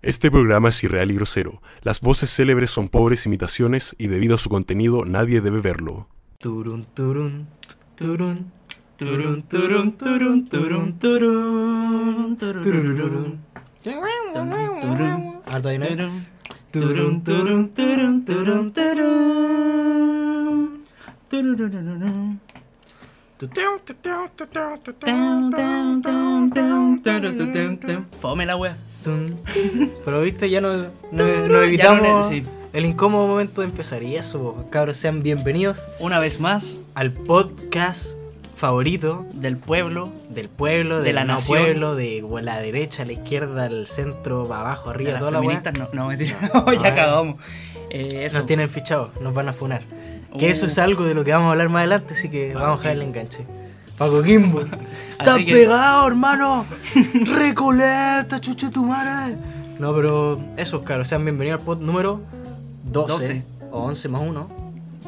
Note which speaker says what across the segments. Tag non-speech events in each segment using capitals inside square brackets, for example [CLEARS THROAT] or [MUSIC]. Speaker 1: Este programa es irreal y grosero. Las voces célebres son pobres imitaciones y debido a su contenido nadie debe verlo.
Speaker 2: Turun, turun, turun, turun, turun, turun, turun, turun, turururun. Turun, turun. A ver, todavía no hay. Turun, turun, turun, turun, turun. Tururururun. Tutum, tutum, tutum, tutum, tum, tum, tum, turutum, tum, tum.
Speaker 3: Fome la wea.
Speaker 2: Tum. Pero viste, ya no, no, no evitamos
Speaker 3: Ya no, sí.
Speaker 2: el incómodo momento de empezar. Y eso, pues, cabros, sean bienvenidos
Speaker 3: Una vez más,
Speaker 2: al podcast favorito
Speaker 3: del pueblo,
Speaker 2: del pueblo,
Speaker 3: De
Speaker 2: del
Speaker 3: la
Speaker 2: no
Speaker 3: nación.
Speaker 2: pueblo, de bueno, la derecha, la izquierda, el centro, para abajo,
Speaker 3: de
Speaker 2: arriba,
Speaker 3: las
Speaker 2: toda la weá.
Speaker 3: feministas, no, [LAUGHS] no, mentira,
Speaker 2: No,
Speaker 3: ya
Speaker 2: no,
Speaker 3: acabamos. Eh, eso.
Speaker 2: Nos tienen fichados, nos van a funar.
Speaker 3: Uh.
Speaker 2: Que eso es algo de lo que vamos a hablar más adelante, así que vamos a dejar el enganche. Paco Kimbo. ¡Está
Speaker 3: que-
Speaker 2: pegado, hermano! ¡Recoleta, chuche tu madre! [LAUGHS] No, pero eso, caro, sean bienvenidos al pod número 12,
Speaker 3: 12.
Speaker 2: o 11 más 1,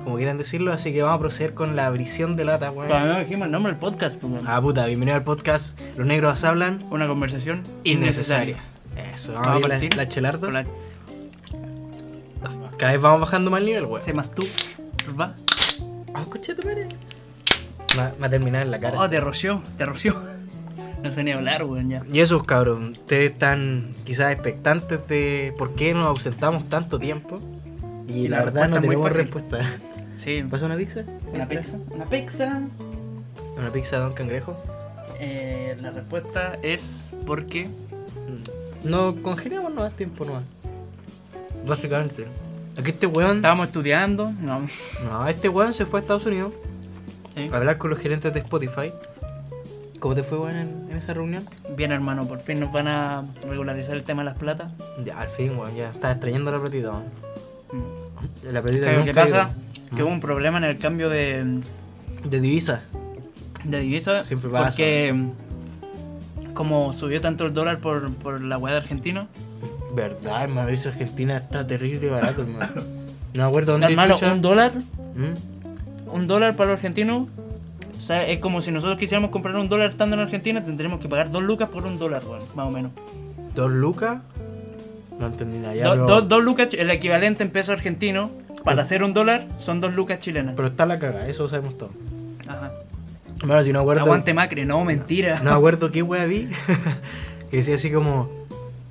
Speaker 2: como quieran decirlo, así que vamos a proceder con la brisión de lata, weón.
Speaker 3: Todavía no dijimos el nombre del podcast, pues, weón.
Speaker 2: Ah, puta, bienvenido al podcast Los Negros Hablan
Speaker 3: Una conversación innecesaria.
Speaker 2: Innecesaria. Eso,
Speaker 3: Vamos a
Speaker 2: vamos a ver
Speaker 3: partir.
Speaker 2: las la chelardas.
Speaker 3: Con la-
Speaker 2: Cada vez vamos bajando más el nivel, weón.
Speaker 3: Se masturba.
Speaker 2: Ah, coche tu madre. Me me ha terminado en la cara.
Speaker 3: Oh, te roció, te roció. No sé ni hablar, weón, ya.
Speaker 2: Y esos cabrón, ustedes están quizás expectantes de por qué nos ausentamos tanto tiempo. Y,
Speaker 3: Y
Speaker 2: la,
Speaker 3: la
Speaker 2: verdad no
Speaker 3: respuesta es muy
Speaker 2: tenemos
Speaker 3: fácil.
Speaker 2: respuesta. [LAUGHS]
Speaker 3: Sí,
Speaker 2: ¿Pasa una pizza?
Speaker 3: Pues, una pizza. Una pizza.
Speaker 2: ¿Una pizza de Don Cangrejo?
Speaker 3: Eh, la respuesta es porque
Speaker 2: Mm. No congelamos no más tiempo nomás. Básicamente. Aquí este weón.
Speaker 3: estábamos estudiando. No,
Speaker 2: No, este weón se fue a Estados Unidos
Speaker 3: sí.
Speaker 2: a hablar con los gerentes de Spotify. ¿Cómo te fue weón en, en esa reunión?
Speaker 3: Bien, hermano, por fin nos van a regularizar el tema de las platas.
Speaker 2: Ya, al fin, weón, ya. Estaba extrañando la platita, weón.
Speaker 3: Mm.
Speaker 2: La platita
Speaker 3: ¿Sabes lo que
Speaker 2: nunca
Speaker 3: pasa?
Speaker 2: llegó.
Speaker 3: Que hubo un problema en el cambio de,
Speaker 2: De divisas.
Speaker 3: de divisa.
Speaker 2: Siempre pasa.
Speaker 3: porque mm, como subió tanto el dólar por, por la weá de Argentina,
Speaker 2: Verdad, hermano, esa Argentina está terrible y barato,
Speaker 3: [LAUGHS]
Speaker 2: hermano. No me acuerdo dónde
Speaker 3: hermano,
Speaker 2: chucha-
Speaker 3: un dólar,
Speaker 2: ¿Mm?
Speaker 3: un dólar para los argentinos. o sea, es como si nosotros quisiéramos comprar un dólar estando en Argentina, tendríamos que pagar dos lucas por un dólar, weón, más o menos.
Speaker 2: ¿Dos lucas? No entendí nada. ya,
Speaker 3: Do-
Speaker 2: pero,
Speaker 3: do- dos lucas, el equivalente en peso argentino, para hacer un dólar, son dos lucas chilenas.
Speaker 2: pero está la caga, eso sabemos todo.
Speaker 3: Ajá.
Speaker 2: Hermano, si no acuerdo.
Speaker 3: Aguante Macri, no, mentira.
Speaker 2: No me acuerdo qué wea vi. [LAUGHS] que decía así como.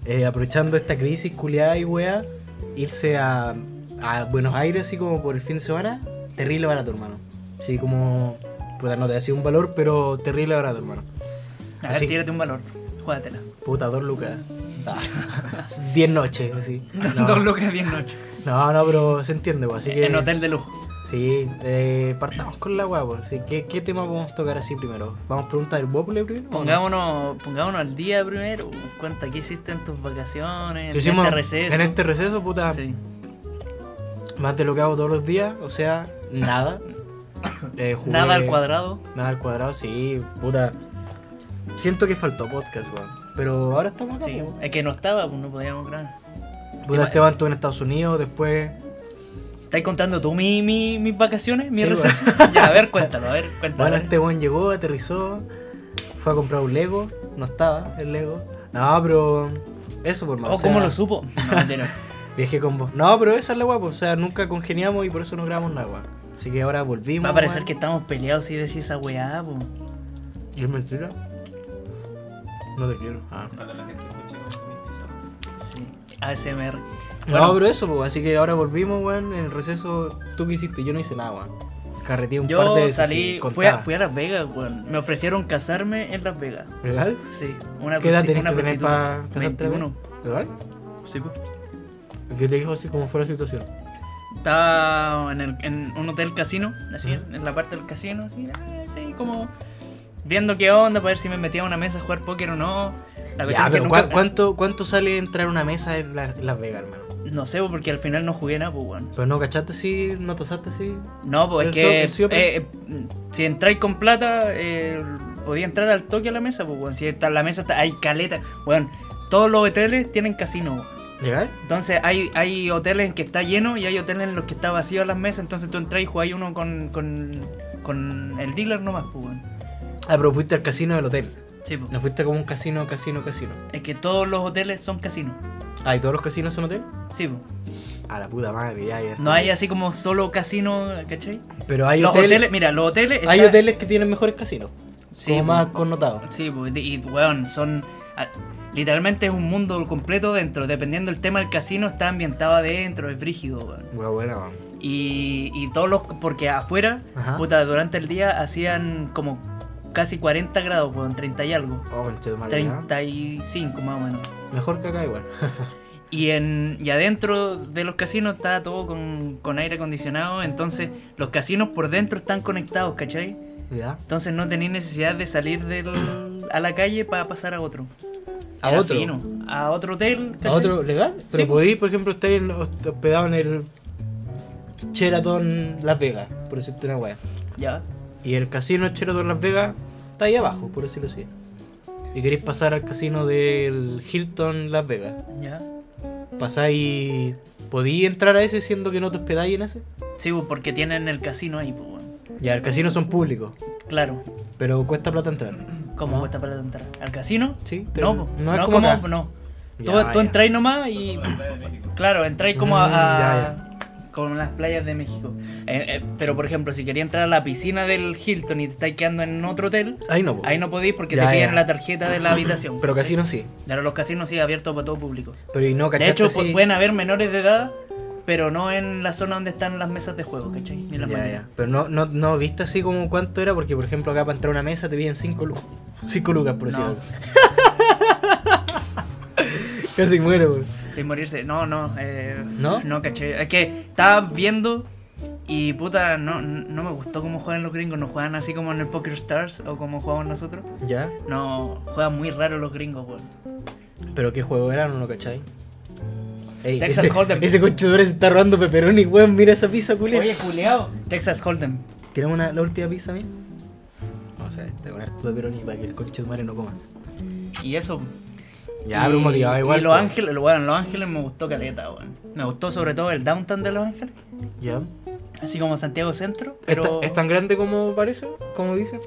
Speaker 2: eh, aprovechando esta crisis culiada y wea, irse a, a Buenos Aires así como por el fin de semana, terrible barato, hermano. Sí, como. Puta, no te ha sido un valor, pero terrible barato, hermano.
Speaker 3: A ver,
Speaker 2: así.
Speaker 3: tírate un valor, juégatela.
Speaker 2: Puta, dos lucas. [LAUGHS] Diez noches, así.
Speaker 3: [LAUGHS]
Speaker 2: Ah, No.
Speaker 3: Ah. Dos lucas, diez noches.
Speaker 2: No, no, pero se entiende, pues, así que...
Speaker 3: En hotel de lujo.
Speaker 2: Sí, eh, partamos con la guapo. Así que, ¿qué tema podemos tocar así primero? ¿Vamos a preguntar el Bopule primero? o no?
Speaker 3: Pongámonos, pongámonos al día primero. Cuenta qué hiciste en tus vacaciones,
Speaker 2: Lo
Speaker 3: en
Speaker 2: hicimos
Speaker 3: este receso.
Speaker 2: En este receso, puta,
Speaker 3: Sí.
Speaker 2: más de lo que hago todos los días, o sea,
Speaker 3: [COUGHS]
Speaker 2: nada. Eh, jugué-
Speaker 3: Nada al cuadrado.
Speaker 2: Nada al cuadrado, sí, puta. Siento que faltó podcast, weón. Pero ahora estamos acá,
Speaker 3: Sí.
Speaker 2: po.
Speaker 3: Es que no estaba, pues no podíamos grabar.
Speaker 2: Puta, Esteban estuvo en Estados Unidos, después...
Speaker 3: ¿Estás contando tú mi, mi- mis vacaciones, mi
Speaker 2: Sí,
Speaker 3: receso? [LAUGHS] Ya, a ver, cuéntalo, a ver, cuéntalo.
Speaker 2: Bueno,
Speaker 3: a ver.
Speaker 2: este buen llegó, aterrizó, fue a comprar un Lego, no estaba el Lego. No, pero eso pues, por más.
Speaker 3: Oh, ¿cómo
Speaker 2: [LAUGHS]
Speaker 3: lo supo? No, mentira.
Speaker 2: Viajé con vos. No, pero esa es la guapa, o sea, nunca congeniamos y por eso no grabamos nada, guapa. Así que ahora volvimos.
Speaker 3: Va a parecer
Speaker 2: weón.
Speaker 3: que estamos peleados si decís esa weá, po.
Speaker 2: ¿Y ¿Es mentira? No te quiero. Ah.
Speaker 3: Sí. ASMR.
Speaker 2: no,
Speaker 3: Bueno,
Speaker 2: pero eso, pues, así que ahora volvimos, weón. En el receso, tú qué hiciste, yo no hice nada, weón. Carreteé un par
Speaker 3: yo
Speaker 2: de veces,
Speaker 3: salí,
Speaker 2: sí,
Speaker 3: fui a,
Speaker 2: contada.
Speaker 3: fui a Las Vegas, weón. Me ofrecieron casarme en Las Vegas.
Speaker 2: ¿Legal?
Speaker 3: Sí. Una
Speaker 2: ¿Qué edad
Speaker 3: prosti-
Speaker 2: tenés
Speaker 3: una
Speaker 2: que tener
Speaker 3: prostituta.
Speaker 2: para casarte,
Speaker 3: 21.
Speaker 2: ¿Legal?
Speaker 3: Sí, pues.
Speaker 2: ¿Qué te dijo así como fue la situación?
Speaker 3: Estaba en, el- en un hotel casino, así,
Speaker 2: Ujú.
Speaker 3: en la parte del casino, así, ah, así, como viendo qué onda, para ver si me metía a una mesa a jugar póker o no. La cuestión
Speaker 2: Ya,
Speaker 3: es que
Speaker 2: pero
Speaker 3: nunca-
Speaker 2: ¿cuá- ¿cuánto, ¿cuánto sale entrar a una mesa en la- Las Vegas, hermano?
Speaker 3: No sé, po, porque al final no jugué nada, pues, weón.
Speaker 2: Pero no cachaste si, no tasaste si.
Speaker 3: No, pues
Speaker 2: El
Speaker 3: es que
Speaker 2: so- el
Speaker 3: eh, eh, si entráis con plata, eh, podía entrar al toque a la mesa, pues, weón. Si está la mesa, está- hay caleta, weón. Todos los hoteles tienen casino, weón.
Speaker 2: ¿Legal?
Speaker 3: Entonces hay, hay hoteles en que está lleno y hay hoteles en los que está vacío las mesas, entonces tú entras y jugáis uno con, con, con el dealer nomás, pues, weón.
Speaker 2: Ah, pero fuiste al casino del hotel.
Speaker 3: Sí, po.
Speaker 2: No fuiste como un casino, casino, casino.
Speaker 3: es que todos los hoteles son casinos.
Speaker 2: Ah, ¿y todos los casinos son hotel?
Speaker 3: Sí, po.
Speaker 2: A la puta madre, ya, ya.
Speaker 3: no hay así como solo casino, ¿cachai?
Speaker 2: Pero hay
Speaker 3: los
Speaker 2: hoteles.
Speaker 3: hoteles, mira, los hoteles.
Speaker 2: Hay
Speaker 3: está-
Speaker 2: hoteles que tienen mejores casinos.
Speaker 3: Sí,
Speaker 2: como
Speaker 3: po.
Speaker 2: más connotados.
Speaker 3: Sí, pues, y weón, son. ah, Literalmente es un mundo completo dentro. Dependiendo del tema, el casino está ambientado adentro, es brígido, weón.
Speaker 2: Muy bueno.
Speaker 3: Y, y todos los. Porque afuera,
Speaker 2: Ajá.
Speaker 3: puta, durante el día hacían como casi 40 grados, weón, 30 y algo.
Speaker 2: Oh, conche tu madre,
Speaker 3: 35 más o menos.
Speaker 2: ¿no? Mejor que acá igual.
Speaker 3: Y, en, y adentro de los casinos está todo con, con aire acondicionado, entonces los casinos por dentro están conectados, ¿cachai?
Speaker 2: ¿Ya?
Speaker 3: Entonces no tenéis necesidad de salir del, a la calle para pasar a otro.
Speaker 2: ¿A
Speaker 3: Era
Speaker 2: otro?
Speaker 3: fino. A otro hotel.
Speaker 2: ¿A
Speaker 3: ¿cachai?
Speaker 2: otro legal? Pero
Speaker 3: Sí, po.
Speaker 2: podéis, por ejemplo, estar en- hospedado en el Sheraton Las Vegas, por decirte una wea.
Speaker 3: Ya.
Speaker 2: Y el casino del Sheraton Las Vegas está ahí abajo, por decirlo así. Y queréis pasar al casino del Hilton Las Vegas.
Speaker 3: Ya.
Speaker 2: Pasáis. ¿Podéis entrar a ese siendo que no te hospedáis en ese?
Speaker 3: Sí, pues, porque tienen el casino ahí, pues, bueno.
Speaker 2: Ya, el casino son públicos,
Speaker 3: Claro.
Speaker 2: pero cuesta plata entrar.
Speaker 3: ¿Cómo
Speaker 2: ¿No?
Speaker 3: cuesta para entrar? ¿Al casino?
Speaker 2: Sí, pero
Speaker 3: No, po.
Speaker 2: no es como acá.
Speaker 3: no. Tú,
Speaker 2: Ya,
Speaker 3: tú
Speaker 2: ya.
Speaker 3: entráis nomás y. Claro, entráis como a.
Speaker 2: Mm,
Speaker 3: a- Con las playas de México. Eh, eh, pero por ejemplo, si quería entrar a la piscina del Hilton y te estáis quedando en otro hotel,
Speaker 2: Ahí no, po.
Speaker 3: ahí no podéis porque
Speaker 2: Ya,
Speaker 3: te piden
Speaker 2: ya.
Speaker 3: la tarjeta de la habitación.
Speaker 2: Pero
Speaker 3: ¿cachai?
Speaker 2: casino sí.
Speaker 3: Pero los casinos sí abiertos para todo público.
Speaker 2: Pero y no,
Speaker 3: De
Speaker 2: ¿cachaste?
Speaker 3: hecho, pu-
Speaker 2: sí?
Speaker 3: pueden haber menores de edad, pero no en la zona donde están las mesas de juego, ¿cachai? Ni las
Speaker 2: Ya,
Speaker 3: maneras.
Speaker 2: ya. Pero no, no, no viste así como cuánto era, porque por ejemplo acá para entrar a una mesa te piden 5 [LAUGHS] lucas. 5 lucas, por decirlo.
Speaker 3: No.
Speaker 2: [LAUGHS] Casi muero, güey.
Speaker 3: De morirse. No, no. eh,
Speaker 2: ¿No?
Speaker 3: No, caché. Es que estaba viendo y puta, no, no me gustó cómo juegan los gringos. No juegan así como en el Poker Stars o como jugamos nosotros.
Speaker 2: Ya.
Speaker 3: No, juegan muy raro los gringos, weón.
Speaker 2: Pero qué juego era, no lo cachai. Ey,
Speaker 3: Texas
Speaker 2: ese,
Speaker 3: Hold'em.
Speaker 2: ese conchedor se está robando pepperoni, weón. Mira esa pizza, culia.
Speaker 3: Oye, Juliao. Texas Hold'em.
Speaker 2: ¿Queremos una, la última pizza, mía? O sea, te voy a poner tu pepperoni para que el conche de madre no coma.
Speaker 3: Y eso.
Speaker 2: Ya, pero
Speaker 3: y,
Speaker 2: motivado igual.
Speaker 3: Y Los
Speaker 2: pues.
Speaker 3: Ángeles, weón, Los Ángeles me gustó caleta, weón. Me gustó sobre todo el downtown de Los Ángeles.
Speaker 2: Ya.
Speaker 3: Así como Santiago Centro.
Speaker 2: ¿Es
Speaker 3: Pero...
Speaker 2: tan- ¿Es tan grande como parece? ¿Como dices?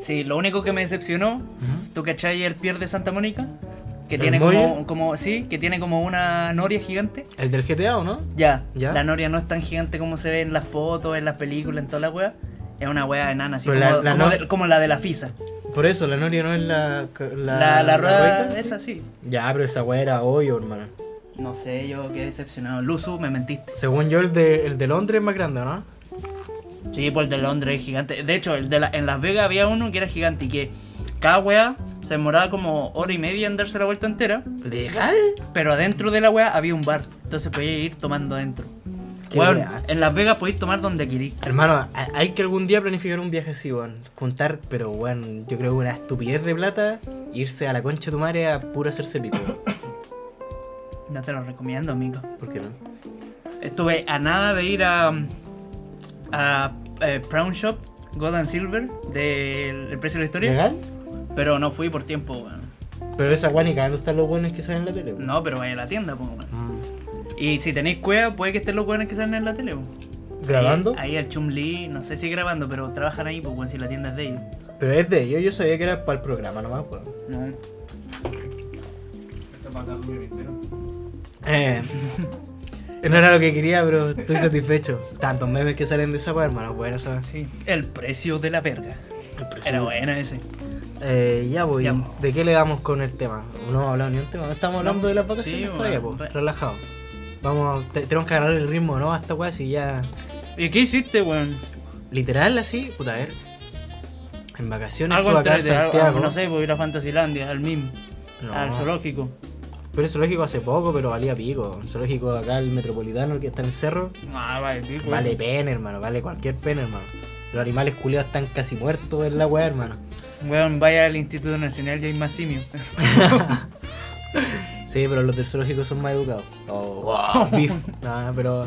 Speaker 3: Sí, lo único que me decepcionó, ¿tú cachai el pier de Santa Mónica? Que
Speaker 2: ¿El
Speaker 3: tiene
Speaker 2: muelle?
Speaker 3: como, como, sí, que tiene como una noria gigante.
Speaker 2: ¿El del GTA o no?
Speaker 3: Ya,
Speaker 2: ¿Ya?
Speaker 3: la noria no es tan gigante como se ve en las fotos, en las películas, en toda la wea. Es una wea enana, así
Speaker 2: Pero
Speaker 3: como
Speaker 2: la-
Speaker 3: como de-
Speaker 2: la
Speaker 3: como
Speaker 2: no-
Speaker 3: la, de, la FISA.
Speaker 2: Por eso, la noria no es la. La,
Speaker 3: La, la, rueda,
Speaker 2: ruedita,
Speaker 3: esa
Speaker 2: ¿sí?
Speaker 3: sí.
Speaker 2: Ya, pero esa weá era hoyo, hermano.
Speaker 3: No sé, yo quedé decepcionado. Luzu, me mentiste.
Speaker 2: Según yo, el de, el de Londres es más grande, ¿no?
Speaker 3: Sí, por el de Londres es gigante. De hecho, el de la- en Las Vegas había uno que era gigante y que cada wea se demoraba como hora y media en darse la vuelta entera.
Speaker 2: ¿Legal?
Speaker 3: Pero adentro de la wea había un bar, entonces podías ir tomando adentro.
Speaker 2: Qué
Speaker 3: Weón,
Speaker 2: wea.
Speaker 3: en Las Vegas podéis tomar donde querís.
Speaker 2: Hermano, ha- hay que algún día planificar un viaje así, weón. Juntar, pero weón, yo creo que una estupidez de plata, irse a la concha de tu madre a puro hacerse pico, weón.
Speaker 3: No te lo recomiendo, amigo.
Speaker 2: ¿Por qué no?
Speaker 3: Estuve a nada de ir a. mm, a eh, Brown Shop, Gold and Silver, del El precio de la historia.
Speaker 2: ¿Legal?
Speaker 3: Pero no fui por tiempo, weón.
Speaker 2: Pero esa weá ni cagando están los buenos que salen en la tele, weón.
Speaker 3: No, pero vaya a la tienda, pues, weón.
Speaker 2: Mm.
Speaker 3: Y si tenéis cueva, puede que estén los weones que salen en la tele, weón.
Speaker 2: ¿Grabando?
Speaker 3: Ahí, ahí el Chum Lee, no sé si grabando, pero trabajan ahí, pues, weón, si la tienda es de ellos.
Speaker 2: Pero es de ellos, yo sabía que era para el programa nomás, weón.
Speaker 3: No.
Speaker 2: Eh. [LAUGHS] No era lo que quería, pero estoy satisfecho. Tantos memes que salen de esa weá, hermano, buena esa weá.
Speaker 3: Sí. El precio de la verga. Era buena ese.
Speaker 2: Eh, ya voy.
Speaker 3: Ya, po.
Speaker 2: ¿De qué le damos con el tema? No hemos hablado ni un tema. No estamos hablando
Speaker 3: No.
Speaker 2: de las vacaciones
Speaker 3: Sí,
Speaker 2: todavía,
Speaker 3: bueno, pues.
Speaker 2: po.
Speaker 3: re-
Speaker 2: Relajado. Vamos, te- tenemos que agarrar el ritmo, ¿no? Hasta weá, si ya.
Speaker 3: ¿Y qué hiciste, weón?
Speaker 2: Literal, así. Puta, a ver. En vacaciones
Speaker 3: Algo
Speaker 2: estuve acá en
Speaker 3: entre algo,
Speaker 2: Santiago.
Speaker 3: no sé, voy a ir a Fantasylandia, al MIM,
Speaker 2: No,
Speaker 3: al zoológico.
Speaker 2: Fui al zoológico hace poco, pero valía pico. El zoológico acá, el metropolitano, el que está en el cerro.
Speaker 3: Ah, vale, pico.
Speaker 2: Vale pena, hermano. Vale cualquier pena, hermano. Los animales culiados están casi muertos en la weá, hermano.
Speaker 3: Weón, vaya al Instituto Nacional y hay más simios. [LAUGHS]
Speaker 2: Sí, pero los del zoológico son más educados. Oh, beef. [LAUGHS] No, pero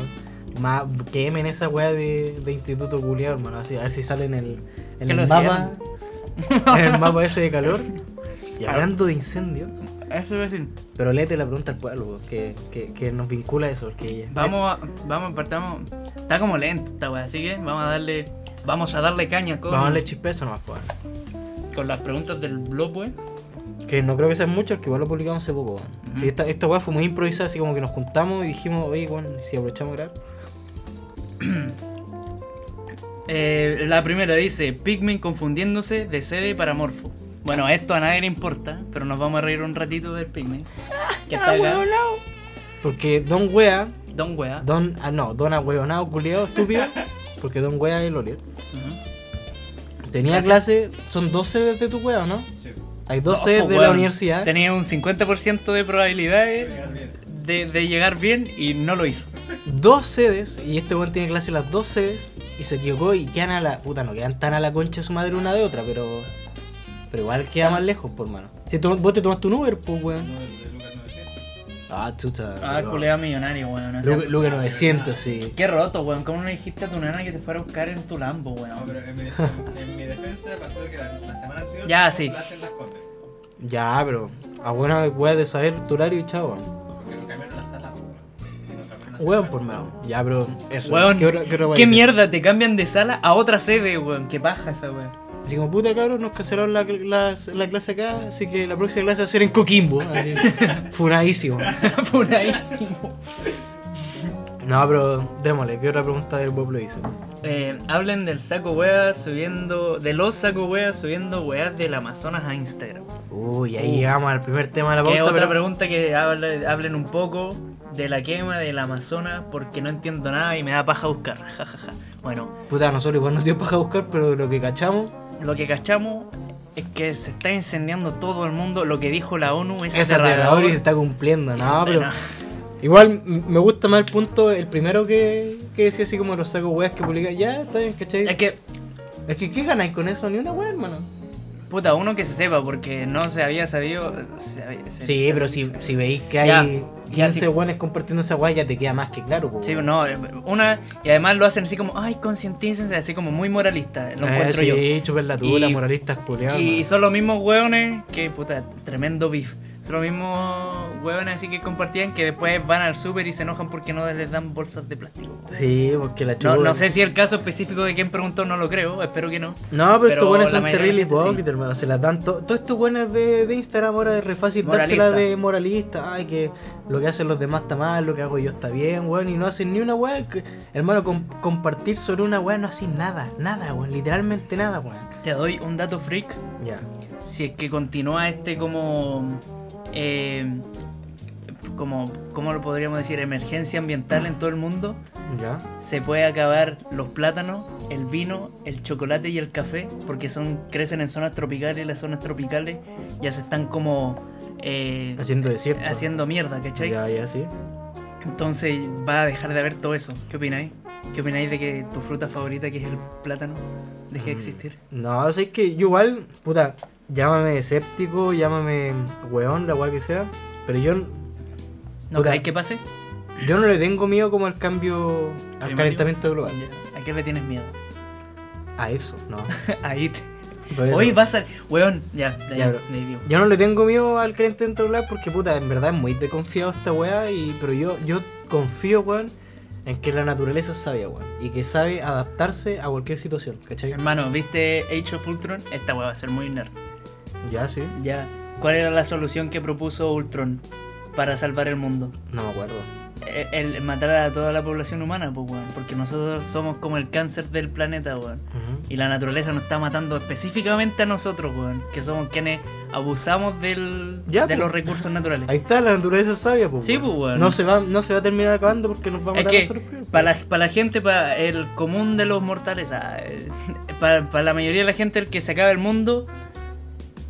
Speaker 2: más quemen esa weá de, de instituto culiado, hermano. Así, a ver si salen en el, en
Speaker 3: Que
Speaker 2: el
Speaker 3: lo
Speaker 2: mapa. [LAUGHS] En el mapa ese de
Speaker 3: [LAUGHS]
Speaker 2: calor. Y hablando de incendios,
Speaker 3: Eso iba a decir.
Speaker 2: pero léete la pregunta al pueblo, po, que, que, que nos vincula a eso. porque- eh,
Speaker 3: Vamos, a, vamos, partamos. Está como lenta esta weá, así que vamos a darle. Vamos a darle caña
Speaker 2: Eh,
Speaker 3: con,
Speaker 2: vamos a darle chispezo nomás, pues.
Speaker 3: con las preguntas del blog, weón.
Speaker 2: Que no creo que sean muchos, que igual lo publicamos hace poco, weón.
Speaker 3: Ujú.
Speaker 2: Sí, esta, esta weá fue muy improvisada, así como que nos juntamos y dijimos, oye, weón, si aprovechamos a grabar.
Speaker 3: Eh, la primera dice, Pikmin confundiéndose de sede para Morfo. Bueno,
Speaker 2: Ah.
Speaker 3: esto a nadie le importa, pero nos vamos a reír un ratito del Pikmin. Que está acá.
Speaker 2: Porque Don Wea,
Speaker 3: Don wea.
Speaker 2: Don. Ah, no, Don Ahueonado, culiado, estúpido. porque Don Wea es el Oliver.
Speaker 3: Ujú.
Speaker 2: Tenía clase, son 12 sedes de tu wea, ¿o ¿no?
Speaker 4: Sí.
Speaker 2: Hay dos
Speaker 3: No,
Speaker 2: sedes
Speaker 3: pues,
Speaker 2: de la
Speaker 3: weón,
Speaker 2: universidad.
Speaker 3: Tenía un 50% de probabilidades
Speaker 4: Pegar bien.
Speaker 3: de, de llegar bien y no lo hizo.
Speaker 2: dos sedes, y este weón tiene clase en las dos sedes, y se equivocó y quedan a la. Puta, no quedan tan a la concha de su madre una de otra, pero. Pero igual queda más lejos, por mano. Si tú- vos te tomaste un Uber, pues weón.
Speaker 4: No, el de Lucas 900.
Speaker 2: Ah, chucha.
Speaker 3: Ah,
Speaker 2: weón.
Speaker 3: culea millonario, weón. o sea,
Speaker 2: Lu- Luca 900, sí.
Speaker 3: Qué roto, weón. ¿Cómo no le dijiste a tu nana que te fuera a buscar en tu Lambo,
Speaker 4: No, pero
Speaker 3: weón?
Speaker 4: en mi, en mi defensa pasó que la, la semana anterior.
Speaker 3: Ya,
Speaker 4: tuvo
Speaker 3: sí.
Speaker 4: clase en las Condes,
Speaker 2: Ya, pero. A buena weá de saber tu horario y chao, weón.
Speaker 4: Porque lo cambiaron la sala, weón. Lo cambiaron la
Speaker 2: Weón
Speaker 4: sala.
Speaker 2: por mano. Ya, pero. Eso.
Speaker 3: Weón,
Speaker 2: ¿Qué, hora- qué, hora weá
Speaker 3: ¿Qué
Speaker 2: es?
Speaker 3: mierda? Te cambian de sala a otra sede, weón. Qué paja esa, weón. [LAUGHS]
Speaker 2: Así como, puta cabrón, nos cancelaron la, la, la clase acá, así que la próxima clase va a ser en Coquimbo.
Speaker 3: [LAUGHS]
Speaker 2: Así, funadísimo.
Speaker 3: Apuradísimo.
Speaker 2: No, pero démosle, ¿qué otra pregunta del Bob lo hizo?
Speaker 3: Eh, hablen del saco weas subiendo. De los saco weas subiendo weas del Amazonas a Instagram.
Speaker 2: Uy, ahí
Speaker 3: Uf.
Speaker 2: llegamos al primer tema de la
Speaker 3: Que
Speaker 2: pauta.
Speaker 3: es otra
Speaker 2: pero-
Speaker 3: pregunta que hable- hablen un poco de la quema del Amazonas porque no entiendo nada y me da paja buscar. [LAUGHS] Ja, ja, ja. Bueno,
Speaker 2: Puta, nosotros igual nos dio paja buscar, pero lo que cachamos
Speaker 3: lo que cachamos es que se está incendiando todo el mundo. Lo que dijo la ONU es,
Speaker 2: es aterrador y se está cumpliendo.
Speaker 3: y se
Speaker 2: No, pero
Speaker 3: aterra-
Speaker 2: igual m- me gusta más el punto, el primero que, que decía así como los saco weas que publican. Ya, está bien, ¿cachai?
Speaker 3: Es que,
Speaker 2: Es que, ¿qué ganáis con eso? Ni una wea, hermano.
Speaker 3: puta, uno que se sepa porque no se había sabido. se había- se-
Speaker 2: Sí, pero si, si veis que
Speaker 3: Ya,
Speaker 2: hay
Speaker 3: ya,
Speaker 2: 15
Speaker 3: sí.
Speaker 2: weones compartiendo esa wea, ya te queda más que claro. po,
Speaker 3: Sí,
Speaker 2: weón.
Speaker 3: no, eh, una, y además lo hacen así como, ay, concientícense, así como muy moralista, lo
Speaker 2: Eh,
Speaker 3: encuentro
Speaker 2: sí,
Speaker 3: yo.
Speaker 2: chupen la tula,
Speaker 3: Y-
Speaker 2: moralistas culiados.
Speaker 3: Y,
Speaker 2: hermano.
Speaker 3: son los mismos hueones que, puta, tremendo beef. Son los mismos hueones así que compartían que después van al súper y se enojan porque no les dan bolsas de plástico.
Speaker 2: eh, Sí, porque la chupa.
Speaker 3: No, no sé si el caso específico de quien preguntó no lo creo, espero que no.
Speaker 2: No, pero,
Speaker 3: Pero
Speaker 2: estos buenos
Speaker 3: la
Speaker 2: son
Speaker 3: mayoría de
Speaker 2: terribles
Speaker 3: gente sí.
Speaker 2: hipócritas, hermano. Se las dan. to- Todos estos buenos de, de Instagram ahora es re fácil
Speaker 3: Moralista.
Speaker 2: dársela de moralista. Ay, que lo que hacen los demás está mal, lo que hago yo está bien, weón. Y no hacen ni una weá. que- Hermano, com- compartir sobre una weá no hacen nada, nada, weón. Literalmente nada, weón.
Speaker 3: Te doy un dato freak,
Speaker 2: Ya.
Speaker 3: si es que continúa este como... eh, como, ¿Cómo lo podríamos decir? Emergencia
Speaker 2: Mm.
Speaker 3: ambiental en todo el mundo.
Speaker 2: Ya.
Speaker 3: se puede acabar los plátanos, el vino, el chocolate y el café, porque son crecen en zonas tropicales, las zonas tropicales ya se están como eh,
Speaker 2: Haciendo desierto.
Speaker 3: haciendo mierda, ¿cachai?
Speaker 2: Ya, ya, sí.
Speaker 3: Entonces va a dejar de haber todo eso. ¿Qué opináis? ¿Qué opináis de que tu fruta favorita, que es el plátano, deje
Speaker 2: Mm.
Speaker 3: de existir?
Speaker 2: No, o sea, es que yo igual, puta, llámame escéptico, llámame weón, la weá que sea. Pero yo
Speaker 3: ¿No
Speaker 2: Puta.
Speaker 3: creéis que pase?
Speaker 2: Yo no le tengo miedo como al cambio, al
Speaker 3: ¿Climático?
Speaker 2: calentamiento global.
Speaker 3: Ya. ¿A qué le tienes miedo? [LAUGHS]
Speaker 2: A eso, no.
Speaker 3: Ahí te...
Speaker 2: Por eso.
Speaker 3: Hoy vas a... Weón, ya, ya,
Speaker 2: Ya,
Speaker 3: ya.
Speaker 2: bro.
Speaker 3: me digo.
Speaker 2: Yo no le tengo miedo al calentamiento global porque, puta, en verdad es muy desconfiado esta weá. Y, pero yo, yo confío, weón, en que la naturaleza es sabia, weón. Y que sabe adaptarse a cualquier situación, ¿cachai?
Speaker 3: Hermano, ¿viste Age of Ultron? Esta weá va a ser muy nerd.
Speaker 2: Ya, sí.
Speaker 3: Ya, ¿cuál era la solución que propuso Ultron para salvar el mundo?
Speaker 2: No me acuerdo.
Speaker 3: E- El, matar a toda la población humana, pues, weón. Porque nosotros somos como el cáncer del planeta, weón. Y la naturaleza nos está matando específicamente a nosotros, weón. Que somos quienes abusamos del,
Speaker 2: Ya,
Speaker 3: de
Speaker 2: pues.
Speaker 3: los recursos naturales.
Speaker 2: Ahí está, la naturaleza es sabia, pues.
Speaker 3: Sí, pues, weón.
Speaker 2: No se, va, no se va a terminar acabando porque nos vamos a
Speaker 3: Es
Speaker 2: matar
Speaker 3: que,
Speaker 2: nosotros primero, pues.
Speaker 3: Para la, para la gente, para el común de los mortales, ah, eh, para, para la mayoría de la gente, el que se acabe el mundo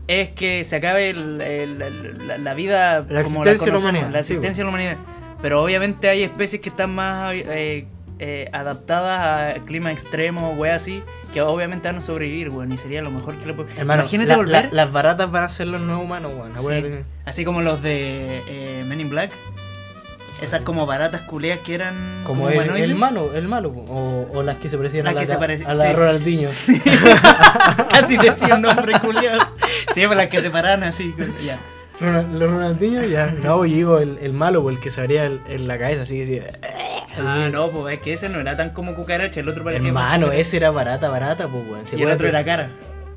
Speaker 3: es que se acabe el- el- el- la, la vida
Speaker 2: La existencia de la
Speaker 3: conocemos,
Speaker 2: humanidad,
Speaker 3: la
Speaker 2: sí,
Speaker 3: existencia de la humanidad. Pero obviamente hay especies que están más eh, eh, adaptadas a clima extremo, weas así, que obviamente van a sobrevivir, weón, y sería lo mejor que le puede.
Speaker 2: Hermano,
Speaker 3: Imagínate
Speaker 2: la-
Speaker 3: volver,
Speaker 2: la- las baratas van a ser los nuevos humanos, weón.
Speaker 3: Sí.
Speaker 2: acuérdate.
Speaker 3: así como los de eh, Men in Black. Esas como baratas culeas que eran
Speaker 2: Como el,
Speaker 3: humanoides.
Speaker 2: el malo, el malo, po. o, o las que se parecían a
Speaker 3: Las
Speaker 2: la,
Speaker 3: que se parecen,
Speaker 2: a la
Speaker 3: [LAUGHS] sí.
Speaker 2: Ronaldinho.
Speaker 3: [LAUGHS] Casi decía un nombre culiado. Sí, para las que se paran así. Ya.
Speaker 2: Ronald- los Ronaldinho ya. No, yo digo el, el malo, po, el que se abría el- en la cabeza, así decía.
Speaker 3: Ah, no, pues es que ese no era tan como cucaracha, el otro parecía.
Speaker 2: Hermano, ese era barata, barata, pues, weón.
Speaker 3: Y el otro era cara.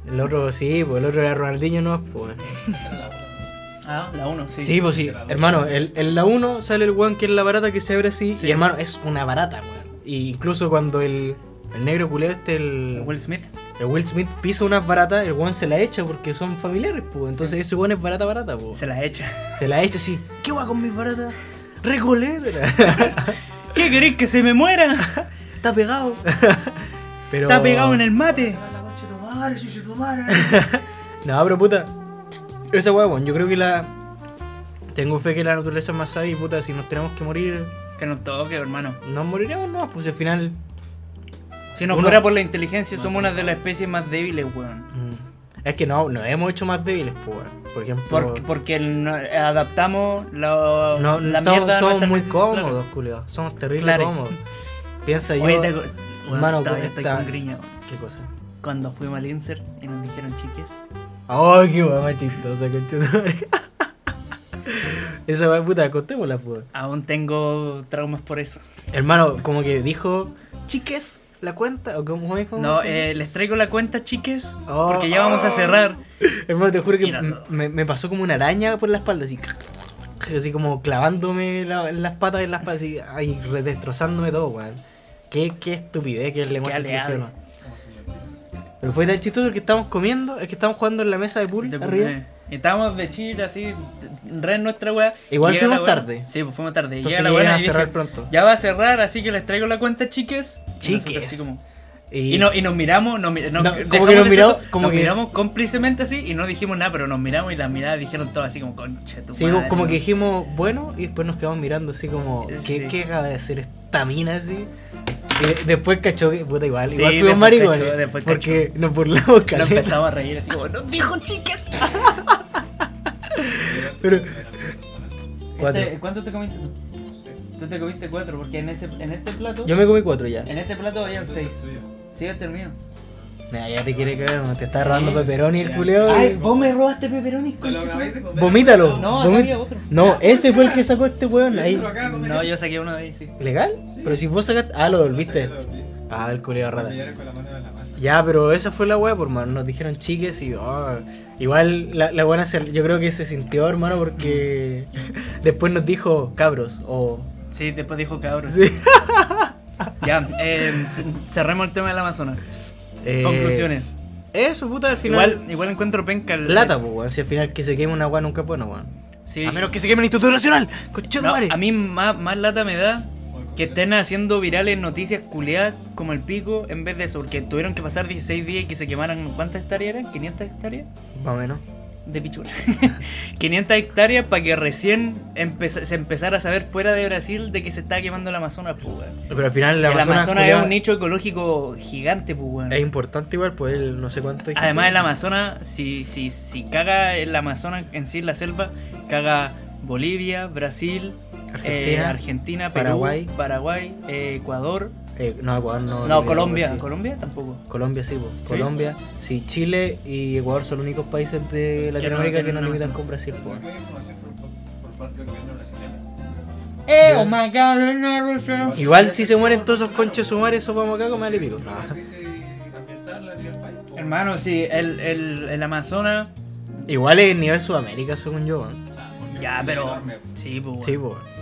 Speaker 2: El otro sí, pues el otro era Ronaldinho, no, pues, weón.
Speaker 3: Ah, la 1, sí.
Speaker 2: Sí, pues sí, hermano, el- en la 1 sale el weón que es la barata que se abre así.
Speaker 3: Sí.
Speaker 2: Y hermano, es una barata, weón. Y incluso cuando el, el negro culeo este, el,
Speaker 3: Will Smith.
Speaker 2: el Will Smith pisa unas baratas, el weón se la echa porque son familiares, pues. Entonces
Speaker 3: Sí.
Speaker 2: ese weón es barata, barata, pues.
Speaker 3: Se la echa.
Speaker 2: Se la echa así. ¿Qué weón con mis baratas? Recoleta.
Speaker 3: [LAUGHS] ¿Qué queréis que se me muera?
Speaker 2: Está pegado.
Speaker 3: [LAUGHS]
Speaker 2: Pero...
Speaker 3: Está pegado en el mate.
Speaker 2: No, pero puta. Esa weá, weón, yo creo que la. Tengo fe que la naturaleza es más sabia y puta, si nos tenemos que morir,
Speaker 3: Que nos toque, hermano.
Speaker 2: nos moriremos, no, pues al final.
Speaker 3: Si no
Speaker 2: Uno-
Speaker 3: fuera por la inteligencia,
Speaker 4: No,
Speaker 3: somos
Speaker 4: sí,
Speaker 3: una
Speaker 4: no.
Speaker 3: de las especies más débiles, weón.
Speaker 2: mm, Es que no, nos hemos hecho más débiles, pues, weón. Por ejemplo.
Speaker 3: Porque, porque el- no- adaptamos la,
Speaker 2: no,
Speaker 3: la
Speaker 2: estamos-
Speaker 3: mierda a
Speaker 2: somos
Speaker 3: nuestra
Speaker 2: muy
Speaker 3: necesidad,
Speaker 2: cómodos,
Speaker 3: claro.
Speaker 2: culiados. Somos terribles
Speaker 3: Claro.
Speaker 2: cómodos. Piensa yo.
Speaker 3: Oye, te-
Speaker 2: Hermano,
Speaker 3: weón, todavía
Speaker 2: pues,
Speaker 3: estoy
Speaker 2: está-
Speaker 3: con griña, weón.
Speaker 2: ¿Qué cosa?
Speaker 3: Cuando fuimos al Inser y nos dijeron, chiques,
Speaker 2: Ay, qué weá más chistosa, conchetumare. Esa weá, puta, contémosla, pues.
Speaker 3: aún tengo traumas por eso.
Speaker 2: Hermano, como que dijo, chiques, la cuenta, o como dijo.
Speaker 3: No, eh, les traigo la cuenta, chiques,
Speaker 2: Oh.
Speaker 3: porque ya vamos a cerrar.
Speaker 2: Hermano, te juro que
Speaker 3: Mira,
Speaker 2: m- me, me pasó como una araña por la espalda, así. Así como clavándome la- las patas en las patas, así, ay, re- destrozándome todo, weón. Qué, qué estupidez que es el lenguaje
Speaker 3: aleable.
Speaker 2: inclusivo, ¿no? Pero fue tan chistoso que estábamos comiendo, es que estábamos jugando en la mesa de pool
Speaker 3: De-
Speaker 2: arriba.
Speaker 3: eh, Estábamos de chill, así, re en nuestra weá.
Speaker 2: Igual
Speaker 3: Llega la
Speaker 2: fuimos
Speaker 3: weá-
Speaker 2: tarde.
Speaker 3: Sí, pues fuimos tarde.
Speaker 2: Entonces
Speaker 3: Llega la
Speaker 2: me iban
Speaker 3: weá
Speaker 2: a
Speaker 3: y dije,
Speaker 2: cerrar pronto.
Speaker 3: ya va a cerrar, así que les traigo la cuenta, chiques. Y nosotros
Speaker 2: Chiques.
Speaker 3: así como- Y, no, y nos miramos, nos, mi- nos-
Speaker 2: No, como
Speaker 3: dejamos
Speaker 2: que nos
Speaker 3: de decir
Speaker 2: miramos,
Speaker 3: todo,
Speaker 2: como
Speaker 3: nos
Speaker 2: que-
Speaker 3: miramos cómplicemente así y no dijimos nada, pero nos miramos y las miradas dijeron todo así como conche tu
Speaker 2: Sí,
Speaker 3: madre".
Speaker 2: como que dijimos, bueno, y después nos quedamos mirando así como, ¿qué,
Speaker 3: Sí.
Speaker 2: qué acaba de hacer esta mina así? Y después cachó que, puta, igual,
Speaker 3: Sí,
Speaker 2: igual fuimos
Speaker 3: después
Speaker 2: maricones.
Speaker 3: cachó, después cachó.
Speaker 2: porque nos burlamos,
Speaker 3: Nos
Speaker 2: caleta.
Speaker 3: empezamos a reír así como, nos dijo chiques.
Speaker 2: Pero- Cuatro.
Speaker 3: Este, ¿Cuánto te comiste tú? Tú te comiste cuatro, porque en, ese, en este plato,
Speaker 2: Yo me comí cuatro ya.
Speaker 3: en este plato habían seis. Sí, este es el mío.
Speaker 2: Nah, ya te quiere cagar, no te está
Speaker 3: Sí.
Speaker 2: robando peperoni el
Speaker 4: Ya.
Speaker 2: culeo.
Speaker 3: Ay,
Speaker 2: y-
Speaker 3: vos me robaste pepperoni,
Speaker 4: Te lo
Speaker 3: concha tu
Speaker 4: acabáis de
Speaker 3: madre.
Speaker 4: comer.
Speaker 2: Vomítalo.
Speaker 3: No, acá
Speaker 2: Vomí-
Speaker 3: había otro.
Speaker 2: No, ese fue el que sacó este weón
Speaker 4: Yo
Speaker 2: ahí.
Speaker 4: se lo acabo de comer.
Speaker 3: No, yo saqué uno de ahí, sí.
Speaker 2: ¿Legal?
Speaker 4: Sí.
Speaker 2: Pero si vos sacaste. Ah, lo devolviste.
Speaker 4: Lo saqué, lo devolví.
Speaker 2: Ah, el culeo rata.
Speaker 4: Me llevaron con la mano en la masa.
Speaker 2: Ya, pero esa fue la weá, por mano. Nos dijeron chiques y. ah, Igual la, la buena se- yo creo que se sintió, hermano, porque [LAUGHS] después nos dijo cabros o.
Speaker 3: Sí, después dijo cabrón.
Speaker 2: Sí.
Speaker 3: Ya, eh, c- cerremos el tema del Amazonas.
Speaker 2: [LAUGHS] Eh,
Speaker 3: Conclusiones.
Speaker 2: Eso, puta, al final.
Speaker 3: Igual, igual encuentro penca el...
Speaker 2: Lata, pues, weón. Si al final que se queme una weá nunca es bueno, weón.
Speaker 3: Sí.
Speaker 2: A menos que se queme el Instituto Nacional. Conchito,
Speaker 3: No, a mí más, más lata me da que estén haciendo virales noticias culiadas como el pico en vez de eso, porque tuvieron que pasar 16 días y que se quemaran, ¿cuántas hectáreas eran? ¿500 hectáreas?
Speaker 2: Más o menos.
Speaker 3: De pichula. [LAUGHS] 500 hectáreas para que recién empe- se empezara a saber fuera de Brasil de que se está quemando el Amazonas, pues, weón.
Speaker 2: Pero al final la
Speaker 3: El
Speaker 2: Amazonas,
Speaker 3: Amazonas es
Speaker 2: culiao,
Speaker 3: un nicho ecológico gigante, pues, weón.
Speaker 2: Es importante igual, pues él no sé cuánto. hay
Speaker 3: Además,
Speaker 2: gente-
Speaker 3: el Amazonas, si, si, si caga el Amazonas en sí, la selva, caga Bolivia, Brasil, eh,
Speaker 2: Argentina.
Speaker 3: Argentina, Perú,
Speaker 2: Paraguay.
Speaker 3: Paraguay, eh, Ecuador.
Speaker 2: eh, no, Ecuador no.
Speaker 3: No,
Speaker 2: eh,
Speaker 3: Colombia.
Speaker 2: sí.
Speaker 3: Colombia tampoco.
Speaker 2: Colombia sí, pues. Colombia. Sí, Chile y Ecuador son los únicos países de Latinoamérica que
Speaker 3: tienen
Speaker 2: no
Speaker 3: una
Speaker 2: limitan
Speaker 3: zona.
Speaker 2: con Brasil,
Speaker 4: Creo
Speaker 2: pues.
Speaker 4: que la información fue por- por parte del gobierno brasileño.
Speaker 3: ¡Eh,
Speaker 2: oh
Speaker 3: my god!
Speaker 2: Igual si se mueren todos esos conches sumares, eso vamos acá como al pico. No.
Speaker 4: Una crisis ambiental arriba del país.
Speaker 3: Hermano, sí, el, el, el Amazonas.
Speaker 2: Igual es nivel Sudamérica, según yo, weón.
Speaker 4: O sea, porque
Speaker 3: Ya,
Speaker 4: Brasil es
Speaker 3: pero.
Speaker 4: enorme.
Speaker 3: Sí, pues.
Speaker 2: Sí,
Speaker 3: weón.
Speaker 2: pues.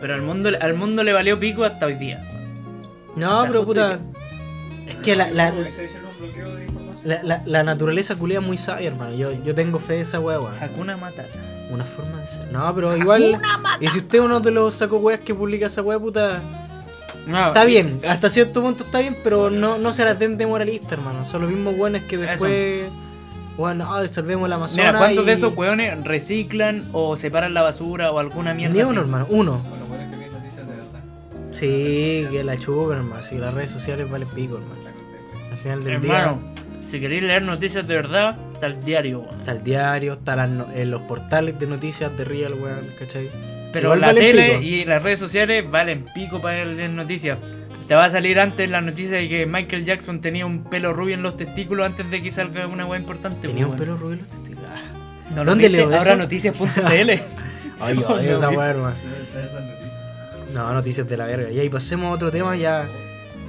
Speaker 3: Pero al mundo, al mundo le valió pico hasta hoy día.
Speaker 2: No,
Speaker 3: La
Speaker 2: pero puta. Es que la, la,
Speaker 4: Como que se hicieron un bloqueo de información.
Speaker 2: la- la- la naturaleza culea es muy sabia, hermano. Yo, yo tengo fe de esa weá, weón.
Speaker 3: Hakuna Matata.
Speaker 2: Una forma de ser. No, pero igual. Y si usted es uno de los saco weas que publica esa wea, puta.
Speaker 3: No,
Speaker 2: Está bien, hasta cierto punto está bien, pero no, no se la den de moralista, hermano. Son los mismos weones que después. Bueno, ay, salvemos la Amazonas.
Speaker 3: Mira, ¿cuántos
Speaker 2: y-
Speaker 3: de esos weones reciclan o separan la basura o alguna mierda?
Speaker 2: Ni
Speaker 3: así?
Speaker 2: uno, hermano, uno.
Speaker 4: Con lo bueno es que vi noticias de verdad.
Speaker 2: Sí, que la chupa, hermano. Sí, las redes sociales valen pico, hermano. Al final del
Speaker 3: Hermano,
Speaker 2: día.
Speaker 3: si queréis leer noticias de verdad, está el diario, weón.
Speaker 2: Está el diario, está las no- en los portales de noticias de Real, weón, ¿cachai?
Speaker 3: Pero
Speaker 2: Igual
Speaker 3: la
Speaker 2: valen
Speaker 3: tele
Speaker 2: pico.
Speaker 3: y las redes sociales valen pico para leer noticias. Te va a salir antes la noticia de que Michael Jackson tenía un pelo rubio en los testículos antes de que salga una weá importante.
Speaker 2: Tenía un
Speaker 3: weón.
Speaker 2: pelo rubio en los testículos. Ah.
Speaker 3: ¿No
Speaker 2: ¿Dónde
Speaker 3: ¿Dónde
Speaker 2: leo eso?
Speaker 3: Ahora noticias.cl.
Speaker 2: [LAUGHS] Ay, yo odio esa weá, hermano.
Speaker 4: Esas noticias.
Speaker 2: No, noticias de la verga. Ya, y pasemos a otro tema, ya.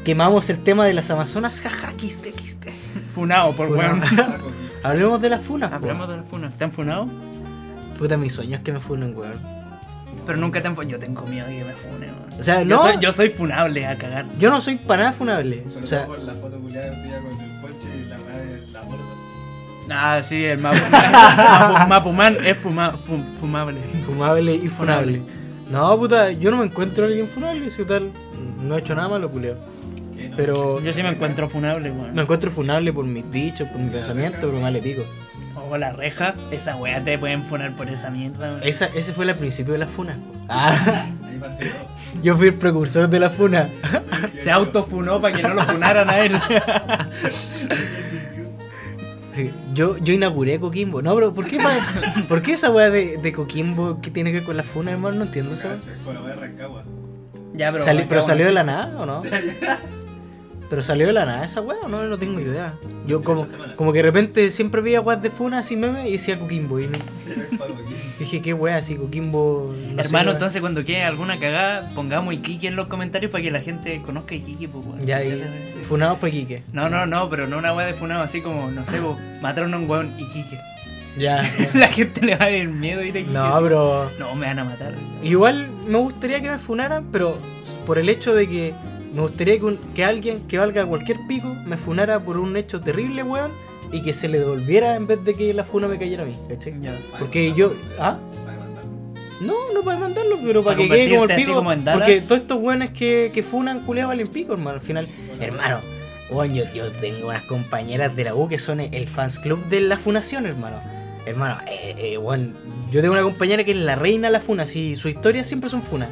Speaker 2: Quemamos el tema de las Amazonas, jaja, quiste, quiste.
Speaker 3: Funado por
Speaker 2: Funao. [LAUGHS]
Speaker 3: weón.
Speaker 4: Tacos,
Speaker 2: Hablemos de las funas, po.
Speaker 3: Hablamos de la funa. ¿Están funados?
Speaker 2: Puta, mi sueño es que me funen, weón.
Speaker 3: Pero nunca te han fu- Yo tengo miedo de que me funen, weón.
Speaker 2: O sea,
Speaker 3: Yo,
Speaker 2: no,
Speaker 3: soy, yo soy funable a cagar.
Speaker 2: yo no soy para nada funable.
Speaker 4: Sobre
Speaker 2: O sea,
Speaker 4: todo por la foto culiada tuya con el coche y la weá de la gorda.
Speaker 3: Ah, sí,
Speaker 2: [LAUGHS]
Speaker 3: el Mapu- Mapu- Mapuman es fuma- fu- fumable.
Speaker 2: Fumable y funable.
Speaker 3: Funable.
Speaker 2: No, puta, yo no me encuentro a alguien funable, si tal. No he hecho nada malo, culeo.
Speaker 4: Que no.
Speaker 2: Pero
Speaker 3: Yo sí me encuentro funable,
Speaker 2: me
Speaker 3: weón.
Speaker 2: encuentro funable por mis dichos, por mi pensamiento, pero me vale pico.
Speaker 3: O la reja, esa weá te pueden funar por esa mierda, weón.
Speaker 2: Esa, ese fue el principio de la funa. Ah, [LAUGHS]
Speaker 4: Ahí partió.
Speaker 2: yo fui el precursor de la funa.
Speaker 4: Sí,
Speaker 3: Se autofunó para que no lo funaran a él.
Speaker 2: Sí, yo, yo inauguré Coquimbo. No, pero ¿por qué, pa- ¿por qué esa weá de, de Coquimbo que tiene que ver con la funa, hermano? No entiendo eso.
Speaker 4: Con la weá
Speaker 2: [LAUGHS]
Speaker 4: de Rancagua.
Speaker 3: [LAUGHS] ya, pero.
Speaker 2: Sali-
Speaker 3: weón,
Speaker 2: pero
Speaker 3: cago en
Speaker 2: salió de
Speaker 3: el-
Speaker 2: la nada, ¿o
Speaker 3: [LAUGHS]
Speaker 2: no? Pero salió de la nada esa weá, ¿o no? No tengo idea. Yo
Speaker 4: De
Speaker 2: como,
Speaker 4: esta semana.
Speaker 2: como que de repente siempre veía weas de funa así meme y decía Coquimbo. Y dije, qué weá, así Coquimbo. no sé,
Speaker 3: Hermano,
Speaker 2: weá.
Speaker 3: entonces cuando quede alguna cagada, pongamos Iquique en los comentarios para que la gente conozca Iquique, pues, weón.
Speaker 2: Ya,
Speaker 3: Sí,
Speaker 2: y
Speaker 3: sí, sí.
Speaker 2: funados pa' Quique.
Speaker 3: No, no, no, pero no una weá de funado así como, no sé, vos, mataron a un weón Iquique. [LAUGHS]
Speaker 2: Ya.
Speaker 3: La gente le va a dar miedo ir a Iquique.
Speaker 2: no,
Speaker 3: así.
Speaker 2: pero...
Speaker 3: No, me van a matar.
Speaker 2: Igual me gustaría que me funaran, pero por el hecho de que me gustaría que, un- que alguien que valga cualquier pico me funara por un hecho terrible, weón, y que se le devolviera en vez de que la funa me cayera a mí, ¿cachai?
Speaker 3: Ya.
Speaker 2: Porque yo. ¿Ah? No, no para mandarlo, pero para, que
Speaker 3: Para
Speaker 2: quede como el
Speaker 3: convertirte así
Speaker 2: pico.
Speaker 3: como en Dallas.
Speaker 2: porque todos estos weones que, que funan, culeados valen pico, hermano. Al final, hermano, weón, yo, yo tengo unas compañeras de la U que son el fans club de la funación, hermano. Hermano, eh, eh, weón, yo tengo una compañera que es la reina de la funa. Si su historia siempre son funas.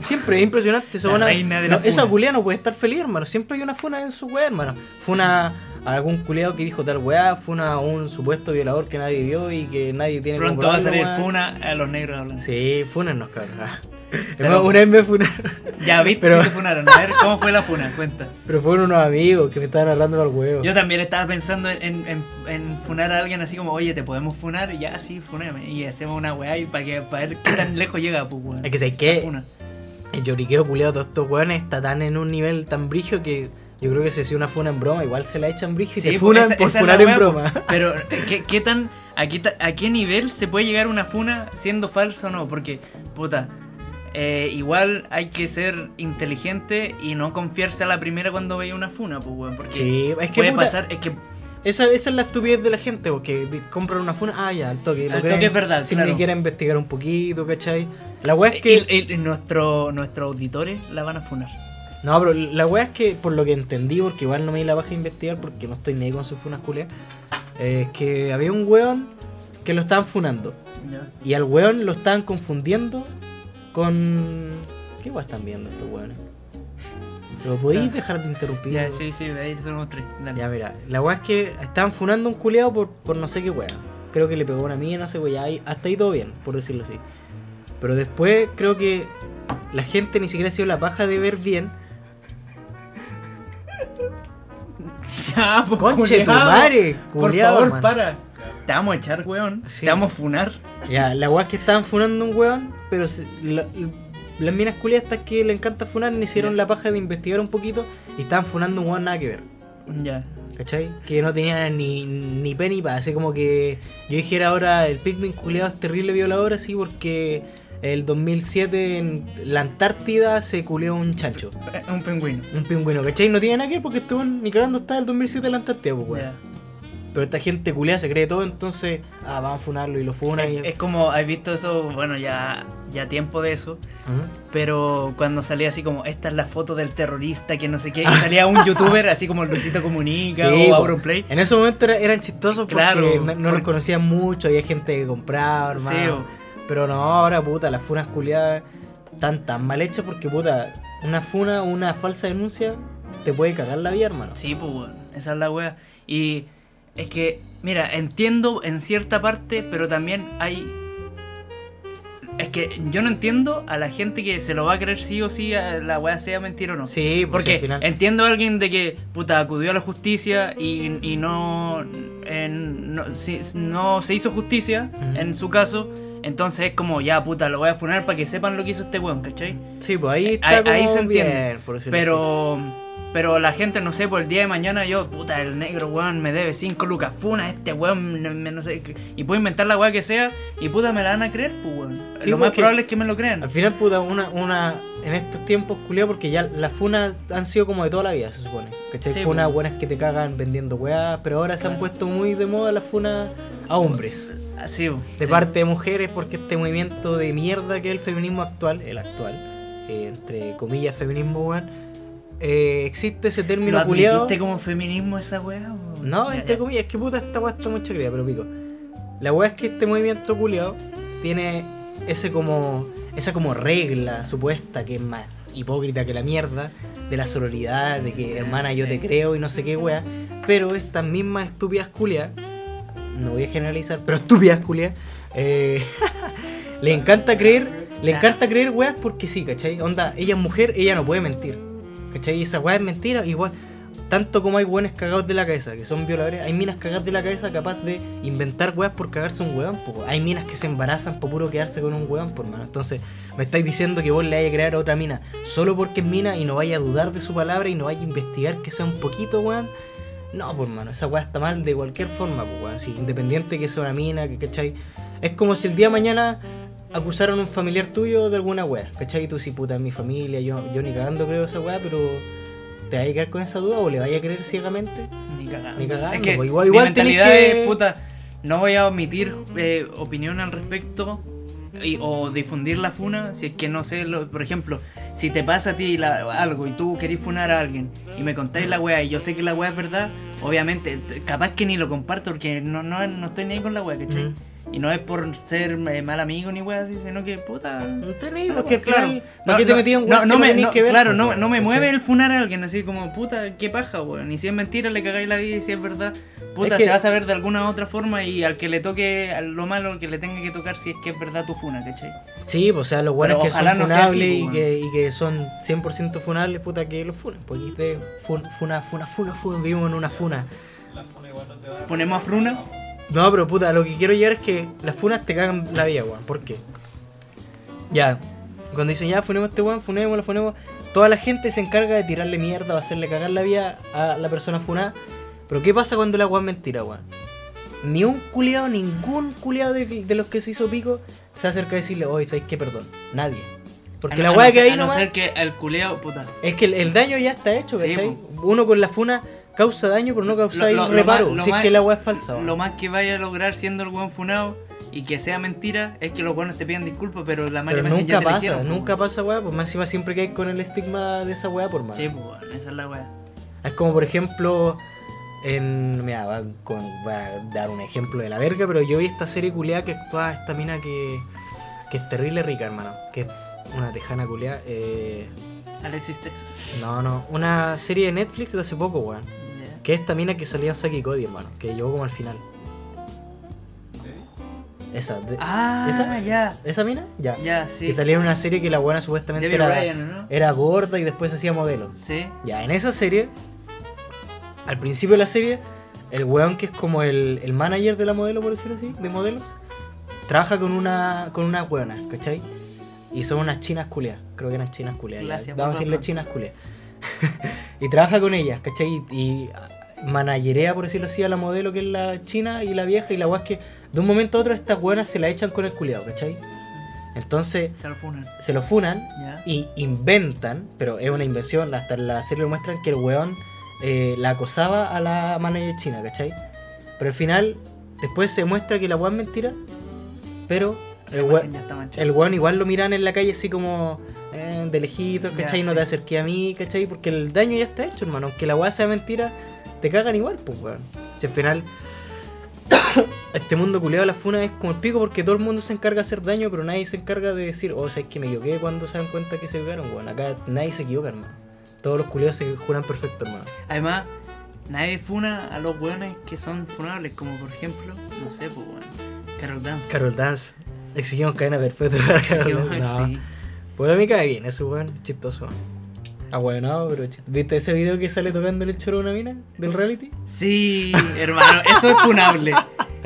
Speaker 2: Siempre es impresionante. Esa
Speaker 3: La
Speaker 2: buena-
Speaker 3: reina de la
Speaker 2: no, Esa
Speaker 3: funa.
Speaker 2: culea no puede estar feliz, hermano. Siempre hay una funa en su weá, hermano. Funa a algún culeado que dijo tal weá. Funa a un supuesto violador que nadie vio y que nadie tiene como
Speaker 3: Pronto va a
Speaker 2: probarlo,
Speaker 3: salir
Speaker 2: weón.
Speaker 3: funa a los negros hablando.
Speaker 2: Sí, funernos, cabrón.
Speaker 3: [LAUGHS]
Speaker 2: Ah.
Speaker 3: Pero-
Speaker 2: una vez me funaron,
Speaker 3: Ya, viste,
Speaker 2: Pero-
Speaker 3: sí te funaron. A ver, ¿cómo fue la funa? Cuenta.
Speaker 2: pero fueron unos amigos que me estaban hablando al huevo.
Speaker 3: Yo también estaba pensando en, en- en- en funar a alguien así como, oye, ¿te podemos funar? Y ya, sí, funeme. Y hacemos una weá y para que para ver qué tan lejos llega, pues, weón.
Speaker 2: Es que ¿sabes
Speaker 3: La
Speaker 2: qué?
Speaker 3: funa.
Speaker 2: El lloriqueo culeado de todos estos weones está tan en un nivel tan brigio que yo creo que si hacía una funa en broma, igual se la echan brigio y
Speaker 3: Sí,
Speaker 2: te
Speaker 3: pues,
Speaker 2: funan
Speaker 3: esa-
Speaker 2: por
Speaker 3: esa es
Speaker 2: funar
Speaker 3: la
Speaker 2: en
Speaker 3: wea, pues.
Speaker 2: broma.
Speaker 3: Pero, ¿qué, qué tan, a, qué ta- a qué nivel se puede llegar una funa siendo falsa o no? Porque, puta, eh, igual hay que ser inteligente y no confiarse a la primera cuando veía una funa, pues, weón. Porque
Speaker 2: Sí, es que
Speaker 3: puede
Speaker 2: puta,
Speaker 3: pasar, es que
Speaker 2: Esa, esa es la estupidez de la gente, porque di- compran una funa, ah, ya, al toque. lo
Speaker 3: Al
Speaker 2: creen,
Speaker 3: toque es verdad,
Speaker 2: Sin
Speaker 3: claro.
Speaker 2: ni quiera investigar un poquito, ¿cachai? La weá es que.
Speaker 3: el- el- el- nuestro, nuestros auditores la van a funar.
Speaker 2: No, pero la weá es que, por lo que entendí, porque igual no me di la baja a investigar, porque no estoy ni ahí con sus funas culeas, eh, es que había un weón que lo estaban funando. Y al weón lo estaban confundiendo con. ¿Qué weá están viendo estos weones? ¿Lo podéis
Speaker 3: Ya.
Speaker 2: dejar de interrumpir?
Speaker 3: Ya, sí, sí, ahí somos tres. dale.
Speaker 2: Ya, mira, la weá es que estaban funando a un culeado por, por no sé qué weá. Creo que le pegó una mía, no sé weá. ahí- Hasta ahí todo bien, por decirlo así. Pero después creo que la gente ni siquiera se dio la paja de ver bien.
Speaker 3: [LAUGHS] [LAUGHS] Ya, pues,
Speaker 2: Conche tu
Speaker 3: culiao.
Speaker 2: madre,
Speaker 3: Por
Speaker 2: culiao,
Speaker 3: favor,
Speaker 2: man.
Speaker 3: para. Te vamos a echar, weón.
Speaker 2: Sí.
Speaker 3: Te vamos a funar.
Speaker 2: Ya, la weá es que estaban funando un weón, pero se- la- las minas culias estas que le encanta funar ni hicieron
Speaker 3: Ya.
Speaker 2: la paja de investigar un poquito y estaban funando un weón nada que ver.
Speaker 3: Ya.
Speaker 2: ¿Cachai? Que no tenía ni, ni pe ni pa. Así como que yo dijera ahora el Pikmin culiado es terrible violador, así porque el 2007 en la Antártida se culeó un chancho,
Speaker 3: Eh, Un pingüino.
Speaker 2: un pingüino. ¿Cachai? No tiene nada que ver porque estuvo ni cagando hasta el 2007 en la Antártida, pues, weón.
Speaker 3: Ya.
Speaker 2: Pero esta gente culiada se cree todo, entonces, ah, vamos a funarlo y lo funan. Y...
Speaker 3: Es, es como, ¿has visto eso? Bueno, ya, ya tiempo de eso.
Speaker 2: Ajá.
Speaker 3: Pero cuando salía así como, esta es la foto del terrorista, que no sé qué. Y
Speaker 2: [LAUGHS]
Speaker 3: salía un youtuber así como Luisito Comunica
Speaker 2: Sí,
Speaker 3: o
Speaker 2: po.
Speaker 3: Auronplay.
Speaker 2: En ese momento era- eran chistosos porque
Speaker 3: Claro,
Speaker 2: no, no los
Speaker 3: porque-
Speaker 2: conocían mucho, había gente que compraba,
Speaker 3: Sí,
Speaker 2: hermano.
Speaker 3: po.
Speaker 2: Pero no, ahora puta, las funas culiadas están tan mal hechas porque puta, una funa, una falsa denuncia te puede cagar la vida, hermano.
Speaker 3: Sí, pues, weón. Esa es la wea. Y es que, mira, entiendo en cierta parte, pero también hay. Es que yo no entiendo a la gente que se lo va a creer sí o sí, a la wea sea mentira o no.
Speaker 2: Sí, pues,
Speaker 3: Porque
Speaker 2: al final.
Speaker 3: entiendo a alguien de que, puta, acudió a la justicia y, y no, en- no, si- no se hizo justicia
Speaker 2: Ujú.
Speaker 3: en su caso Entonces es como, ya puta, lo voy a funar para que sepan lo que hizo este weón, ¿cachai?
Speaker 2: Sí, pues ahí
Speaker 3: Ahí-
Speaker 2: está.
Speaker 3: eh, ahí
Speaker 2: como
Speaker 3: se entiende,
Speaker 2: bien, por decirlo
Speaker 3: Pero pero la gente, no sé, por el día de mañana yo, puta, el negro weón me debe 5 lucas, funa este weón, me- me- no sé, qué- y puedo inventar la weá que sea, y puta, me la van a creer, pues weón.
Speaker 2: Sí,
Speaker 3: lo más
Speaker 2: porque-
Speaker 3: probable es que me lo
Speaker 2: así.
Speaker 3: crean.
Speaker 2: Al final, puta, una, una. En estos tiempos, culiao, porque ya las funas han sido como de toda la vida, se supone. ¿Cachai?
Speaker 3: Sí,
Speaker 2: funas
Speaker 3: pues.
Speaker 2: buenas que te cagan vendiendo weas, pero ahora se han
Speaker 3: Claro.
Speaker 2: puesto muy de moda las funas a hombres.
Speaker 3: Así, po,
Speaker 2: de
Speaker 3: Ah, sí.
Speaker 2: parte de mujeres porque este movimiento de mierda que es el feminismo actual, el actual, eh, entre comillas feminismo, weón, eh, existe ese
Speaker 3: ¿Lo
Speaker 2: término culiado.
Speaker 3: admitiste como feminismo esa weá? weón?
Speaker 2: No,
Speaker 3: Ya,
Speaker 2: entre
Speaker 3: ya.
Speaker 2: comillas, es que puta esta weá está mucha cría, pero pico. La weá es que este movimiento culiado tiene ese como esa como regla supuesta que es más hipócrita que la mierda de la sororidad, de que hermana yo te
Speaker 3: Sí.
Speaker 2: creo y no sé qué weá, pero estas mismas estúpidas culias, no voy a generalizar, pero estúpidas culias, eh, [LAUGHS] le encanta creer, le encanta creer weas porque sí, ¿cachai? Onda, ella es mujer, ella no puede mentir, ¿cachai? Y esa wea es mentira, igual. Tanto como hay weones cagados de la cabeza, que son violadores, hay minas cagadas de la cabeza capaz de inventar weas por cagarse un weón, po. Hay minas que se embarazan por puro quedarse con un weón, por mano. Entonces, me estáis diciendo que vos le vayas a crear a otra mina solo porque es mina y no vaya a dudar de su palabra y no vaya a investigar que sea un poquito, weón. No, por mano, esa weá está mal de cualquier forma, pues, weón. Sí, independiente que sea una mina, que cachai. Es como si el día de mañana acusaron a un familiar tuyo de alguna weá, cachai. Y tú, si puta, es mi familia, yo, yo ni cagando creo esa weá, pero. ¿Te vas a quedar con esa duda o le vayas a creer ciegamente?
Speaker 3: Ni cagando.
Speaker 2: Ni cagando,
Speaker 3: Es que
Speaker 2: po. Igual-
Speaker 3: mi
Speaker 2: igual tenés
Speaker 3: mentalidad
Speaker 2: que-
Speaker 3: es, puta, no voy a omitir eh, opinión al respecto y- o difundir la funa si es que no sé, lo- por ejemplo, si te pasa a ti la- algo y tú querés funar a alguien y me contáis la weá y yo sé que la weá es verdad, obviamente, t- capaz que ni lo comparto porque no, no, no estoy ni ahí con la weá, ¿cachai?
Speaker 2: Mm.
Speaker 3: Y no es por ser eh, mal amigo ni weá así, sino que puta...
Speaker 2: No te reí,
Speaker 3: Ah,
Speaker 2: porque
Speaker 3: bueno,
Speaker 2: claro. ¿Para qué te metí en
Speaker 3: no,
Speaker 2: weas
Speaker 3: no
Speaker 2: que
Speaker 3: me,
Speaker 2: tenés
Speaker 3: no,
Speaker 2: que ver?
Speaker 3: Claro,
Speaker 2: pues,
Speaker 3: no,
Speaker 2: weón,
Speaker 3: no me
Speaker 2: ¿cachai?
Speaker 3: mueve el funar a alguien así como, puta, qué paja, weón. Y si es mentira, le cagáis la vida y si es verdad, puta,
Speaker 2: Es que-
Speaker 3: se va a saber de alguna otra forma y al que le toque a lo malo que le tenga que tocar, si es que es verdad tu funa, ¿cachai?
Speaker 2: Sí, pues, o sea, los buenos
Speaker 3: Pero
Speaker 2: que son
Speaker 3: ojalá no sea
Speaker 2: funables
Speaker 3: así,
Speaker 2: y,
Speaker 3: pues,
Speaker 2: que, y que son 100% funables, puta, que los funen. Pues aquí te fun- funa, funa, funa, funa, vivimos en una funa.
Speaker 4: La funa igual no te va a...
Speaker 3: Ponemos a fruna.
Speaker 2: No, pero puta, lo que quiero llegar es que las funas te cagan la vida, weón. ¿Por qué? Ya, cuando dicen ya, funemos a este weón, funemos, lo funemos, toda la gente se encarga de tirarle mierda o hacerle cagar la vida a la persona funada. Pero ¿qué pasa cuando la weón es mentira, weón? Ni un culiado, ningún culiado de, de los que se hizo pico se acerca a decirle, oye, ¿sabes qué? Perdón. Nadie. Porque
Speaker 3: A
Speaker 2: la
Speaker 3: no-
Speaker 2: weá
Speaker 3: a no
Speaker 2: que
Speaker 3: ser-
Speaker 2: hay
Speaker 3: A no
Speaker 2: nomás...
Speaker 3: ser que el culeo, puta.
Speaker 2: Es que el, el daño ya está hecho,
Speaker 3: Sí,
Speaker 2: ¿cachai? Uno con la funa causa daño, pero no causa
Speaker 3: Lo- lo- lo
Speaker 2: reparo.
Speaker 3: más- lo
Speaker 2: si es
Speaker 3: más-
Speaker 2: que la weá es falsa, weón.
Speaker 3: Lo más que vaya a lograr siendo el weón funado y que sea mentira es que los weones te pidan disculpas, pero la mala
Speaker 2: Pero
Speaker 3: imagen ya
Speaker 2: nunca
Speaker 3: te la
Speaker 2: pasa,
Speaker 3: hicieron, pues,
Speaker 2: nunca
Speaker 3: weón.
Speaker 2: pasa, weá, pues más encima siempre que hay con el estigma de esa weá por más.
Speaker 3: Sí, pues, weón, esa es la weá.
Speaker 2: Es como, por ejemplo, en. Mira, va, con- va a dar un ejemplo de la verga, pero yo vi esta serie culeada que actúa esta mina que. que es terrible rica, hermano. Que es una tejana culeada. eh,
Speaker 3: Alexis Texas.
Speaker 2: no, no, una serie de Netflix de hace poco, weón.
Speaker 3: Ya.
Speaker 2: Que es esta mina que salía en Saki Cody, hermano. Que llegó como al final. Esa, de-
Speaker 3: Ah,
Speaker 2: ¿Esa?
Speaker 3: ya.
Speaker 2: ¿esa mina? Ya.
Speaker 3: Ya, sí.
Speaker 2: Que salía en una serie que la buena supuestamente
Speaker 3: Debbie
Speaker 2: era,
Speaker 3: Ryan, ¿no?
Speaker 2: era gorda y después hacía modelo.
Speaker 3: Sí.
Speaker 2: Ya, en esa serie, al principio de la serie, el weón que es como el, el manager de la modelo, por decirlo así, de modelos, trabaja con una con unas weonas, ¿cachai? Y son unas chinas culeas, creo que eran chinas culeas. ya,
Speaker 3: Gracias,
Speaker 2: Vamos a
Speaker 3: por
Speaker 2: decirle
Speaker 3: razón.
Speaker 2: chinas culeas. [LAUGHS] y trabaja con ellas, ¿cachai? Y, y managerea, por decirlo así, a la modelo que es la china y la vieja y la weá es que de un momento a otro estas weonas se la echan con el culeado, ¿cachai? Entonces
Speaker 3: Se lo funan.
Speaker 2: se lo funan
Speaker 3: Ya.
Speaker 2: y inventan, pero es una invención, hasta en la serie lo muestran que el weón eh, la acosaba a la manager china, ¿cachai? Pero al final, después se muestra que la weón es mentira, pero el
Speaker 3: La imagen
Speaker 2: weón,
Speaker 3: ya está manchada.
Speaker 2: el weón igual lo miran en la calle así como eh, de lejitos,
Speaker 3: Ya,
Speaker 2: ¿cachai? No
Speaker 3: sí.
Speaker 2: te acerqué a mí, ¿cachai? Porque el daño ya está hecho, hermano. Aunque la weá sea mentira, te cagan igual, pues weón. Si al final... [COUGHS] Este mundo culeado de la funa es como el pico porque todo el mundo se encarga de hacer daño, pero nadie se encarga de decir, oh, sabes que me equivoqué cuando se dan cuenta que se equivocaron, weón. Acá nadie se equivoca, hermano. Todos los culeados se juran perfecto, hermano.
Speaker 3: Además, nadie funa a los weones que son funables, como por ejemplo, no sé, pues weón. Carol Dance. [LAUGHS]
Speaker 2: Carol Dance, exigimos cadena perpetua para
Speaker 3: Sí,
Speaker 2: Carol
Speaker 3: weón,
Speaker 2: Dance. [LAUGHS] No.
Speaker 3: sí.
Speaker 2: Pues a mí cae bien eso, weón. Chistoso, weón. Ahueonado, pero chistoso. ¿Viste ese video que sale tocando el choro a una mina del reality?
Speaker 3: Sí, hermano, eso es funable.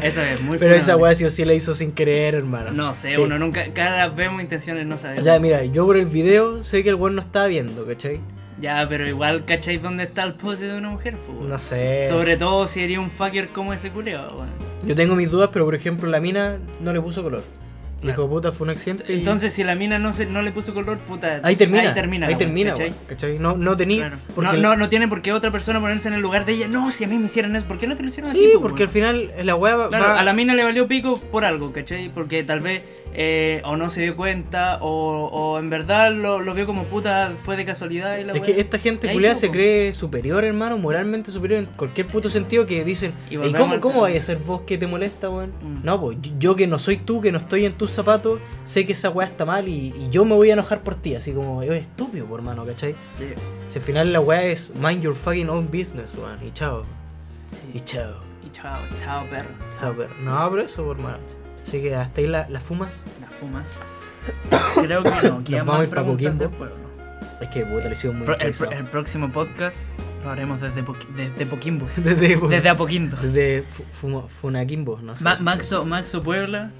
Speaker 3: Eso es muy
Speaker 2: Pero esa
Speaker 3: funable.
Speaker 2: weá sí o sí la hizo sin querer, hermano.
Speaker 3: No sé,
Speaker 2: Sí.
Speaker 3: uno nunca. Cada vez vemos intenciones, no sabemos.
Speaker 2: O sea, mira, yo por el video sé que el weón no estaba viendo, ¿cachai?
Speaker 3: ya, pero igual, ¿cacháis dónde está el pose de una mujer? pues, weón?
Speaker 2: No sé.
Speaker 3: Sobre todo si eres un fucker como ese culeo, weón.
Speaker 2: Yo tengo mis dudas, pero por ejemplo la mina no le puso color. Dijo, puta, fue un accidente. y-
Speaker 3: Entonces, si la mina no, se, no le puso color, puta.
Speaker 2: Ahí termina.
Speaker 3: Ahí termina.
Speaker 2: Ahí
Speaker 3: weón,
Speaker 2: termina,
Speaker 3: ¿cachai?
Speaker 2: weón, ¿cachai? No, no tenía.
Speaker 3: Claro.
Speaker 2: Porque
Speaker 3: no, no, no tiene por qué otra persona ponerse en el lugar de ella. No, si a mí me hicieran eso, ¿por qué no te lo hicieron a ti?
Speaker 2: Sí,
Speaker 3: po,
Speaker 2: porque al
Speaker 3: weón?
Speaker 2: final la weá va.
Speaker 3: Claro,
Speaker 2: va-
Speaker 3: a la mina le valió pico por algo, ¿cachai? Porque tal vez eh, o no se dio cuenta o, o en verdad lo, lo vio como puta, fue de casualidad y la
Speaker 2: Es
Speaker 3: weá.
Speaker 2: que esta gente
Speaker 3: Ahí
Speaker 2: culiada
Speaker 3: quedó,
Speaker 2: se
Speaker 3: po.
Speaker 2: cree superior, hermano, moralmente superior en cualquier puto sentido que dicen,
Speaker 3: Y
Speaker 2: ¿y,
Speaker 3: volvemos
Speaker 2: cómo,
Speaker 3: al
Speaker 2: cómo
Speaker 3: tema.
Speaker 2: vais a ser vos que te molesta, weón?
Speaker 3: Mm.
Speaker 2: No, pues yo que no soy tú, que no estoy en tus zapatos, sé que esa weá está mal y, y yo me voy a enojar por ti, así como, es estúpido, por hermano, ¿cachai?
Speaker 3: Sí,
Speaker 2: Si al final la weá es mind your fucking own business, weón, y chao, y
Speaker 3: sí.
Speaker 2: chao,
Speaker 3: Y chao, chao, perro.
Speaker 2: chao, pero- No, pero eso, por hermano. Así que hasta ahí la, la fumas.
Speaker 3: Las fumas. [COUGHS] Creo que no, que
Speaker 2: Nos
Speaker 3: ya
Speaker 2: vamos a
Speaker 3: más
Speaker 2: ir pa'
Speaker 3: preguntas
Speaker 2: Coquimbo.
Speaker 3: después, ¿no?
Speaker 2: Es que, puta, le sigo muy
Speaker 3: Pro- el,
Speaker 2: pesado.
Speaker 3: el próximo podcast lo haremos desde, Poqui- desde Poquimbo.
Speaker 2: [LAUGHS] Desde,
Speaker 3: Desde Apoquindo.
Speaker 2: desde fu- fumo- Funaquimbo, no sé.
Speaker 3: Ma- Maxo, Maxo Puebla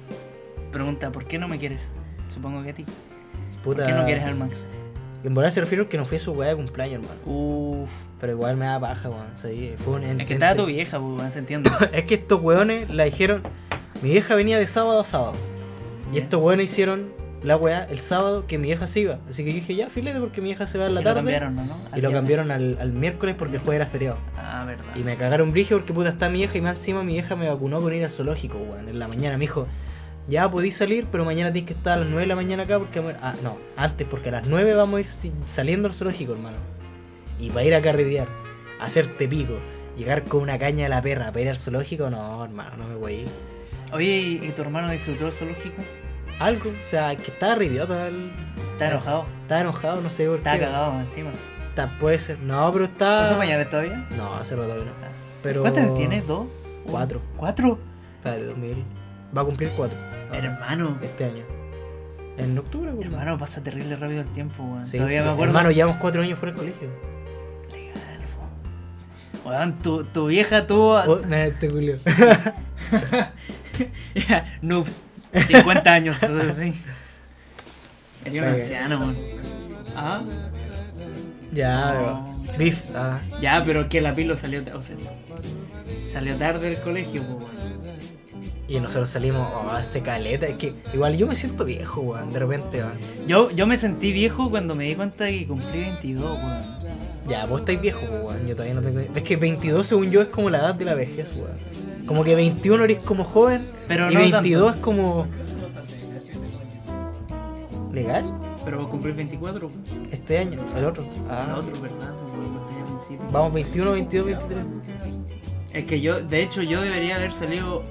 Speaker 3: pregunta, ¿por qué no me quieres? Supongo que a ti.
Speaker 2: Puta.
Speaker 3: ¿Por qué no quieres al Maxo?
Speaker 2: En verdad se refiero que no fui a su weá de cumpleaños, hermano.
Speaker 3: Uf,
Speaker 2: Pero igual me da paja, weón. Sí, fue un
Speaker 3: es que
Speaker 2: entente.
Speaker 3: estaba tu vieja, pues, weón, se
Speaker 2: [COUGHS]
Speaker 3: entiende.
Speaker 2: Es que estos weones la dijeron. Mi vieja venía de sábado a sábado. Y
Speaker 3: Ya.
Speaker 2: estos weones hicieron la weá el sábado que mi vieja se iba. Así que yo dije, ya, filete porque mi vieja se va en la
Speaker 3: Y lo
Speaker 2: tarde.
Speaker 3: cambiaron, Ah, ¿no? ¿no?
Speaker 2: Y
Speaker 3: Al
Speaker 2: lo
Speaker 3: viernes.
Speaker 2: cambiaron al, al miércoles porque el jueves era feriado.
Speaker 3: Ah, verdad.
Speaker 2: Y me cagaron brigio porque puta está mi vieja y más encima mi vieja me vacunó con ir al zoológico, weón. En la mañana me dijo, ya podís salir, pero mañana tienes que estar a las 9 de la mañana acá porque vamos a ir-". Ah, no, antes, porque a las 9 vamos a ir si- saliendo al zoológico, hermano. Y para ir a carretear, hacerte pico, llegar con una caña de la perra para ir al zoológico, no, hermano, no me voy a ir.
Speaker 3: Oye, ¿y- ¿y tu hermano disfrutó el zoológico?
Speaker 2: Algo, o sea, que estaba re idiota, él Ah,
Speaker 3: Está enojado.
Speaker 2: estaba enojado, no sé por
Speaker 3: Está
Speaker 2: qué.
Speaker 3: cagado encima.
Speaker 2: Está- puede ser, no, pero está...
Speaker 3: ¿Usa pañales todavía?
Speaker 2: No, hace rato que no. Pero...
Speaker 3: Ah. ¿Cuántos años tienes? ¿Dos? ¿Uno?
Speaker 2: Cuatro.
Speaker 3: ¿Cuatro?
Speaker 2: Espérate, 2000. Va a cumplir 4.
Speaker 3: Hermano.
Speaker 2: este año. En octubre, pues, hermano.
Speaker 3: Hermano, pasa terrible rápido el tiempo, weón.
Speaker 2: Sí,
Speaker 3: Todavía me
Speaker 2: pues,
Speaker 3: acuerdo.
Speaker 2: Hermano, llevamos cuatro años fuera del colegio.
Speaker 3: Legal, po. Weón, tu, tu vieja tuvo. [LAUGHS]
Speaker 2: Oh, nada, este Julio.
Speaker 3: Noobs, 50 años, eso es así. Era un
Speaker 2: Oye.
Speaker 3: anciano, weón. Ah,
Speaker 2: [LAUGHS] ya,
Speaker 3: No.
Speaker 2: pero- Beef. Ah.
Speaker 3: ya, pero que la pilo salió. ta- O sea, salió tarde del colegio, po, weón.
Speaker 2: Y nosotros salimos oh, hace caleta. Es que igual yo me siento viejo, weón. De repente, weón.
Speaker 3: Yo, yo me sentí viejo cuando me di cuenta que cumplí 22, weón.
Speaker 2: Ya, vos estáis viejo, pues, weón. Yo todavía no tengo. Es que 22, según yo, es como la edad de la vejez, weón. Como que 21 eres como joven.
Speaker 3: Pero
Speaker 2: y
Speaker 3: no
Speaker 2: 22 es como. ¿Legal?
Speaker 3: tanto. Pero vos cumplís 24, weón.
Speaker 2: Este año, el otro.
Speaker 3: El
Speaker 2: Ah,
Speaker 3: otro, ¿verdad? po, weón? Cuando estáis al principio.
Speaker 2: Vamos, 21, 22, 23.
Speaker 3: Es que yo, de hecho, yo debería haber salido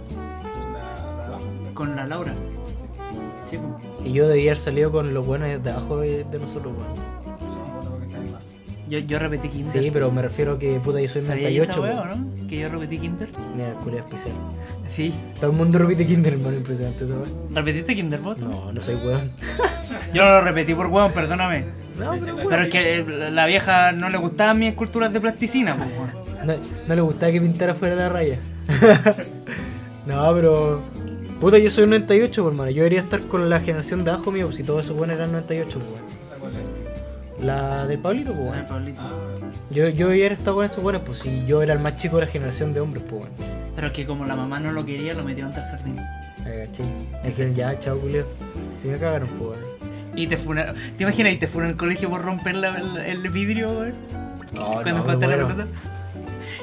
Speaker 3: con la Laura. Sí, po.
Speaker 2: Y yo debía haber salido con los buenos de abajo de, de nosotros, weón.
Speaker 3: Yo, yo repetí 15.
Speaker 2: Sí, pero me refiero que puta, yo soy
Speaker 3: ¿Sabía
Speaker 2: 98,
Speaker 3: esa wea,
Speaker 2: weón.
Speaker 3: o no? Que yo repetí kinder.
Speaker 2: Mira, el culo especial.
Speaker 3: Sí.
Speaker 2: Todo el mundo repite Kinder, hermano, impresionante eso, weón.
Speaker 3: ¿Repetiste kinder vos?
Speaker 2: No, no soy weón.
Speaker 3: Yo no lo repetí por huevón, perdóname.
Speaker 2: No, pero
Speaker 3: Pero es que eh, la vieja no le gustaban mis esculturas de plasticina, pues. weón.
Speaker 2: No, no le gustaba que pintara fuera de la raya. [LAUGHS] no, pero. Puta, yo soy 98, pues, hermano. Yo debería estar con la generación de abajo mío, pues, si todos esos buenos eran 98, pues, weón. La del Pablito, pues,
Speaker 3: Ay,
Speaker 2: weón.
Speaker 3: Pablito.
Speaker 2: Yo, yo debería haber estado con estos buenos, pues, si yo era el más chico de la generación de hombres, pues, weón.
Speaker 3: Pero es que como la mamá no lo quería, lo metió ante el jardín.
Speaker 2: Me caché. Me dijeron, ya, chao, culio. Si me cagaron, pues, weón.
Speaker 3: Y te funaron. ¿Te imaginas? Y te fueron al colegio por romper la- la- el vidrio, weón. Cuando
Speaker 2: no,
Speaker 3: falta la
Speaker 2: bueno.
Speaker 3: pelota.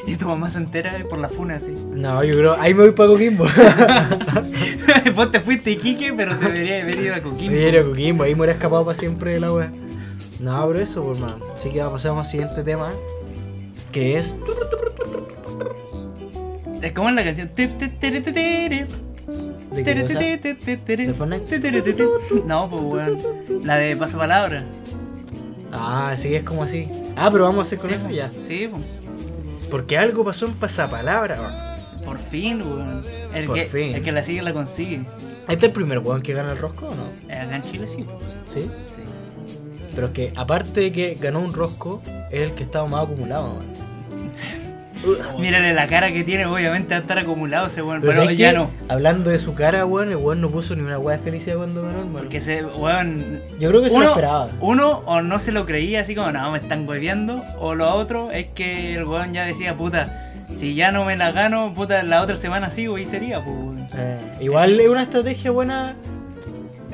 Speaker 3: Y tu mamá se entera eh, por la funa, así.
Speaker 2: No, yo creo, ahí me voy para
Speaker 3: [LAUGHS]
Speaker 2: Coquimbo.
Speaker 3: Vos te fuiste a Iquique, pero te deberías haber ido a Coquimbo.
Speaker 2: Me iría a Coquimbo, ahí me hubiera escapado para siempre de la wea. No, pero eso, por man. Así que ahora pasamos al siguiente tema, que es.
Speaker 3: Es como en la canción. Te, te, tere, te, tere.
Speaker 2: ¿De qué
Speaker 3: Tere,
Speaker 2: cosa?
Speaker 3: tere, te, te, tere.
Speaker 2: ¿De Fortnite?
Speaker 3: Te, tere, te, te. No, pues weón. La de pasapalabra.
Speaker 2: Ah, sí, es como así. Ah, pero vamos a hacer con
Speaker 3: Sí,
Speaker 2: eso
Speaker 3: po.
Speaker 2: ya.
Speaker 3: Sí, pues. po.
Speaker 2: Porque algo pasó en pasapalabra. weón.
Speaker 3: por fin, weón. El,
Speaker 2: Por
Speaker 3: que,
Speaker 2: fin.
Speaker 3: el que la sigue, la consigue.
Speaker 2: ¿Este es el primer weón que gana el rosco o no?
Speaker 3: Eh, Acá en Chile sí, po.
Speaker 2: Sí.
Speaker 3: sí.
Speaker 2: Pero es que aparte de que ganó un rosco, es el que estaba más acumulado, man.
Speaker 3: Mírale la cara que tiene, obviamente va a estar acumulado ese weón,
Speaker 2: Pero
Speaker 3: pero,
Speaker 2: ¿sabes
Speaker 3: ya
Speaker 2: qué?
Speaker 3: no.
Speaker 2: Habló de su cara, weón, el weón no puso ni una weá de felicidad cuando ganó, hermano.
Speaker 3: Porque ese weón.
Speaker 2: Yo creo que se lo esperaba.
Speaker 3: uno o no se lo creía así como, no, me están hueviando. O lo otro es que el weón ya decía, puta, si ya no me la gano, puta, la otra semana sigo y sería, pues. weón".
Speaker 2: Eh, igual es una estrategia buena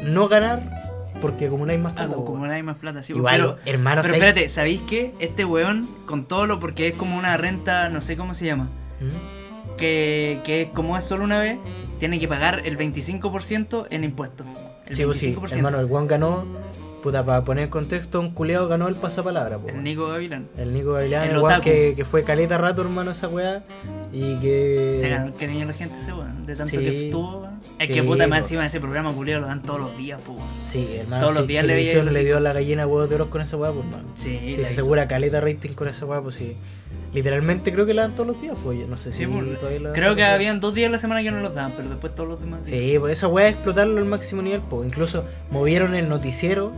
Speaker 2: no ganar porque como no hay más
Speaker 3: Ah,
Speaker 2: plata,
Speaker 3: como
Speaker 2: weón.
Speaker 3: no hay más plata, sí. pues,
Speaker 2: Igual,
Speaker 3: pero-
Speaker 2: hermano,
Speaker 3: pero
Speaker 2: ¿sabes?
Speaker 3: espérate, ¿sabéis qué? Este weón, con todo lo, porque es como una renta, no sé cómo se llama,
Speaker 2: ¿Mm?
Speaker 3: que, que como es solo una vez, tiene que pagar el 25% en impuestos. El
Speaker 2: Sí, pues sí,
Speaker 3: 25%.
Speaker 2: hermano, el weón ganó, puta, para poner en contexto, un culeado ganó el pasapalabra, po,
Speaker 3: El
Speaker 2: weón.
Speaker 3: Nico Gavilán.
Speaker 2: El Nico Gavilán,
Speaker 3: El
Speaker 2: el, weón
Speaker 3: otaku.
Speaker 2: que, que fue caleta rato, hermano, esa weá, y que...
Speaker 3: Se ganó el cariño de la gente ese weón, de tanto
Speaker 2: Sí.
Speaker 3: que estuvo. weón. Es
Speaker 2: Sí, pues.
Speaker 3: que puta,
Speaker 2: po.
Speaker 3: más encima de ese programa culiado lo dan todos los días, pues.
Speaker 2: Sí, hermano,
Speaker 3: Todos
Speaker 2: sí,
Speaker 3: los días le
Speaker 2: Chilevisión
Speaker 3: veía-
Speaker 2: le dio la gallina huevo de oro con esa weá, pues, hermano.
Speaker 3: Sí,
Speaker 2: Sí,
Speaker 3: la
Speaker 2: se
Speaker 3: hizo.
Speaker 2: asegura caleta rating con esa weá, pues sí. Literalmente creo que la dan todos los días, pues yo no sé
Speaker 3: Sí,
Speaker 2: si
Speaker 3: pues,
Speaker 2: todavía la dan todos
Speaker 3: Creo que
Speaker 2: los días.
Speaker 3: habían dos días a la semana que no los dan, pero después todos los demás. días.
Speaker 2: Sí, pues esa weá es explotarlo al máximo nivel, pues. Incluso movieron el noticiero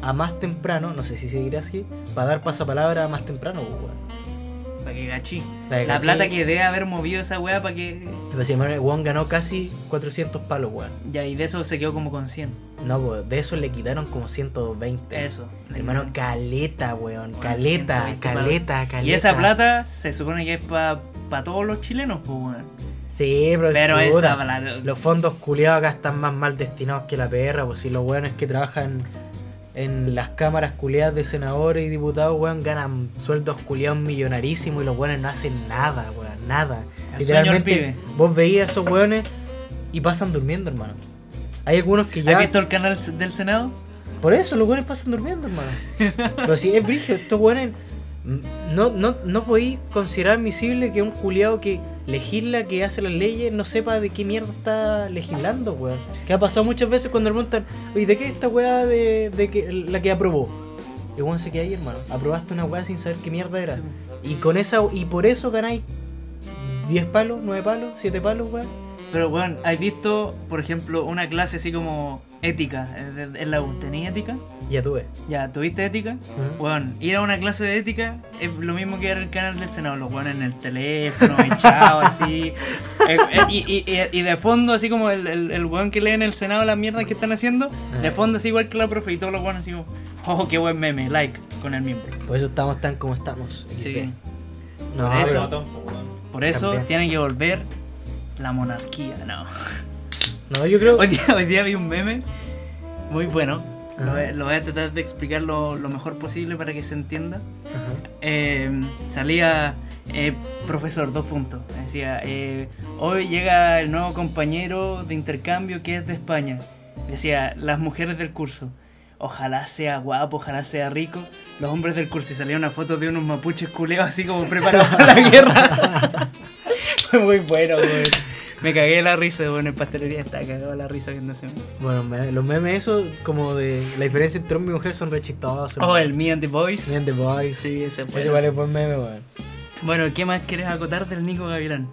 Speaker 2: a más temprano, no sé si seguirá así, para dar pasapalabra más temprano, pues, weón.
Speaker 3: Para que gachí.
Speaker 2: Para que
Speaker 3: La
Speaker 2: gachí.
Speaker 3: plata que debe haber movido esa weá para que.
Speaker 2: Pero sí, hermano, el weón ganó casi 400 palos, weón.
Speaker 3: Ya, y de eso se quedó como con 100.
Speaker 2: No, pues de eso le quitaron como 120.
Speaker 3: Eso.
Speaker 2: Hermano, caleta, weón.
Speaker 3: Eh, mm. Weón,
Speaker 2: Caleta,
Speaker 3: 120 palos.
Speaker 2: caleta, caleta.
Speaker 3: Y esa plata se supone que es para todos los chilenos, pues, weón.
Speaker 2: Sí, pero,
Speaker 3: Pero
Speaker 2: puta,
Speaker 3: esa plata.
Speaker 2: Los fondos culiados acá están más mal destinados que la perra, pues si los weones que trabajan en las cámaras culiadas de senadores y diputados, weón, ganan sueldos culiados millonarísimos y los weones no hacen nada, weón, nada.
Speaker 3: El sueño
Speaker 2: Literalmente,
Speaker 3: del
Speaker 2: vos veías a esos weones y pasan durmiendo, hermano. Hay algunos que
Speaker 3: ¿Has
Speaker 2: ya...
Speaker 3: visto el canal s- del Senado?
Speaker 2: Por eso los weones pasan durmiendo, hermano. Pero si es brillo, estos weones. mm, No, no, no podéis considerar admisible que un culiado que legisla, que hace las leyes, no sepa de qué mierda está legislando, weón. Que ha pasado muchas veces cuando le preguntan, oye, ¿de qué es esta weá de, de que, la que aprobó? Y weón se queda ahí, hermano. Aprobaste una weá sin saber qué mierda era. Y con esa y por eso ganáis 10 palos, 9 palos, 7 palos, weón.
Speaker 3: Pero, weón, ¿has visto, por ejemplo, una clase así como ética? eh, de- de- En la U, ¿tenías ética?
Speaker 2: Ya tuve.
Speaker 3: Ya, ¿tuviste ética?
Speaker 2: Ujú.
Speaker 3: Weón, ir a una clase de ética es lo mismo que ir al canal del Senado, los weones en el teléfono, [LAUGHS] echados así. Eh, eh, y, y- y- y de fondo, así como el, el, el weón que lee en el Senado las mierdas que están haciendo,
Speaker 2: Eh.
Speaker 3: de fondo así igual que la profe, y todos los weones así como, oh, qué buen meme, like, con el mismo.
Speaker 2: Por eso estamos tan como estamos.
Speaker 3: Sí.
Speaker 2: No,
Speaker 3: Por eso-
Speaker 2: pero-
Speaker 3: Por eso
Speaker 2: También.
Speaker 3: tiene que volver la monarquía, no. [LAUGHS]
Speaker 2: No, yo creo.
Speaker 3: Hoy día, hoy día vi un meme muy bueno. Lo,
Speaker 2: Ajá.
Speaker 3: voy- lo voy a tratar de explicar lo, lo mejor posible para que se entienda.
Speaker 2: Ajá.
Speaker 3: Eh, salía eh, profesor, dos puntos. Decía, eh, hoy llega el nuevo compañero de intercambio que es de España. Decía, las mujeres del curso. Ojalá sea guapo, ojalá sea rico. Los hombres del curso y salía una foto de unos mapuches culeos así como preparados para la guerra. [LAUGHS] Fue muy bueno, güey. Me cagué de la risa, bueno, en pastelería está cagado de la risa que no se
Speaker 2: Bueno, me- los memes esos, como de la diferencia entre hombre y mujer son re chistosos.
Speaker 3: Oh, el Me and the Boys.
Speaker 2: Miren de boys.
Speaker 3: Sí, ese fue.
Speaker 2: Ese vale por meme, weón.
Speaker 3: Bueno, ¿qué más quieres acotar del Nico Gavilán?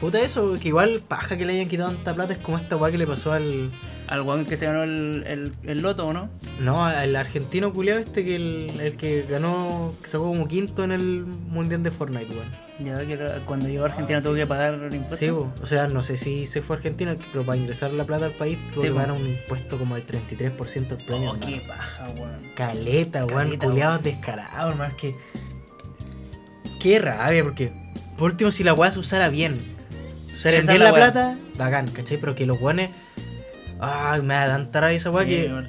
Speaker 2: Puta eso, que igual paja que le hayan quitado tanta plata es como esta weá que le pasó al.
Speaker 3: Al guan que se ganó el, el, el loto, ¿o no?
Speaker 2: No, al argentino culiado este que el, el que ganó, que sacó como quinto en el mundial de Fortnite, weón.
Speaker 3: Ya que era- cuando llegó a Argentina tuvo que pagar el impuesto.
Speaker 2: Sí, po. o sea, no sé si se fue a Argentina, pero para ingresar la plata al país tuvo
Speaker 3: Sí,
Speaker 2: que
Speaker 3: po.
Speaker 2: pagar un impuesto como del 33% del premio.
Speaker 3: Oh, qué
Speaker 2: hermano.
Speaker 3: paja, weón.
Speaker 2: Caleta, weón.
Speaker 3: Caleta,
Speaker 2: Culeados descarados, hermano. Es que. Qué rabia, porque. Por último, si la weá se usara bien. Usar
Speaker 3: Esa
Speaker 2: bien
Speaker 3: es la
Speaker 2: la,
Speaker 3: weá.
Speaker 2: plata, bacán, ¿cachai? Pero que los weones. Ay, me da tanta rabia esa weá
Speaker 3: Sí,
Speaker 2: que.
Speaker 3: weón.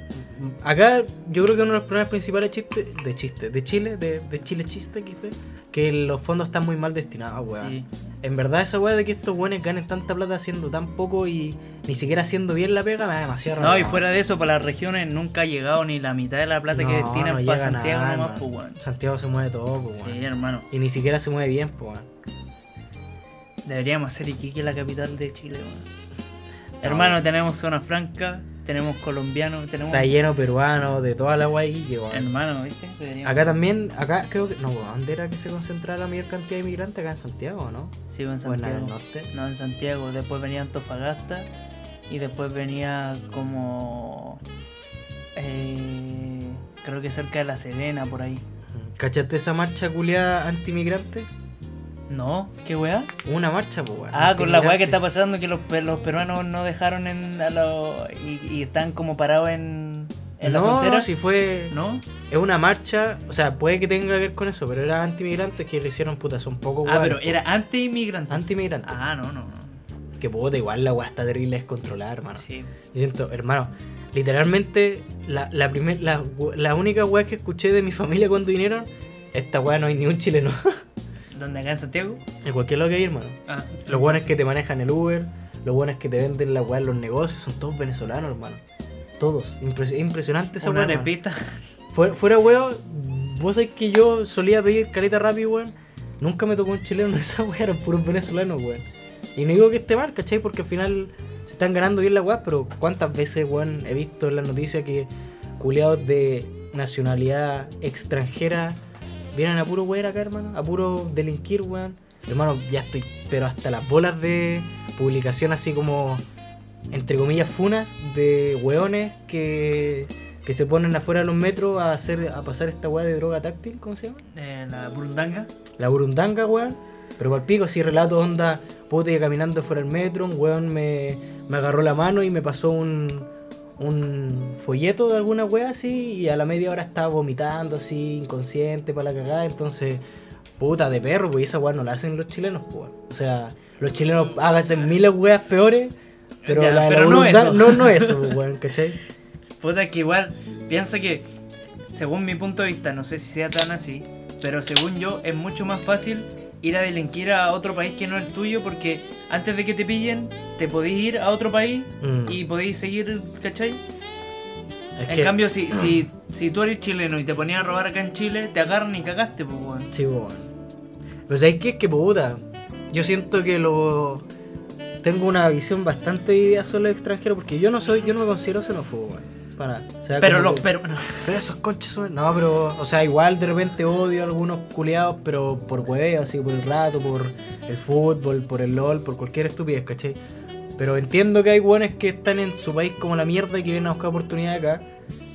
Speaker 2: Acá, yo creo que uno de los problemas principales chiste, de chiste, de Chile, de, de Chile chiste, que esté, que los fondos están muy mal destinados, weón.
Speaker 3: Sí.
Speaker 2: En verdad, esa weá de que estos weones ganen tanta plata haciendo tan poco y ni siquiera haciendo bien la pega, me da demasiado rabia.
Speaker 3: No, y fuera de eso, para las regiones nunca ha llegado ni la mitad de la plata que
Speaker 2: No,
Speaker 3: destinan
Speaker 2: no llega
Speaker 3: para Santiago
Speaker 2: nada,
Speaker 3: nomás, pues,
Speaker 2: hermano.
Speaker 3: weón.
Speaker 2: Santiago se mueve todo, pues, weón.
Speaker 3: Sí, hermano.
Speaker 2: Y ni siquiera se mueve bien, pues. weón.
Speaker 3: Deberíamos hacer Iquique la capital de Chile, weón. Hermano, tenemos zona franca, tenemos colombiano, tenemos.
Speaker 2: Está lleno peruano, de toda la guay que, weón.
Speaker 3: Hermano, ¿viste? Deberíamos-
Speaker 2: Acá también, acá creo que. No, weón, ¿dónde era que se concentraba la mayor cantidad de inmigrantes acá en Santiago, no?
Speaker 3: Sí, en
Speaker 2: O en la del
Speaker 3: Santiago.
Speaker 2: norte.
Speaker 3: No, en Santiago. Después venía Antofagasta. Y después venía como. eh, creo que cerca de La Serena, por ahí.
Speaker 2: Mm. ¿Cachaste esa marcha culiada antimigrante?
Speaker 3: No, ¿qué weá?
Speaker 2: Una marcha, pues, weón.
Speaker 3: Ah, con la weá
Speaker 2: Intimidante.
Speaker 3: que está pasando que los, pe- los peruanos no dejaron en a los- y, y están como parados en, en la
Speaker 2: no,
Speaker 3: frontera.
Speaker 2: No, si fue.
Speaker 3: ¿No?
Speaker 2: Es una marcha, o sea, puede que tenga que ver con eso, pero eran antimigrantes que le hicieron puta, son poco
Speaker 3: Ah,
Speaker 2: weones,
Speaker 3: pero
Speaker 2: pues.
Speaker 3: era anti-inmigrante.
Speaker 2: Antimigrantes.
Speaker 3: Ah, no, no, no.
Speaker 2: Que puta, igual la weá está terrible descontrolada, hermano.
Speaker 3: Sí.
Speaker 2: Yo siento, hermano, literalmente la, la, primer, la, la única weá que escuché de mi familia cuando vinieron, esta weá no hay ni un chileno. [LAUGHS]
Speaker 3: ¿Dónde acá en Santiago?
Speaker 2: en cualquier lado que hay, hermano.
Speaker 3: Ah,
Speaker 2: Los buenos que te manejan el Uber, los buenos que te venden la weá en los negocios, son todos venezolanos, hermano. Todos. Impresi- impresionante esa
Speaker 3: una
Speaker 2: weá. hermano.
Speaker 3: arepita.
Speaker 2: Fuera, fuera weón, vos sabés que yo solía pedir caleta rápido, weón. Nunca me tocó un chileno en esa weá, eran puros venezolanos, weón. Y no digo que esté mal, ¿cachai? Porque al final se están ganando bien la weá, pero ¿cuántas veces, weón, he visto en las noticias que culiados de nacionalidad extranjera vienen a puro weón acá, hermano? A puro delinquir, weón. Hermano, ya estoy, pero hasta las bolas de publicación así como, entre comillas, funas de weones que que se ponen afuera de los metros a hacer a pasar esta weá de droga táctil, ¿cómo se llama?
Speaker 3: Eh, la burundanga.
Speaker 2: La burundanga, weón. Pero para pico, si relato onda, puta, iba caminando fuera del metro, un weón me, me agarró la mano y me pasó un, un folleto de alguna weá así, y a la media hora estaba vomitando así, inconsciente, para la cagada, entonces, puta, de perro, pues y esa weá no la hacen los chilenos, pues, weón. O sea, los chilenos hacen miles de weas peores, pero,
Speaker 3: Ya,
Speaker 2: la, de la
Speaker 3: pero no
Speaker 2: burundanga-
Speaker 3: eso.
Speaker 2: no, no eso, pues, weón, ¿cachai?
Speaker 3: Puta que igual, piensa que, según mi punto de vista, no sé si sea tan así, pero según yo es mucho más fácil ir a delinquir a otro país que no el tuyo porque antes de que te pillen, te podéis ir a otro país
Speaker 2: Mm.
Speaker 3: [LAUGHS] y podéis seguir, ¿cachai?
Speaker 2: Es
Speaker 3: en
Speaker 2: que-
Speaker 3: cambio, si,
Speaker 2: [CLEARS THROAT]
Speaker 3: si, si tú eres chileno y te ponías a robar acá en Chile, te agarran y cagaste, pues, weón.
Speaker 2: Sí, po, weón. Pero ¿sabes qué? Es que puta. Yo siento que lo. Tengo una visión bastante idea sobre el extranjero porque yo no soy, yo no me considero xenófobo, weón. Para. nada. O sea,
Speaker 3: Pero
Speaker 2: como
Speaker 3: los
Speaker 2: que-
Speaker 3: peruanos...
Speaker 2: Pero esos conches son. No, pero. O sea, igual de repente odio a algunos culiados, pero por hueveo, así por el rato, por el fútbol, por el LOL, por cualquier estupidez, ¿cachai? Pero entiendo que hay weones que están en su país como la mierda y que vienen a buscar oportunidad acá.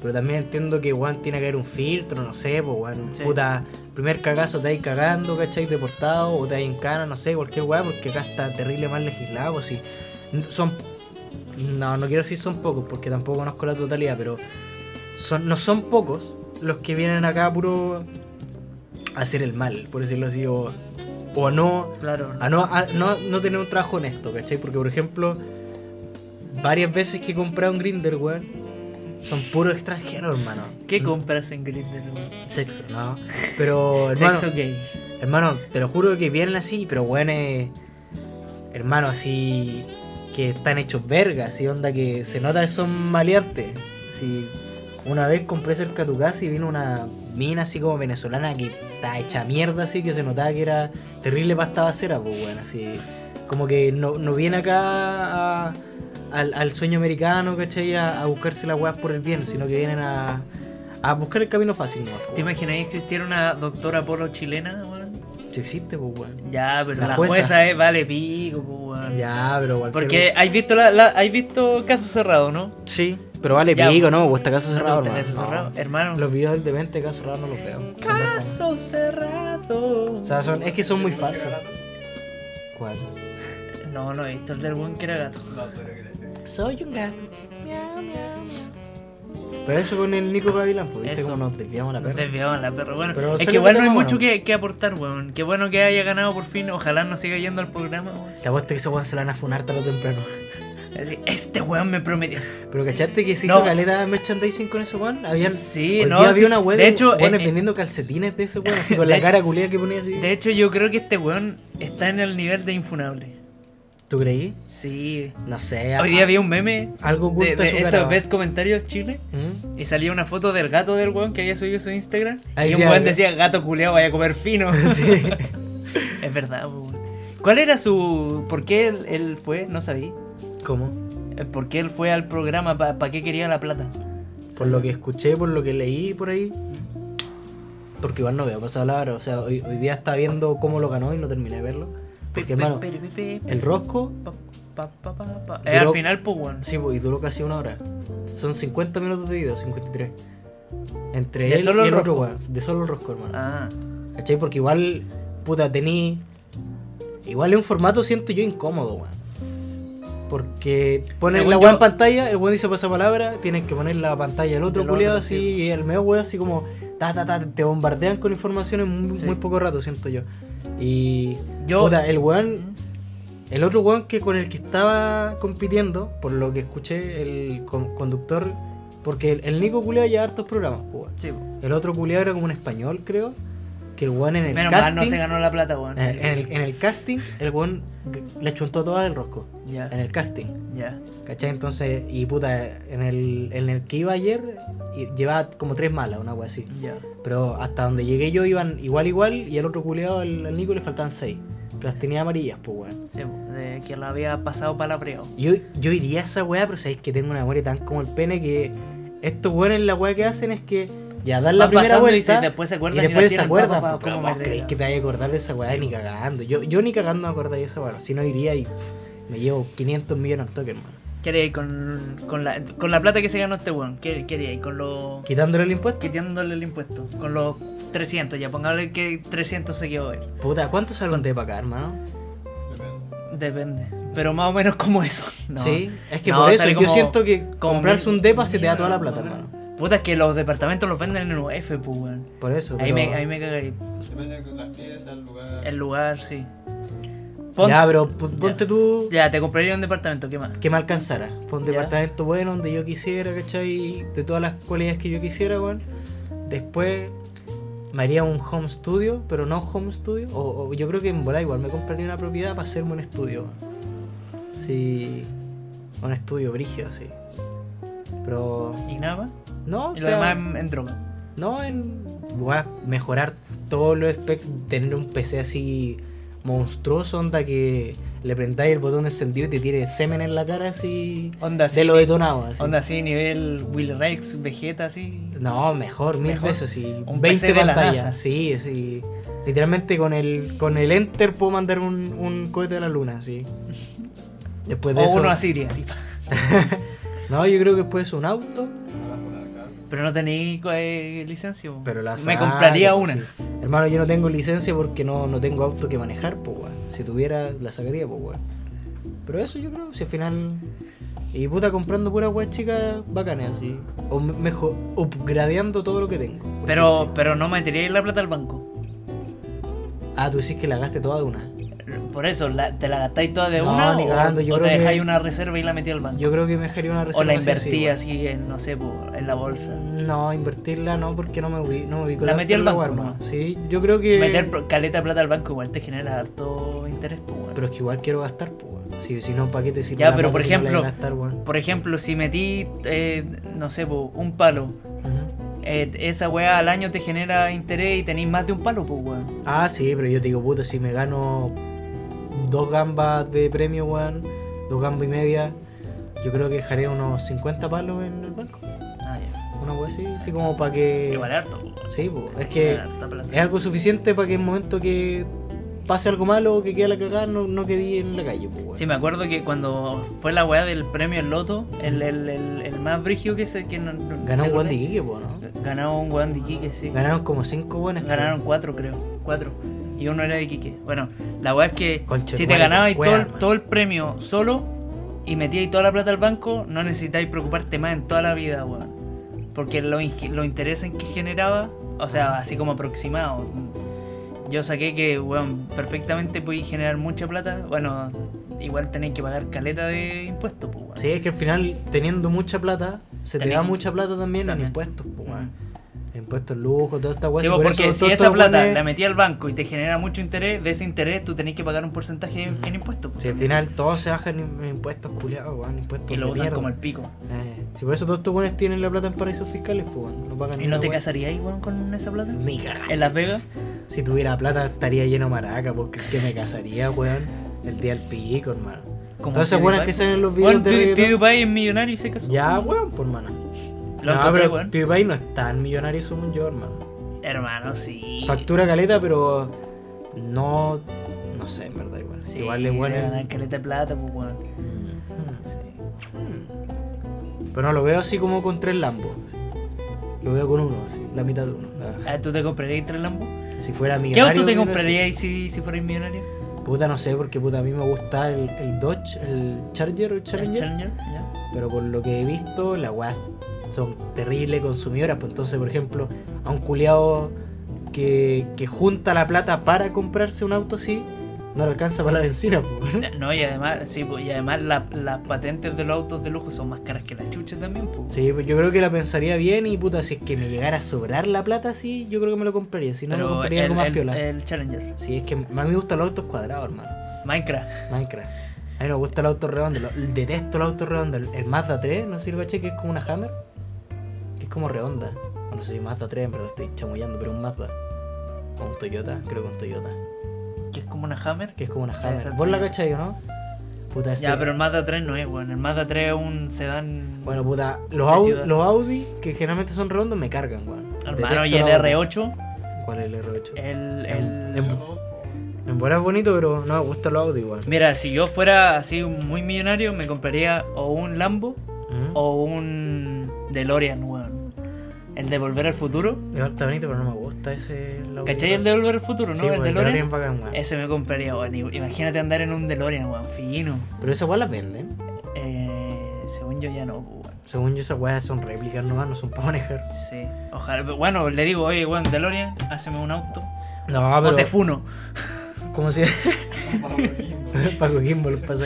Speaker 2: Pero también entiendo que weón tiene que haber un filtro, no sé, pues weón,
Speaker 3: Sí.
Speaker 2: puta, primer cagazo te vais cagando, ¿cachai? Deportado, o te vais en cana, no sé, cualquier weá, porque acá está terrible mal legislado, pues, si son no, no quiero decir son pocos, porque tampoco conozco la totalidad, pero son, no son pocos los que vienen acá puro a hacer el mal, por decirlo así, o, o a no,
Speaker 3: [LAUGHS] Claro.
Speaker 2: a no, a no, no tener un trabajo honesto, ¿cachai? Porque, por ejemplo, varias veces que he comprado un Grinder, weón, son puros extranjeros, hermano.
Speaker 3: ¿Qué compras en Grindr, weón?
Speaker 2: Sexo, ¿no? Pero, hermano,
Speaker 3: [LAUGHS] Sexo gay.
Speaker 2: Hermano, te lo juro que vienen así, pero bueno, hermano, así que están hechos verga, así onda que se nota que son maleantes. Si una vez compré cerca de tu casa y vino una mina así como venezolana que está hecha mierda, así que se notaba que era terrible pasta basera, pues bueno, así como que no, no viene acá a- al, al sueño americano, ¿cachai? A, a buscarse las weas por el bien, sino que vienen a, a buscar el camino fácil, pues, ¿no?
Speaker 3: ¿Te imagináis existiera una doctora polo chilena, weón?
Speaker 2: Si existe, pues bueno.
Speaker 3: Ya, pero
Speaker 2: La
Speaker 3: la,
Speaker 2: jueza.
Speaker 3: jueza, es, vale pico, pues, weón.
Speaker 2: Ya, pero cualquier-
Speaker 3: Porque hay visto la, la- hay visto casos cerrados, ¿no?
Speaker 2: Sí, pero vale
Speaker 3: Ya,
Speaker 2: pico, ¿no? O está caso cerrado,
Speaker 3: ¿No te gusta
Speaker 2: hermano.
Speaker 3: Caso
Speaker 2: No.
Speaker 3: cerrado, hermano.
Speaker 2: Los videos del demente caso cerrado no los veo.
Speaker 3: Caso cerrado.
Speaker 2: O sea, son, es que son muy falsos. ¿Cuál?
Speaker 3: No, no he visto el del buen que era gato.
Speaker 4: No, pero gracias.
Speaker 2: Soy un gato. Pero eso con el Nico Gavilán, pues viste
Speaker 3: Eso.
Speaker 2: cómo nos desviamos la
Speaker 3: Nos
Speaker 2: perra.
Speaker 3: desviaban la perra. Bueno,
Speaker 2: Pero
Speaker 3: es
Speaker 2: se
Speaker 3: que
Speaker 2: lo
Speaker 3: igual no hay
Speaker 2: metemos,
Speaker 3: mucho
Speaker 2: ¿no?
Speaker 3: que, que aportar, weón. Qué bueno que haya ganado por fin. Ojalá no siga yendo al programa, weón.
Speaker 2: Te apuesto que esos weón se la van a funar tarde o temprano.
Speaker 3: Así, este weón me prometió.
Speaker 2: Pero cachaste que se
Speaker 3: No.
Speaker 2: hizo caleta de merchandising con ese weón. Habían.
Speaker 3: Sí,
Speaker 2: Hoy
Speaker 3: no.
Speaker 2: día
Speaker 3: sí.
Speaker 2: había una weón
Speaker 3: de hecho, eh, eh,
Speaker 2: vendiendo calcetines de ese weón,
Speaker 3: [LAUGHS]
Speaker 2: así con
Speaker 3: de
Speaker 2: la
Speaker 3: hecho-
Speaker 2: cara culia que ponía así.
Speaker 3: de hecho, yo creo que este weón está en el nivel de infunable.
Speaker 2: ¿Tú creí?
Speaker 3: Sí.
Speaker 2: No sé.
Speaker 3: Hoy día vi un meme
Speaker 2: Algo
Speaker 3: de,
Speaker 2: oculta
Speaker 3: de
Speaker 2: su cara,
Speaker 3: esos
Speaker 2: weón.
Speaker 3: ves comentarios chile.
Speaker 2: ¿Mm?
Speaker 3: Y salía una foto del gato del weón que había subido su Instagram.
Speaker 2: Ahí
Speaker 3: y un
Speaker 2: decía,
Speaker 3: weón decía, gato culeado, vaya a comer fino.
Speaker 2: [LAUGHS] Sí.
Speaker 3: es verdad, po, weón. ¿Cuál era su...? ¿Por qué él, él fue? No sabía.
Speaker 2: ¿Cómo?
Speaker 3: Eh, ¿Por qué él fue al programa? ¿Para qué quería la plata?
Speaker 2: Por lo que escuché, por lo que leí por ahí. Porque igual no veo pasado la hora. O sea, hoy, hoy día estaba viendo cómo lo ganó y no terminé de verlo. Porque, hermano,
Speaker 3: Pe- pe- pe- pe-
Speaker 2: el rosco,
Speaker 3: pa- pa- pa- pa- pa. Eh,
Speaker 2: Duró-
Speaker 3: al final, pues, weón.
Speaker 2: sí, pues, y duró casi una hora. Son 50 minutos de video, 53. Entre
Speaker 3: ¿De
Speaker 2: él
Speaker 3: solo
Speaker 2: y
Speaker 3: el
Speaker 2: el otro,
Speaker 3: rosco?
Speaker 2: weón. De solo el rosco, hermano.
Speaker 3: Ah,
Speaker 2: ¿Cachai? Porque igual, puta, tení Igual es un formato, siento yo, incómodo, weón. Porque ponen
Speaker 3: Según
Speaker 2: la weá
Speaker 3: yo-
Speaker 2: en pantalla, el weón dice pasapalabra, tienes que poner la pantalla del otro
Speaker 3: Del
Speaker 2: culiado
Speaker 3: otro,
Speaker 2: así,
Speaker 3: sí.
Speaker 2: y el medio weón así como, ta, ta, ta, te bombardean con información en muy,
Speaker 3: Sí.
Speaker 2: muy poco rato, siento yo. Y.
Speaker 3: Yo- Mm,
Speaker 2: puta, eh, el weón. El otro weón que con el que estaba compitiendo, por lo que escuché, el con- conductor. Porque el, el Nico culiado lleva hartos programas, pues, weón.
Speaker 3: Sí, po.
Speaker 2: El otro culiado era como un español, creo. Que el weón en el
Speaker 3: Menos mal
Speaker 2: casting.
Speaker 3: no se ganó la plata, weón.
Speaker 2: eh, en, el, en el casting, el weón le chuntó todas el rosco.
Speaker 3: Ya,
Speaker 2: En el casting.
Speaker 3: ya.
Speaker 2: ¿Cachai? Entonces, y puta, en el, en el que iba ayer, y- llevaba como tres malas, una wea así.
Speaker 3: Ya.
Speaker 2: Pero hasta donde llegué yo iban igual, igual, y al otro culeado, al, al Nico, le faltaban seis. Pero las tenía amarillas, pues weón.
Speaker 3: Sí, po, de que lo había pasado para la
Speaker 2: Yo, yo iría a esa weá, pero sabéis que tengo una memoria tan como el pene que estos weones la weá que hacen es que ya dan la primera vuelta.
Speaker 3: Y después se acuerdan
Speaker 2: y después
Speaker 3: la
Speaker 2: se
Speaker 3: tiran,
Speaker 2: acuerdan,
Speaker 3: pa, pa,
Speaker 2: pues,
Speaker 3: pa,
Speaker 2: ¿cómo
Speaker 3: pa,
Speaker 2: vos creéis
Speaker 3: pa,
Speaker 2: que te vaya a acordar de esa weá?
Speaker 3: Sí,
Speaker 2: ni
Speaker 3: po.
Speaker 2: cagando. Yo, yo ni cagando me acordaría de esa weá. Si no iría y pff, me llevo 500 millones al toque, hermano.
Speaker 3: ¿Qué haría ahí con, con, la, con la plata que se ganó este weón? ¿Qué, qué haría ahí con los...
Speaker 2: Quitándole el impuesto.
Speaker 3: Quitiándole el impuesto. Con los 300, ya pongámosle que 300 se quedó él.
Speaker 2: Puta, ¿cuánto sale un para acá, hermano?
Speaker 3: Depende. Pero más o menos como eso. [LAUGHS] No.
Speaker 2: Sí, es que
Speaker 3: No,
Speaker 2: por eso
Speaker 3: sale
Speaker 2: yo
Speaker 3: como-
Speaker 2: siento que
Speaker 3: como
Speaker 2: comprarse
Speaker 3: mil-
Speaker 2: un depa se te da
Speaker 3: mil
Speaker 2: toda la
Speaker 3: euros,
Speaker 2: plata,
Speaker 3: weón.
Speaker 2: hermano.
Speaker 3: Puta, es que los departamentos los venden en UF, pues, weón.
Speaker 2: Por eso.
Speaker 3: Ahí
Speaker 2: pero-
Speaker 3: me, ahí me cagué.
Speaker 4: Depende con las piezas, el lugar.
Speaker 3: El lugar, sí. Pon-
Speaker 2: Ya, pero pu- ponte tú
Speaker 3: ya, te compraría un departamento, ¿qué más?
Speaker 2: que me alcanzara. Pon un
Speaker 3: Ya.
Speaker 2: departamento bueno donde yo quisiera, ¿cachai? De todas las cualidades que yo quisiera, weón. Después me haría un home studio, pero no home studio. O, o yo creo que en bola igual me compraría una propiedad para hacerme un estudio, weón. Sí. Un estudio brígido, así. Pero.
Speaker 3: Y nada más.
Speaker 2: No, o
Speaker 3: Y lo
Speaker 2: sea,
Speaker 3: demás en, en droga.
Speaker 2: No, en voy a mejorar todos los specs, tener un PC así monstruoso, onda que le prendáis el botón de encendido y te tire semen en la cara así
Speaker 3: Onda así.
Speaker 2: de lo detonado. Así.
Speaker 3: Onda así, nivel Will Rex, Vegeta, así.
Speaker 2: No, mejor, mil
Speaker 3: Mejor.
Speaker 2: veces, sí. 20
Speaker 3: Un PC de la NASA.
Speaker 2: pantallas. Sí, sí. Literalmente con el con el enter puedo mandar un, un cohete a la luna,
Speaker 3: [LAUGHS]
Speaker 2: sí. Después de
Speaker 3: o
Speaker 2: eso.
Speaker 3: uno a Siria, así. pa.
Speaker 2: No, yo creo que después es un auto,
Speaker 3: Pero no tenéis eh, licencia. po.
Speaker 2: pero la
Speaker 3: Me
Speaker 2: saco,
Speaker 3: compraría
Speaker 2: pues,
Speaker 3: una.
Speaker 2: sí. Hermano, yo no tengo licencia porque no, no tengo auto que manejar, pues, weón. Si tuviera, la sacaría, pues, weón. Pero eso yo creo, si al final. Y puta, comprando pura weón chicas bacanas, así. O me- mejor, upgradeando todo lo que tengo. por así
Speaker 3: Pero,
Speaker 2: decirlo.
Speaker 3: pero no meteríais la plata al banco.
Speaker 2: Ah, tú decís que la gaste toda de una.
Speaker 3: Por eso, la- ¿te la gastáis toda de
Speaker 2: No,
Speaker 3: una?
Speaker 2: ni
Speaker 3: o,
Speaker 2: cagando, yo
Speaker 3: o te
Speaker 2: creo que-
Speaker 3: dejáis una reserva y la metí al banco.
Speaker 2: Yo creo que me dejaría una reserva.
Speaker 3: o la
Speaker 2: así, así,
Speaker 3: invertí
Speaker 2: weón.
Speaker 3: así, en, no sé, po, en la bolsa.
Speaker 2: No, invertirla no, porque no me ubico. No me ubico
Speaker 3: La
Speaker 2: tanto
Speaker 3: metí al
Speaker 2: en la
Speaker 3: banco,
Speaker 2: weá, hermano.
Speaker 3: nomás.
Speaker 2: Sí, yo creo que.
Speaker 3: Meter pro- caleta de plata al banco igual te genera harto interés, po, weón.
Speaker 2: Pero es que igual quiero gastar, pues, weón. Si, si no, ¿para qué te sirve?
Speaker 3: Ya,
Speaker 2: la plata
Speaker 3: pero por
Speaker 2: si no la
Speaker 3: ejemplo-
Speaker 2: vas a gastar, weón?
Speaker 3: Por ejemplo, si metí, eh, no sé, po, un palo,
Speaker 2: Ujú.
Speaker 3: eh, esa weá al año te genera interés y tenéis más de un palo, pues, weón.
Speaker 2: Ah, sí, pero yo te digo, puta, si me gano dos gambas de premio, weón, dos gambas y media, yo creo que dejaré unos 50 palos en el banco.
Speaker 3: Ah, ya.
Speaker 2: Una wea así, así como para que.
Speaker 3: Igual harto, po, weón.
Speaker 2: Sí, po, es
Speaker 3: Igual
Speaker 2: que
Speaker 3: harta plata.
Speaker 2: es algo suficiente para que en el momento que pase algo malo o que quede la cagada, no, no quede en la calle, pues, weón.
Speaker 3: Sí, me acuerdo que cuando fue la weá del premio El Loto, el, el, el, el más brígido que se. Que no, no-
Speaker 2: Ganó un
Speaker 3: ¿te
Speaker 2: buen de
Speaker 3: acordás?
Speaker 2: Iquique, po, ¿no?
Speaker 3: Ganó un weón de Iquique, sí.
Speaker 2: Ganaron como cinco pues. buenas.
Speaker 3: Ganaron cuatro, creo. Cuatro. Y uno era de Iquique. Bueno, la weá es que
Speaker 2: Conche
Speaker 3: si
Speaker 2: tu
Speaker 3: te
Speaker 2: madre,
Speaker 3: ganabais
Speaker 2: wea,
Speaker 3: todo, el-
Speaker 2: man.
Speaker 3: todo el premio solo y metíais toda la plata al banco, no necesitáis preocuparte más en toda la vida, weón. Porque los lo intereses que generaba, o sea, así como aproximado. Yo saqué que, weón, perfectamente podéis generar mucha plata. Bueno, igual tenéis que pagar caleta de impuestos, pues, weón.
Speaker 2: Sí, es que al final, teniendo mucha plata, se te da
Speaker 3: Teniendo-
Speaker 2: mucha plata también, en
Speaker 3: también.
Speaker 2: impuestos, pues,
Speaker 3: Mm.
Speaker 2: weón. Impuestos, lujo, toda esta weá.
Speaker 3: Sí,
Speaker 2: si
Speaker 3: pues,
Speaker 2: por
Speaker 3: porque
Speaker 2: eso
Speaker 3: si
Speaker 2: todos
Speaker 3: esa
Speaker 2: estos
Speaker 3: plata
Speaker 2: weones-
Speaker 3: la metí al banco y te genera mucho interés, de ese interés tú tenés que pagar un porcentaje en,
Speaker 2: Ujú.
Speaker 3: en impuestos. pues,
Speaker 2: Si al
Speaker 3: también.
Speaker 2: final todo se baja en im- en impuestos culiados, weón, impuestos
Speaker 3: Y lo
Speaker 2: de
Speaker 3: usan
Speaker 2: mierda.
Speaker 3: como el pico.
Speaker 2: Eh, si por eso todos estos buenos tienen la plata en paraísos fiscales, pues weón, no pagan
Speaker 3: ¿Y no te casarías igual con esa plata?
Speaker 2: Ni cagando.
Speaker 3: ¿En Las Vegas?
Speaker 2: Si tuviera plata estaría lleno de maraca, porque es que me casaría, weón, el día del pico, hermano.
Speaker 3: Como
Speaker 2: Todas esas
Speaker 3: PewDiePie.
Speaker 2: buenas que salen en los videos
Speaker 3: Weón,
Speaker 2: de
Speaker 3: Pew-
Speaker 2: reggaetón.
Speaker 3: PewDiePie es millonario y se casó.
Speaker 2: Ya, weón, por hermano.
Speaker 3: Lo
Speaker 2: no,
Speaker 3: encontré,
Speaker 2: pero
Speaker 3: weón.
Speaker 2: PewDiePie no es tan millonario según yo, hermano.
Speaker 3: Hermano, sí.
Speaker 2: Factura caleta, pero no... No sé, en verdad, igual.
Speaker 3: Sí,
Speaker 2: igual es
Speaker 3: debe
Speaker 2: bueno.
Speaker 3: ganar caleta de plata, pues, weón.
Speaker 2: Mm.
Speaker 3: Sí.
Speaker 2: Mm. Pero no lo veo así como con tres Lambos. así. Lo veo con uno, así, la mitad de uno. la-
Speaker 3: Ah, ¿Tú te comprarías tres Lambo?
Speaker 2: Si fuera
Speaker 3: ¿Qué
Speaker 2: millonario.
Speaker 3: auto te
Speaker 2: hubiera
Speaker 3: comprarías si, si fueras millonario?
Speaker 2: sido- Puta, no sé, porque puta, a mí me gusta el, el Dodge, el Charger o el
Speaker 3: ¿El
Speaker 2: Challenger.
Speaker 3: Challenger? ¿Ya?
Speaker 2: pero por lo que he visto, las weas son terribles consumidoras. Pues entonces, por ejemplo, a un culiado que, que junta la plata para comprarse un auto así, no le alcanza para la benzina. pues, weón.
Speaker 3: Ya, No, y además, sí, pues, y además la- las patentes de los autos de lujo son más caras que las chuchas también, pues.
Speaker 2: Sí, pues yo creo que la pensaría bien y puta, si es que me llegara a sobrar la plata así, yo creo que me lo compraría. Si no, me
Speaker 3: Pero
Speaker 2: compraría
Speaker 3: el,
Speaker 2: algo más
Speaker 3: el-
Speaker 2: piola.
Speaker 3: el Challenger.
Speaker 2: Sí, es que más me gustan los autos cuadrados, hermano.
Speaker 3: Minecraft.
Speaker 2: Minecraft. A mí no me gusta el auto redondo. lo- detesto el auto redondo. El, el Mazda 3, no sé si lo caché, que es como una Hammer. Que es como redonda. O no sé si Mazda 3, pero estoy chamullando, pero un Mazda. O un Toyota, creo que un Toyota.
Speaker 3: Que es como una Hammer.
Speaker 2: Que es como una
Speaker 3: Debe
Speaker 2: Hammer.
Speaker 3: ser
Speaker 2: Vos la
Speaker 3: Toyota.
Speaker 2: cachai, ¿o ¿no? Puta, ese-
Speaker 3: Ya, pero el Mazda 3 no es, weón. El Mazda 3 es un sedán.
Speaker 2: Bueno, pues, puta, los,
Speaker 3: de
Speaker 2: Au-
Speaker 3: ciudad.
Speaker 2: los Audi, que generalmente son redondos, me cargan, weón.
Speaker 3: hermano, y
Speaker 2: Detesto
Speaker 3: el Eh.
Speaker 2: los Audi.
Speaker 3: R8,
Speaker 2: ¿Cuál es el R8?
Speaker 3: el.
Speaker 2: En-
Speaker 3: el-
Speaker 2: en- En bola es bonito, pero no me gusta los Audi, weón.
Speaker 3: Mira, si yo fuera así muy millonario, me compraría o un Lambo
Speaker 2: ¿Mm?
Speaker 3: o un DeLorean, weón. El de Volver al Futuro.
Speaker 2: Es harta bonito, pero no me gusta ese. Audi,
Speaker 3: ¿Cachai
Speaker 2: weón.
Speaker 3: el de Volver al Futuro, no?
Speaker 2: Sí,
Speaker 3: el
Speaker 2: pues, el
Speaker 3: DeLorean.
Speaker 2: DeLorean bacán, weón.
Speaker 3: Ese me compraría, weón. I- Imagínate andar en un DeLorean, weón. Fino.
Speaker 2: Pero esas weas las venden.
Speaker 3: Eh, según yo ya no, pues, weón.
Speaker 2: Según yo, esas weas son réplicas nomás, no son para manejar.
Speaker 3: Sí. Ojalá. pero Bueno, le digo, oye, weón, DeLorean, haceme un auto.
Speaker 2: No,
Speaker 3: O te funo.
Speaker 2: como [LAUGHS] si. Paco Gimbal pasa.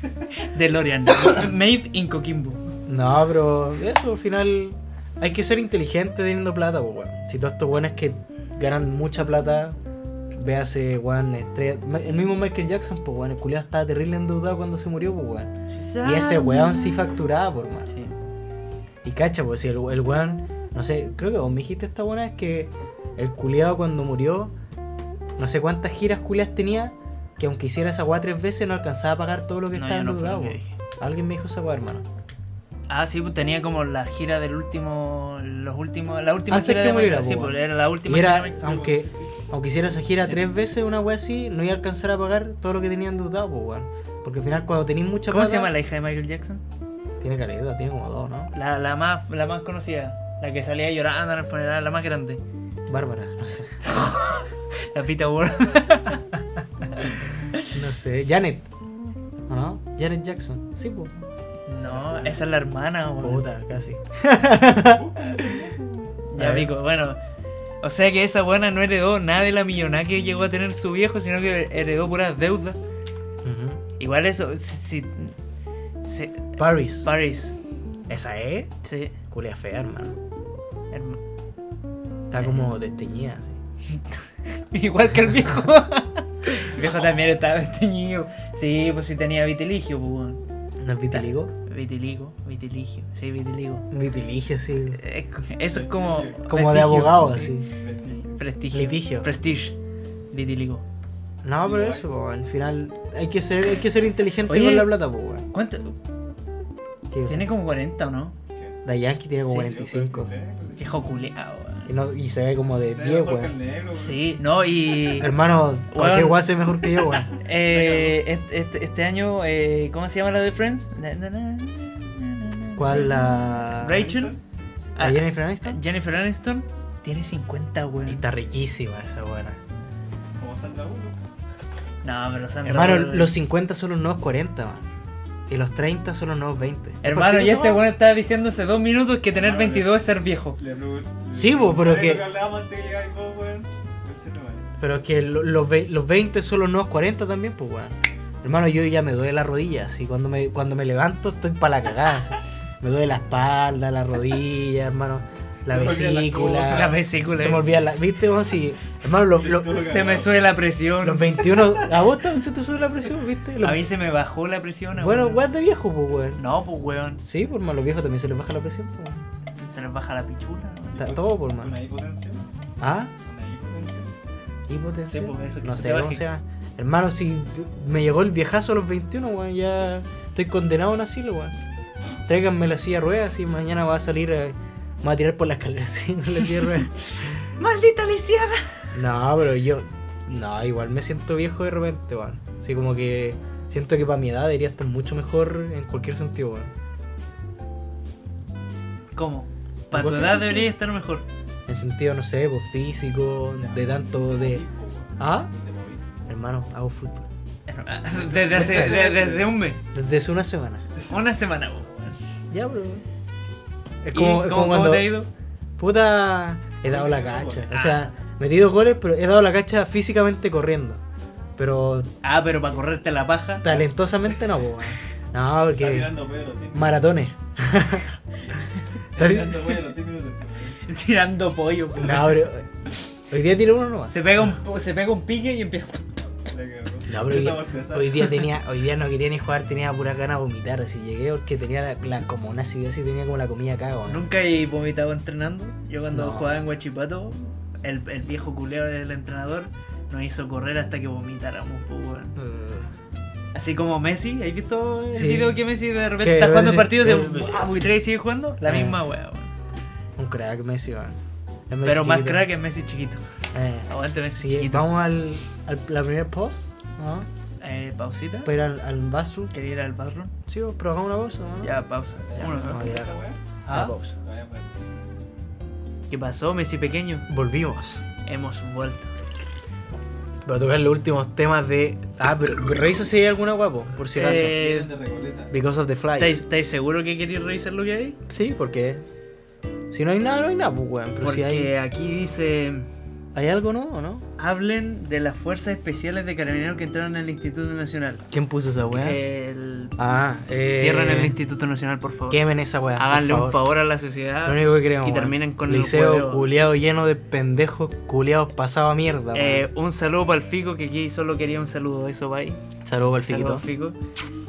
Speaker 2: [LAUGHS]
Speaker 3: DeLorean. Made in Coquimbo.
Speaker 2: No, pero eso al final. Hay que ser inteligente teniendo plata, pues, weón. Si todos estos weones que ganan mucha plata, véase, weón, estrella. El mismo Michael Jackson, pues, weón, el culiado estaba terrible endeudado cuando se murió, pues, weón. Y ese weón sí facturaba, por más.
Speaker 3: Sí.
Speaker 2: Y cacha, pues si el, el weón, no sé, creo que vos me dijiste esta buena es que el culiado cuando murió, no sé cuántas giras culias tenía, que aunque hiciera esa weá tres veces no alcanzaba a pagar todo lo que
Speaker 3: No,
Speaker 2: estaba
Speaker 3: yo no fue
Speaker 2: endeudado.
Speaker 3: lo que
Speaker 2: weón.
Speaker 3: dije.
Speaker 2: Alguien me dijo esa weá, hermano.
Speaker 3: Ah, sí, pues tenía como la gira del último. Los últimos, la última
Speaker 2: Antes
Speaker 3: gira
Speaker 2: que
Speaker 3: de
Speaker 2: muriera,
Speaker 3: Michael- Sí,
Speaker 2: pues,
Speaker 3: pues
Speaker 2: bueno.
Speaker 3: era la última
Speaker 2: Y era,
Speaker 3: gira de Michael-
Speaker 2: aunque, aunque hiciera esa gira
Speaker 3: Sí.
Speaker 2: tres veces, una weá así, no iba a alcanzar a pagar todo lo que tenía endeudado, pues weón. Porque al final cuando tenés mucha
Speaker 3: ¿Cómo
Speaker 2: plata,
Speaker 3: se llama la hija de Michael Jackson?
Speaker 2: Tiene calidad, tiene como dos, ¿no?
Speaker 3: La, la, más, la más conocida. La que salía llorando en el funeral, la más grande.
Speaker 2: Bárbara, no
Speaker 3: [LAUGHS]
Speaker 2: sé.
Speaker 3: La Pita Ward.
Speaker 2: No sé. Janet. ¿O no? Janet Jackson. Sí, pues.
Speaker 3: [LAUGHS] No, esa es la hermana, weón.
Speaker 2: Puta, casi.
Speaker 3: Ya pico, bueno. O sea que esa buena no heredó nada de la millonada que llegó a tener su viejo, sino que heredó puras deudas.
Speaker 2: Ujú.
Speaker 3: Igual eso, si, si- si-
Speaker 2: Paris.
Speaker 3: Paris,
Speaker 2: Esa es
Speaker 3: sí,
Speaker 2: culia fea, hermano.
Speaker 3: herma-
Speaker 2: Está
Speaker 3: Sí.
Speaker 2: como desteñida, así.
Speaker 3: [LAUGHS] igual que el viejo.
Speaker 2: [LAUGHS]
Speaker 3: el viejo también estaba teñido. Sí, pues si tenía vitiligio, pues weón.
Speaker 2: ¿No es vitiligo?
Speaker 3: Vitiligo, vitiligio, sí, vitiligo.
Speaker 2: Vitiligio, sí.
Speaker 3: Es- Eso es como.
Speaker 2: Como de
Speaker 3: prestigio,
Speaker 2: abogado,
Speaker 3: sí.
Speaker 2: así.
Speaker 3: Prestigio.
Speaker 2: Litigio.
Speaker 3: Prestige. Vitiligo.
Speaker 2: No, pero eso, po, al final hay que ser, hay que ser inteligente
Speaker 3: Oye.
Speaker 2: con la plata, pues, weón.
Speaker 3: ¿Cuánto?
Speaker 2: ¿Qué
Speaker 3: Tiene como 40 o no?
Speaker 2: Da Yankee tiene como
Speaker 3: Sí,
Speaker 2: 45.
Speaker 3: Viejo culeado, weón.
Speaker 2: Y, no- y se ve como de 10, weón.
Speaker 3: Sí, no, y.
Speaker 2: Hermano, cualquier
Speaker 3: Weón.
Speaker 2: weón se ve mejor que yo, weón.
Speaker 3: [LAUGHS] eh, este, este- este año, eh, ¿cómo se llama la de Friends? Na, na, na, na, na,
Speaker 2: ¿Cuál la.
Speaker 3: Rachel.
Speaker 2: ¿La
Speaker 3: Ah,
Speaker 2: Jennifer Aniston?
Speaker 3: Jennifer Aniston tiene 50,
Speaker 2: Y
Speaker 3: güey.
Speaker 2: está riquísima esa buena.
Speaker 4: Como Sandra Bullock.
Speaker 3: No, pero Sandra.
Speaker 2: Hermano,
Speaker 3: Bullock-
Speaker 2: los 50 son los nuevos 40, man. Y los 30 son los nuevos 20.
Speaker 3: Hermano,
Speaker 4: ¿Por qué
Speaker 3: ya
Speaker 4: no
Speaker 3: este
Speaker 4: se va?
Speaker 3: güey estaba diciendo hace dos minutos que tener
Speaker 2: Ah,
Speaker 4: Hermano,
Speaker 3: 22 es ser viejo.
Speaker 4: Le pregun- le
Speaker 2: Sí, bo, pero
Speaker 4: preguntaré
Speaker 2: que-
Speaker 4: lo hablábamos antes que llegara y todo, weón. Conche tu madre.
Speaker 2: Pero es que lo- los, ve- los 20 son los nuevos 40 también, pues, weón. Hermano, yo ya me duele la rodilla, así. Cuando me, cuando me levanto estoy para la cagada. así. Me duele la espalda, la rodilla, hermano. La
Speaker 4: Se me olvidan las
Speaker 2: vesícula.
Speaker 4: cosas.
Speaker 3: La vesícula.
Speaker 2: Ah, Se me olvida la... ¿Viste, weón? Sí. Hermano, los, los,
Speaker 3: Se me sube la presión.
Speaker 2: los 21... ¿A vos te- se te sube la presión, viste? Los-
Speaker 3: A mí se me bajó la presión.
Speaker 2: bueno,
Speaker 3: weón.
Speaker 2: weón de viejo, pues, weón.
Speaker 3: No, pues, weón.
Speaker 2: Sí, por más los viejos también se les baja la presión, pues. weón.
Speaker 3: Se les baja la pichula. weón.
Speaker 2: Está todo, por man.
Speaker 4: Una hipotensión.
Speaker 2: ¿Ah,
Speaker 4: Una hipotensión.
Speaker 2: hipotensión.
Speaker 3: Sí, pues, eso que
Speaker 2: no
Speaker 3: se
Speaker 2: sé
Speaker 3: te
Speaker 2: cómo
Speaker 3: baje.
Speaker 2: se llama. Hermano, si me llegó el viejazo a los 21, weón, ya estoy condenado a un asilo, weón. Tráiganme la silla de ruedas y mañana va a salir, eh, me va a tirar por las escalera [LAUGHS] así, con la silla de ruedas.
Speaker 3: ¡Maldita lisiada!
Speaker 2: No, pero yo, no, igual me siento viejo de repente, weón. Así como que siento que para mi edad debería estar mucho mejor en cualquier sentido, weón.
Speaker 3: ¿Cómo? Para tu
Speaker 2: ¿Vos te
Speaker 3: edad
Speaker 2: sentís?
Speaker 3: debería estar mejor.
Speaker 2: [LAUGHS] En sentido, no sé, pues físico, de tanto de...
Speaker 4: Hipo, weón.
Speaker 2: ¿Ah?
Speaker 4: Te moví.
Speaker 2: Hermano, hago fútbol.
Speaker 3: Desde hace, de- desde un mes.
Speaker 2: Desde hace una semana.
Speaker 3: Una semana, weón.
Speaker 2: Ya, bro. Es
Speaker 3: ¿Y
Speaker 2: como, es
Speaker 3: cómo,
Speaker 2: como
Speaker 3: cómo
Speaker 2: cuando.
Speaker 3: te ha ido?
Speaker 2: Puta, he dado la cacha. O sea, metido goles, pero he dado la cacha físicamente corriendo. Pero
Speaker 3: Ah, pero para correrte la paja.
Speaker 2: talentosamente no, po, weón. No,
Speaker 4: Está
Speaker 2: porque.
Speaker 4: tirando pedo los 10 minutos.
Speaker 2: Maratones.
Speaker 4: Está
Speaker 2: ¿Eh?
Speaker 4: tirando pedo los 10 minutos.
Speaker 3: [LAUGHS] Tirando pollo, weón.
Speaker 2: No, pero. Hoy día tiré uno nomás.
Speaker 3: Se pega un, se pega un pique y empieza.
Speaker 4: La cagó.
Speaker 2: No, pero hoy,
Speaker 4: Esa parte, esa-
Speaker 2: hoy día tenía, hoy día no quería ni jugar, tenía pura gana de vomitar. Así llegué porque tenía la, la- como una acidez y tenía como la comida acá, weón.
Speaker 3: Nunca he vomitado entrenando. Yo cuando
Speaker 2: No.
Speaker 3: jugaba en Guachipato, el, el viejo culeado del entrenador nos hizo correr hasta que vomitáramos, po, weón.
Speaker 2: Eh,
Speaker 3: Así como Messi, ¿has visto el
Speaker 2: Sí.
Speaker 3: video que Messi de repente
Speaker 2: Que
Speaker 3: está jugando
Speaker 2: Messi-
Speaker 3: un partido y
Speaker 2: el-
Speaker 3: se ah, buitre y sigue jugando? La
Speaker 2: Ah.
Speaker 3: misma weá, weón.
Speaker 2: Un crack Messi, weón. El Messi
Speaker 3: Pero más
Speaker 2: chiquito.
Speaker 3: crack es Messi chiquito.
Speaker 2: Eh,
Speaker 3: Aguante Messi
Speaker 2: sí,
Speaker 3: chiquito.
Speaker 2: vamos al, al la primer post, ¿no?
Speaker 3: Eh, pausita.
Speaker 2: Para ir al, al Basu.
Speaker 3: Quería ir al bathroom.
Speaker 2: Sí, vos, pero hagamos una pausa, ¿no?
Speaker 3: Ya, pausa.
Speaker 2: Ya,
Speaker 3: Uno,
Speaker 2: vamos a
Speaker 3: ¿no?
Speaker 2: tirar
Speaker 4: esa weá.
Speaker 2: la
Speaker 3: Ah,
Speaker 2: pausa.
Speaker 4: Todavía puede.
Speaker 3: ¿Qué pasó, Messi pequeño?
Speaker 2: Volvimos.
Speaker 3: Hemos vuelto.
Speaker 2: Para tocar los últimos temas de. Ah, pero revisa si hay alguna guapo, por si acaso.
Speaker 3: Eh,
Speaker 4: Vienen de Recoleta.
Speaker 2: Because of the
Speaker 3: ¿Estáis
Speaker 2: flies.
Speaker 3: estáis seguro que queréis revisar lo que hay?
Speaker 2: Sí, porque. Si no hay nada, no hay nada, pues, weón. Pero
Speaker 3: Porque
Speaker 2: si hay.
Speaker 3: aquí dice.
Speaker 2: ¿Hay algo, no? ¿O no?
Speaker 3: Hablen de las fuerzas especiales de carabineros que entraron al Instituto Nacional.
Speaker 2: ¿Quién puso esa weá?
Speaker 3: El...
Speaker 2: ah, eh.
Speaker 3: Eh, Cierren el Instituto Nacional, por favor.
Speaker 2: Quemen esa weá. por
Speaker 3: Háganle un
Speaker 2: favor.
Speaker 3: favor a la sociedad.
Speaker 2: Lo único que queremos.
Speaker 3: Y
Speaker 2: weón.
Speaker 3: terminen con el
Speaker 2: Liceo
Speaker 3: hueveo.
Speaker 2: culiado lleno de pendejos culiados pasado a mierda,
Speaker 3: Eh, un saludo para el Fico, que aquí solo quería un saludo. Eso, bye.
Speaker 2: weón. Saludos al
Speaker 3: Saludos,
Speaker 2: Fiquito.
Speaker 3: Fico.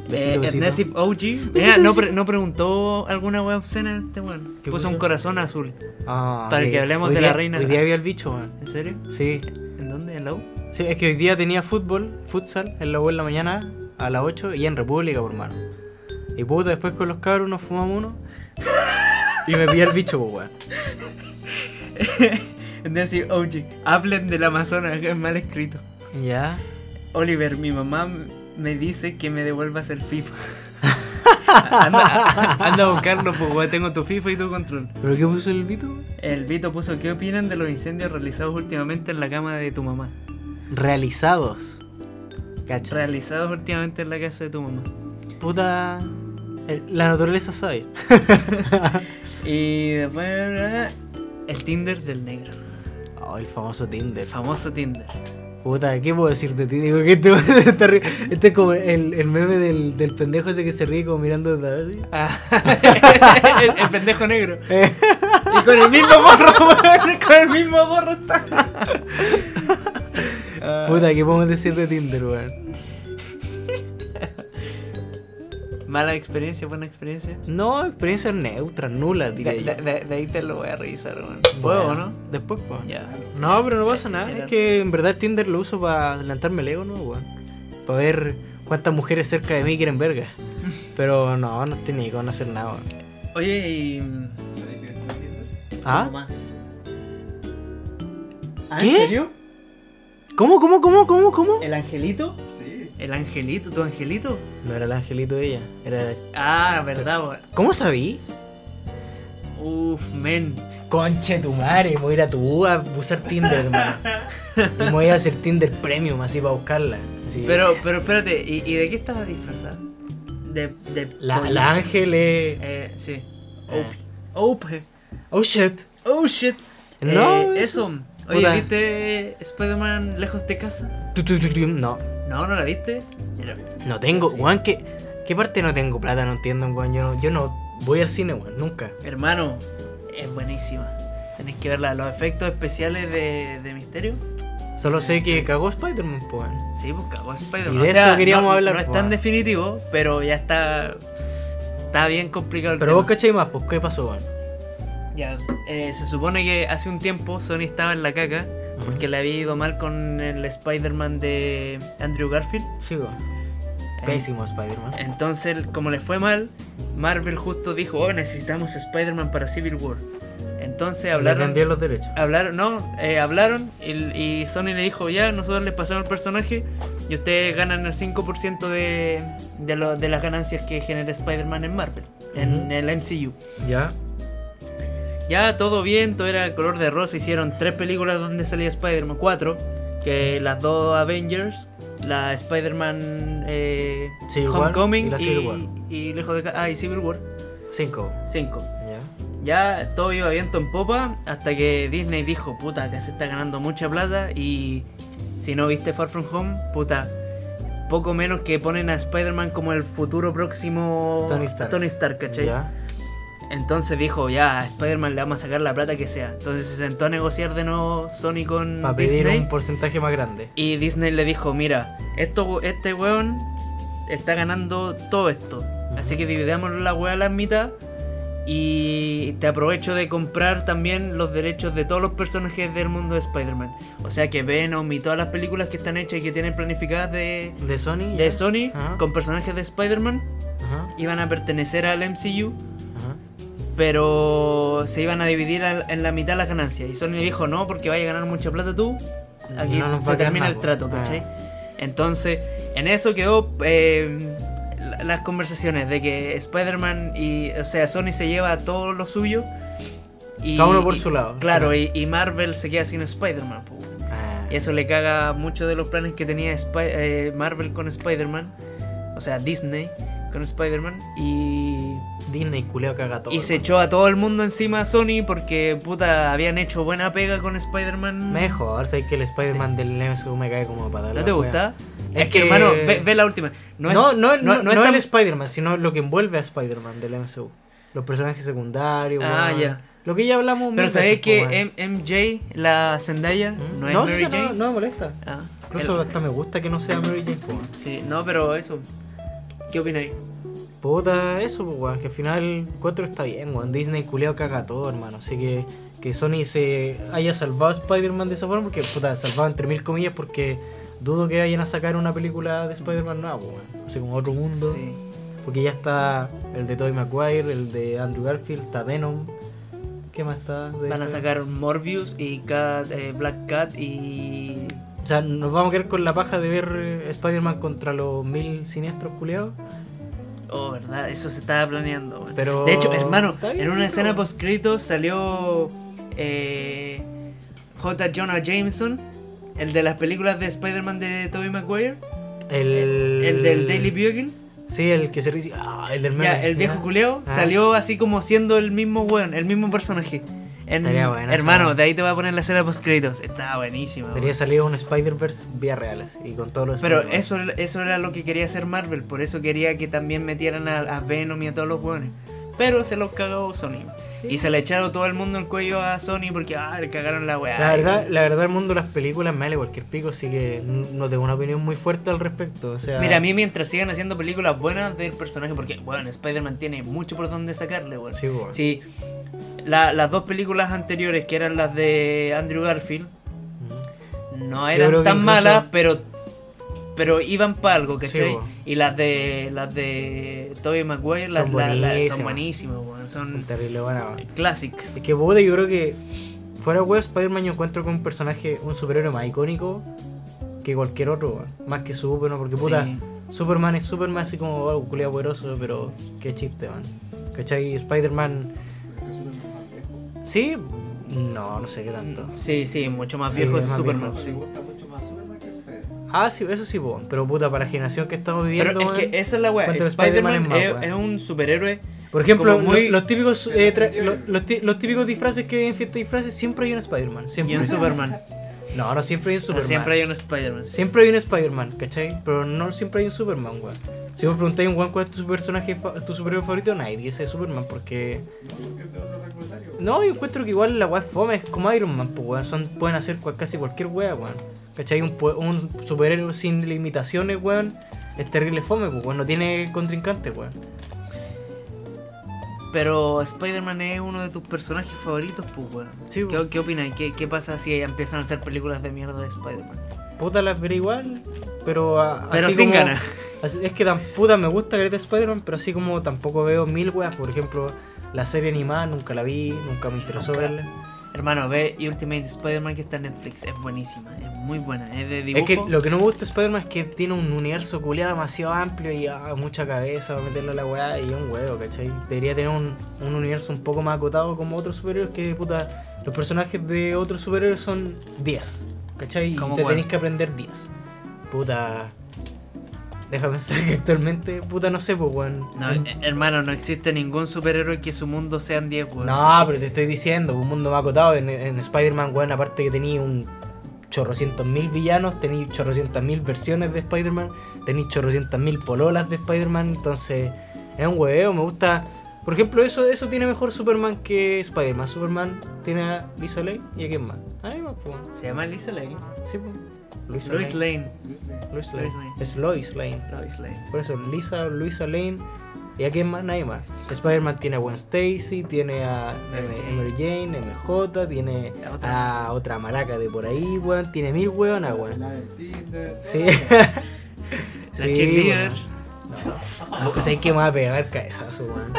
Speaker 2: Besito,
Speaker 3: Eh,
Speaker 2: besito.
Speaker 3: Ernest OG. Mira,
Speaker 2: Besito,
Speaker 3: no,
Speaker 2: besito.
Speaker 3: pre- no preguntó alguna wea obscena este weón.
Speaker 2: ¿Qué
Speaker 3: Puso,
Speaker 2: puso? Eh,
Speaker 3: un corazón azul.
Speaker 2: Ah,
Speaker 3: Para
Speaker 2: ok.
Speaker 3: que hablemos
Speaker 2: Hoy
Speaker 3: de la
Speaker 2: día-
Speaker 3: reina.
Speaker 2: Hoy día había el bicho, weón.
Speaker 3: ¿En serio?
Speaker 2: Sí.
Speaker 3: ¿En dónde? ¿En la U?
Speaker 2: Sí, es que hoy día tenía fútbol, futsal, en la U en la mañana a las 8 y en República, por mano. Y puta, después con los cabros nos fumamos uno y me pillé el bicho, pues, weón.
Speaker 3: Ernest OG. Hablen del Amazonas, que es mal escrito.
Speaker 2: Ya.
Speaker 3: Oliver, mi mamá m- me dice que me devuelvas el FIFA. [LAUGHS] anda, anda a buscarlo, pues weón, tengo tu FIFA y tu control.
Speaker 2: ¿Pero qué puso el bicho? weón?
Speaker 3: El Vito puso, ¿qué opinan de los incendios realizados últimamente en la cama de tu mamá?
Speaker 2: Realizados. Cacha.
Speaker 3: Realizados últimamente en la casa de tu mamá.
Speaker 2: Puta. el- la naturaleza sabe.
Speaker 3: Y después, eh, el Tinder del negro.
Speaker 2: Oh, el famoso Tinder.
Speaker 3: El famoso Tinder.
Speaker 2: Puta, ¿qué puedo decirte, ti? Digo, que este, está ri- este es como el, el meme del, del pendejo ese que se ríe como mirando desde abajo,
Speaker 3: Ah, [LAUGHS] el, el pendejo negro.
Speaker 2: [LAUGHS]
Speaker 3: Y con el mismo borro, weón, [LAUGHS] con el mismo borro está.
Speaker 2: así. Puta, ¿qué podemos decir de Tinder, weón?
Speaker 3: Mala experiencia, buena experiencia.
Speaker 2: No, experiencias neutras, nulas, diría
Speaker 3: De,
Speaker 2: yo.
Speaker 3: de- de- de ahí te lo voy a revisar, weón.
Speaker 2: Bueno,
Speaker 3: ¿Puedo o no?
Speaker 2: Después, pues.
Speaker 3: Ya.
Speaker 2: No, pero no pasa nada.
Speaker 3: Era-
Speaker 2: Es que en verdad Tinder lo uso para adelantarme el ego, ¿no, weón? Para ver cuántas mujeres cerca de mí quieren
Speaker 3: [LAUGHS]
Speaker 2: verga. Pero no, no tiene con hacer nada, weón.
Speaker 3: Oye, y. mm,
Speaker 4: ¿Sabes qué estoy viendo?
Speaker 2: ¿Ah?
Speaker 3: mamá. ¿Ah,
Speaker 2: ¿Qué?
Speaker 3: ¿En serio?
Speaker 2: ¿Cómo, cómo, cómo, cómo, cómo?
Speaker 3: ¿El angelito?
Speaker 4: Sí.
Speaker 3: ¿El angelito? ¿Tu angelito?
Speaker 2: No era el angelito de ella. Era.
Speaker 3: Ah, verdad, weón.
Speaker 2: ¿Cómo sabí?
Speaker 3: Uf, men.
Speaker 2: Conche tu madre, voy a ir a tu U a usar Tinder, hermano. Y me voy a hacer Tinder Premium así para buscarla. Así.
Speaker 3: Pero, pero espérate, ¿y, y de qué estaba disfrazada? De. de
Speaker 2: La,
Speaker 3: policía.
Speaker 2: la Ángel es.
Speaker 3: Eh, sí.
Speaker 2: Eh.
Speaker 3: Ope. Ope.
Speaker 2: Oh shit.
Speaker 3: Oh shit.
Speaker 2: No,
Speaker 3: Eh,
Speaker 2: eso-
Speaker 3: eso. Oye,
Speaker 2: Puta.
Speaker 3: ¿viste Spider-Man lejos de casa?
Speaker 2: Tu, tu, tu, tu. No,
Speaker 3: No, no la viste. Yo la vi.
Speaker 2: no tengo.
Speaker 3: Sí.
Speaker 2: Weón, ¿qué, ¿qué parte no tengo plata? No entiendo, weón. Yo no, yo no voy al cine, weón, nunca.
Speaker 3: Hermano, es buenísima. Tenéis que verla. Los efectos especiales de, de Misterio.
Speaker 2: Solo sé que cagó Spider-Man, po, weón.
Speaker 3: Sí, pues cagó a Spider-Man.
Speaker 2: Y de
Speaker 3: O sea,
Speaker 2: eso queríamos
Speaker 3: no,
Speaker 2: hablar,
Speaker 3: No es
Speaker 2: pues,
Speaker 3: tan
Speaker 2: bueno.
Speaker 3: definitivo, pero ya está. Está bien complicado el
Speaker 2: Pero
Speaker 3: tema.
Speaker 2: vos cachai más, pues, ¿qué pasó, weón?
Speaker 3: Ya, eh, se supone que hace un tiempo Sony estaba en la caca porque le había ido mal con el Spider-Man de Andrew Garfield.
Speaker 2: Sí, weón.
Speaker 3: Eh,
Speaker 2: Pésimo Spider-Man.
Speaker 3: Entonces, como le fue mal, Marvel justo dijo, oh, necesitamos Spider-Man para Civil War. Entonces
Speaker 2: Le
Speaker 3: hablaron...
Speaker 2: vendieron los derechos.
Speaker 3: Hablaron, no, eh, hablaron y, y Sony le dijo, ya, nosotros les pasamos el personaje y ustedes ganan el 5% de, de, lo- de las ganancias que genera Spider-Man en Marvel, en
Speaker 2: Ujú.
Speaker 3: el MCU.
Speaker 2: Ya.
Speaker 3: Ya todo bien, todo era color de rosa. Hicieron tres películas donde salía Spider-Man 4, que las dos Avengers la Spider-Man eh,
Speaker 2: Civil War
Speaker 3: Homecoming
Speaker 2: y la Civil War.
Speaker 3: y, y lejos de ca- ah, y Civil War
Speaker 2: 5.
Speaker 3: 5.
Speaker 2: ¿Ya?
Speaker 3: Ya todo iba viento en popa hasta que Disney dijo, puta, acá se está ganando mucha plata y si no viste Far From Home, puta, poco menos que ponen a Spider-Man como el futuro próximo
Speaker 2: Tony Stark.
Speaker 3: ¿cachai?
Speaker 2: ¿Ya?
Speaker 3: Entonces dijo, ya, a Spider-Man le vamos a sacar la plata que sea. Entonces se sentó a negociar de nuevo Sony con
Speaker 2: Para pedir
Speaker 3: Disney.
Speaker 2: un porcentaje más grande.
Speaker 3: Y Disney le dijo, mira, esto, este weón está ganando todo esto. Así que dividamos la weá a la mitad. Y te aprovecho de comprar también los derechos de todos los personajes del mundo de Spider-Man. O sea que Venom y todas las películas que están hechas y que tienen planificadas de,
Speaker 2: ¿De Sony? ya?
Speaker 3: de Sony
Speaker 2: Ajá.
Speaker 3: con personajes de Spider-Man
Speaker 2: Ajá,
Speaker 3: iban a pertenecer al MCU.
Speaker 2: ajá.
Speaker 3: Pero se iban a dividir al- en la mitad las ganancias. Y Sony le dijo, no, porque vaya a ganar mucha plata tú. Aquí
Speaker 2: Y no nos va
Speaker 3: se
Speaker 2: a quedar
Speaker 3: termina
Speaker 2: nada,
Speaker 3: el
Speaker 2: po.
Speaker 3: trato,
Speaker 2: Ah.
Speaker 3: ¿cachai? Entonces, en eso quedó eh, la- las conversaciones de que Spider-Man y, o sea, Sony se lleva todo lo suyo. Y,
Speaker 2: Cada uno por
Speaker 3: y-
Speaker 2: su lado.
Speaker 3: Claro, y, y Marvel se queda sin Spider-Man. po.
Speaker 2: Ah,
Speaker 3: Y eso le caga mucho de los planes que tenía Spi- eh, Marvel con Spider-Man. O sea, Disney con Spider-Man. Y
Speaker 2: Disney culeo caga todo.
Speaker 3: y se
Speaker 2: hermano.
Speaker 3: echó a todo el mundo encima a Sony porque puta habían hecho buena pega con Spider-Man.
Speaker 2: Mejor, sé que el Spider-Man del MCU me cae como para
Speaker 3: ¿No te gusta?
Speaker 2: Es
Speaker 3: Es, que,
Speaker 2: que-
Speaker 3: hermano, ve, ve la última. No,
Speaker 2: No,
Speaker 3: es-
Speaker 2: no, no, no,
Speaker 3: no es tan-
Speaker 2: el Spider-Man, sino lo que envuelve a Spider-Man del MCU. Los personajes secundarios.
Speaker 3: Ah,
Speaker 2: weón.
Speaker 3: ya.
Speaker 2: Lo que ya hablamos. mil
Speaker 3: Pero sabéis
Speaker 2: veces,
Speaker 3: que
Speaker 2: po, weón.
Speaker 3: M- MJ, la Zendaya,
Speaker 2: ¿Mm?
Speaker 3: no es
Speaker 2: no,
Speaker 3: Mary
Speaker 2: sí, no,
Speaker 3: Jane.
Speaker 2: no me molesta.
Speaker 3: Ah,
Speaker 2: Incluso
Speaker 3: el-
Speaker 2: hasta me gusta que no sea Mary Jane. po, weón.
Speaker 3: Sí, no, pero eso. ¿Qué opináis?
Speaker 2: Puta, eso, pues, weón, que al final 4 está bien, weón. Disney culeado caga todo, hermano. Así que que Sony se haya salvado a Spider-Man de esa forma, porque, puta, salvado entre mil comillas, porque dudo que vayan a sacar una película de Spider-Man nueva, pues, weón. Así como otro mundo.
Speaker 3: Sí.
Speaker 2: Porque ya está el de Tobey Maguire, el de Andrew Garfield, está Venom. ¿Qué más está? de
Speaker 3: Van a
Speaker 2: Spider-Man?
Speaker 3: sacar Morbius y Cat, eh, Black Cat y.
Speaker 2: O sea, nos vamos a quedar con la paja de ver eh, Spider-Man contra los mil siniestros culeados.
Speaker 3: Oh, verdad, eso se estaba planeando. weón.
Speaker 2: Pero.
Speaker 3: De hecho, hermano,
Speaker 2: está bien,
Speaker 3: en una
Speaker 2: bro.
Speaker 3: escena postcrito salió eh, J. Jonah Jameson, el de las películas de Spider-Man de Tobey Maguire,
Speaker 2: El.
Speaker 3: el del Daily Bugle,
Speaker 2: Sí, Eh, el que se dice. Ah, el del meme.
Speaker 3: ya, el viejo
Speaker 2: ya.
Speaker 3: culeo,
Speaker 2: Ah.
Speaker 3: salió así como siendo el mismo weón, el mismo personaje. En-
Speaker 2: Estaría buena
Speaker 3: hermano,
Speaker 2: esa.
Speaker 3: de ahí te voy a poner la escena post-créditos. Está buenísima. weón.
Speaker 2: Debería salir un Spider-Verse vía reales y con todos los.
Speaker 3: Pero
Speaker 2: Spider-Man.
Speaker 3: eso, eso era lo que quería hacer Marvel, por eso quería que también metieran a, a Venom y a todos los weones. Pero se los cagó Sony. Y se le echaron todo el mundo el cuello a Sony porque ah, le cagaron la weá.
Speaker 2: La verdad, la verdad, el mundo de las películas me vale cualquier pico, así que n- no tengo una opinión muy fuerte al respecto. O sea,
Speaker 3: Mira, a mí mientras sigan haciendo películas buenas del personaje, porque bueno, Spider-Man tiene mucho por donde sacarle, weón.
Speaker 2: Sí, weón.
Speaker 3: Sí. La- las dos películas anteriores, que eran las de Andrew Garfield,
Speaker 2: mm,
Speaker 3: no
Speaker 2: creo
Speaker 3: eran
Speaker 2: que
Speaker 3: tan
Speaker 2: incluso-
Speaker 3: malas, pero pero iban para algo, ¿cachai?
Speaker 2: Sí, weón.
Speaker 3: y las de las de Tobey Maguire, las,
Speaker 2: Son
Speaker 3: las- las- son
Speaker 2: buenísimas.
Speaker 3: buenísimas, weón,
Speaker 2: Son
Speaker 3: son
Speaker 2: terrible, bueno.
Speaker 3: clásicas.
Speaker 2: Es que puta, yo creo que fuera web Spider-Man yo encuentro con un personaje, un superhéroe más icónico que cualquier otro, weón. más que Superman, porque puta,
Speaker 3: Sí.
Speaker 2: Superman es Superman así como algo culiado poderoso, pero qué chiste, man. ¿Cachai? Spider-Man, sí, no, no sé qué tanto.
Speaker 3: Sí, sí, mucho más
Speaker 2: Sí,
Speaker 3: viejo
Speaker 2: es
Speaker 3: es
Speaker 2: más
Speaker 3: Superman.
Speaker 2: viejo.
Speaker 3: sí.
Speaker 2: Ah, sí, eso sí, weón, pero puta, para la generación que estamos viviendo,
Speaker 3: Pero es
Speaker 2: weón.
Speaker 3: que esa es la weá.
Speaker 2: Encuentro que
Speaker 3: Spider-man
Speaker 2: Spider-Man es
Speaker 3: es,
Speaker 2: más,
Speaker 3: es
Speaker 2: weón.
Speaker 3: un superhéroe.
Speaker 2: Por ejemplo,
Speaker 3: como muy-
Speaker 2: lo- los típicos
Speaker 4: Pero
Speaker 2: eh,
Speaker 4: se
Speaker 2: tra-
Speaker 4: entiende.
Speaker 2: lo- los, ti- los típicos disfraces que hay en fiesta de disfraces, siempre hay un Spider-Man,
Speaker 3: Y
Speaker 2: siempre.
Speaker 3: un Superman.
Speaker 2: No, no siempre hay un
Speaker 3: O sea,
Speaker 2: Superman.
Speaker 3: siempre hay un Spider-Man. sí.
Speaker 2: Siempre hay un Spider-Man, ¿cachai? Pero no siempre hay un Superman, weón. Si vos preguntáis a un weón cuál es tu personaje, fa- tu superhéroe favorito, nadie dice Superman porque... No, yo encuentro que igual la weá es fome, es como Iron Man, pues weón. Son, pueden hacer cual- casi cualquier weá, weón. ¿Cachai? Un, pue- un superhéroe sin limitaciones, weón. Es terrible fome, pues weón. No tiene contrincante, weón.
Speaker 3: Pero Spider-Man es uno de tus personajes favoritos, pues, weón.
Speaker 2: Sí,
Speaker 3: ¿Qué, qué opinas? ¿Qué, ¿Qué pasa si empiezan a hacer películas de mierda de Spider-Man?
Speaker 2: Puta las veré igual, pero... a-
Speaker 3: Pero
Speaker 2: así
Speaker 3: sin
Speaker 2: como-
Speaker 3: ganas.
Speaker 2: Así- Es que tan puta me gusta Greta Spider-Man, pero así como tampoco veo mil weas. Por ejemplo, la serie animada nunca la vi, nunca me interesó
Speaker 3: Nunca.
Speaker 2: verla.
Speaker 3: Hermano, ve Ultimate Spider-Man que está en Netflix. Es buenísima, es muy buena. Es de dibujo.
Speaker 2: Es que lo que no me gusta de Spider-Man es que tiene un universo culiado demasiado amplio y ah, mucha cabeza para meterle a la wea y un huevo, ¿cachai? Debería tener un, un universo un poco más acotado como otros superhéroes que puta. Los personajes de otros superhéroes son 10, ¿cachai? Y
Speaker 3: ¿Cómo
Speaker 2: te
Speaker 3: cuál?
Speaker 2: tenés que aprender 10. Puta. Déjame pensar que actualmente. Puta, no sé, pues, weón.
Speaker 3: No,
Speaker 2: Un-
Speaker 3: eh, hermano, no existe ningún superhéroe que su mundo sean 10, weón.
Speaker 2: No, pero te estoy diciendo, un mundo más acotado. En, en Spider-Man, weón, aparte que tenía un chorrocientos mil villanos, tenía chorrocientas mil versiones de Spider-Man, tenía chorrocientas mil pololas de Spider-Man, entonces es un hueveo, me gusta. Por ejemplo, eso, eso tiene mejor Superman que Spider-Man. Superman tiene a Lisa Lane y a quién más. A nadie más, pues.
Speaker 3: Se llama Lisa Lane.
Speaker 2: Sí, pues. Luisa
Speaker 3: Lois
Speaker 2: Lane.
Speaker 3: Lane.
Speaker 2: Lois Lane.
Speaker 3: Lois Lane.
Speaker 2: Es Lois Lane.
Speaker 3: Lois Lane.
Speaker 2: Por eso, Lisa, Luisa Lane. ¿Y a quién más? Nadie más. Spider-Man tiene a Gwen Stacy, tiene a
Speaker 3: Mary
Speaker 2: M-
Speaker 3: Jane.
Speaker 2: Mary Jane, MJ, tiene
Speaker 3: La otra.
Speaker 2: a otra maraca de por ahí, weón. Tiene mil weonas, weón.
Speaker 4: La de Tinder.
Speaker 2: Sí. [LAUGHS]
Speaker 3: La cheerleader.
Speaker 2: weón. O sea, que me va a pegar cabezazo, weón.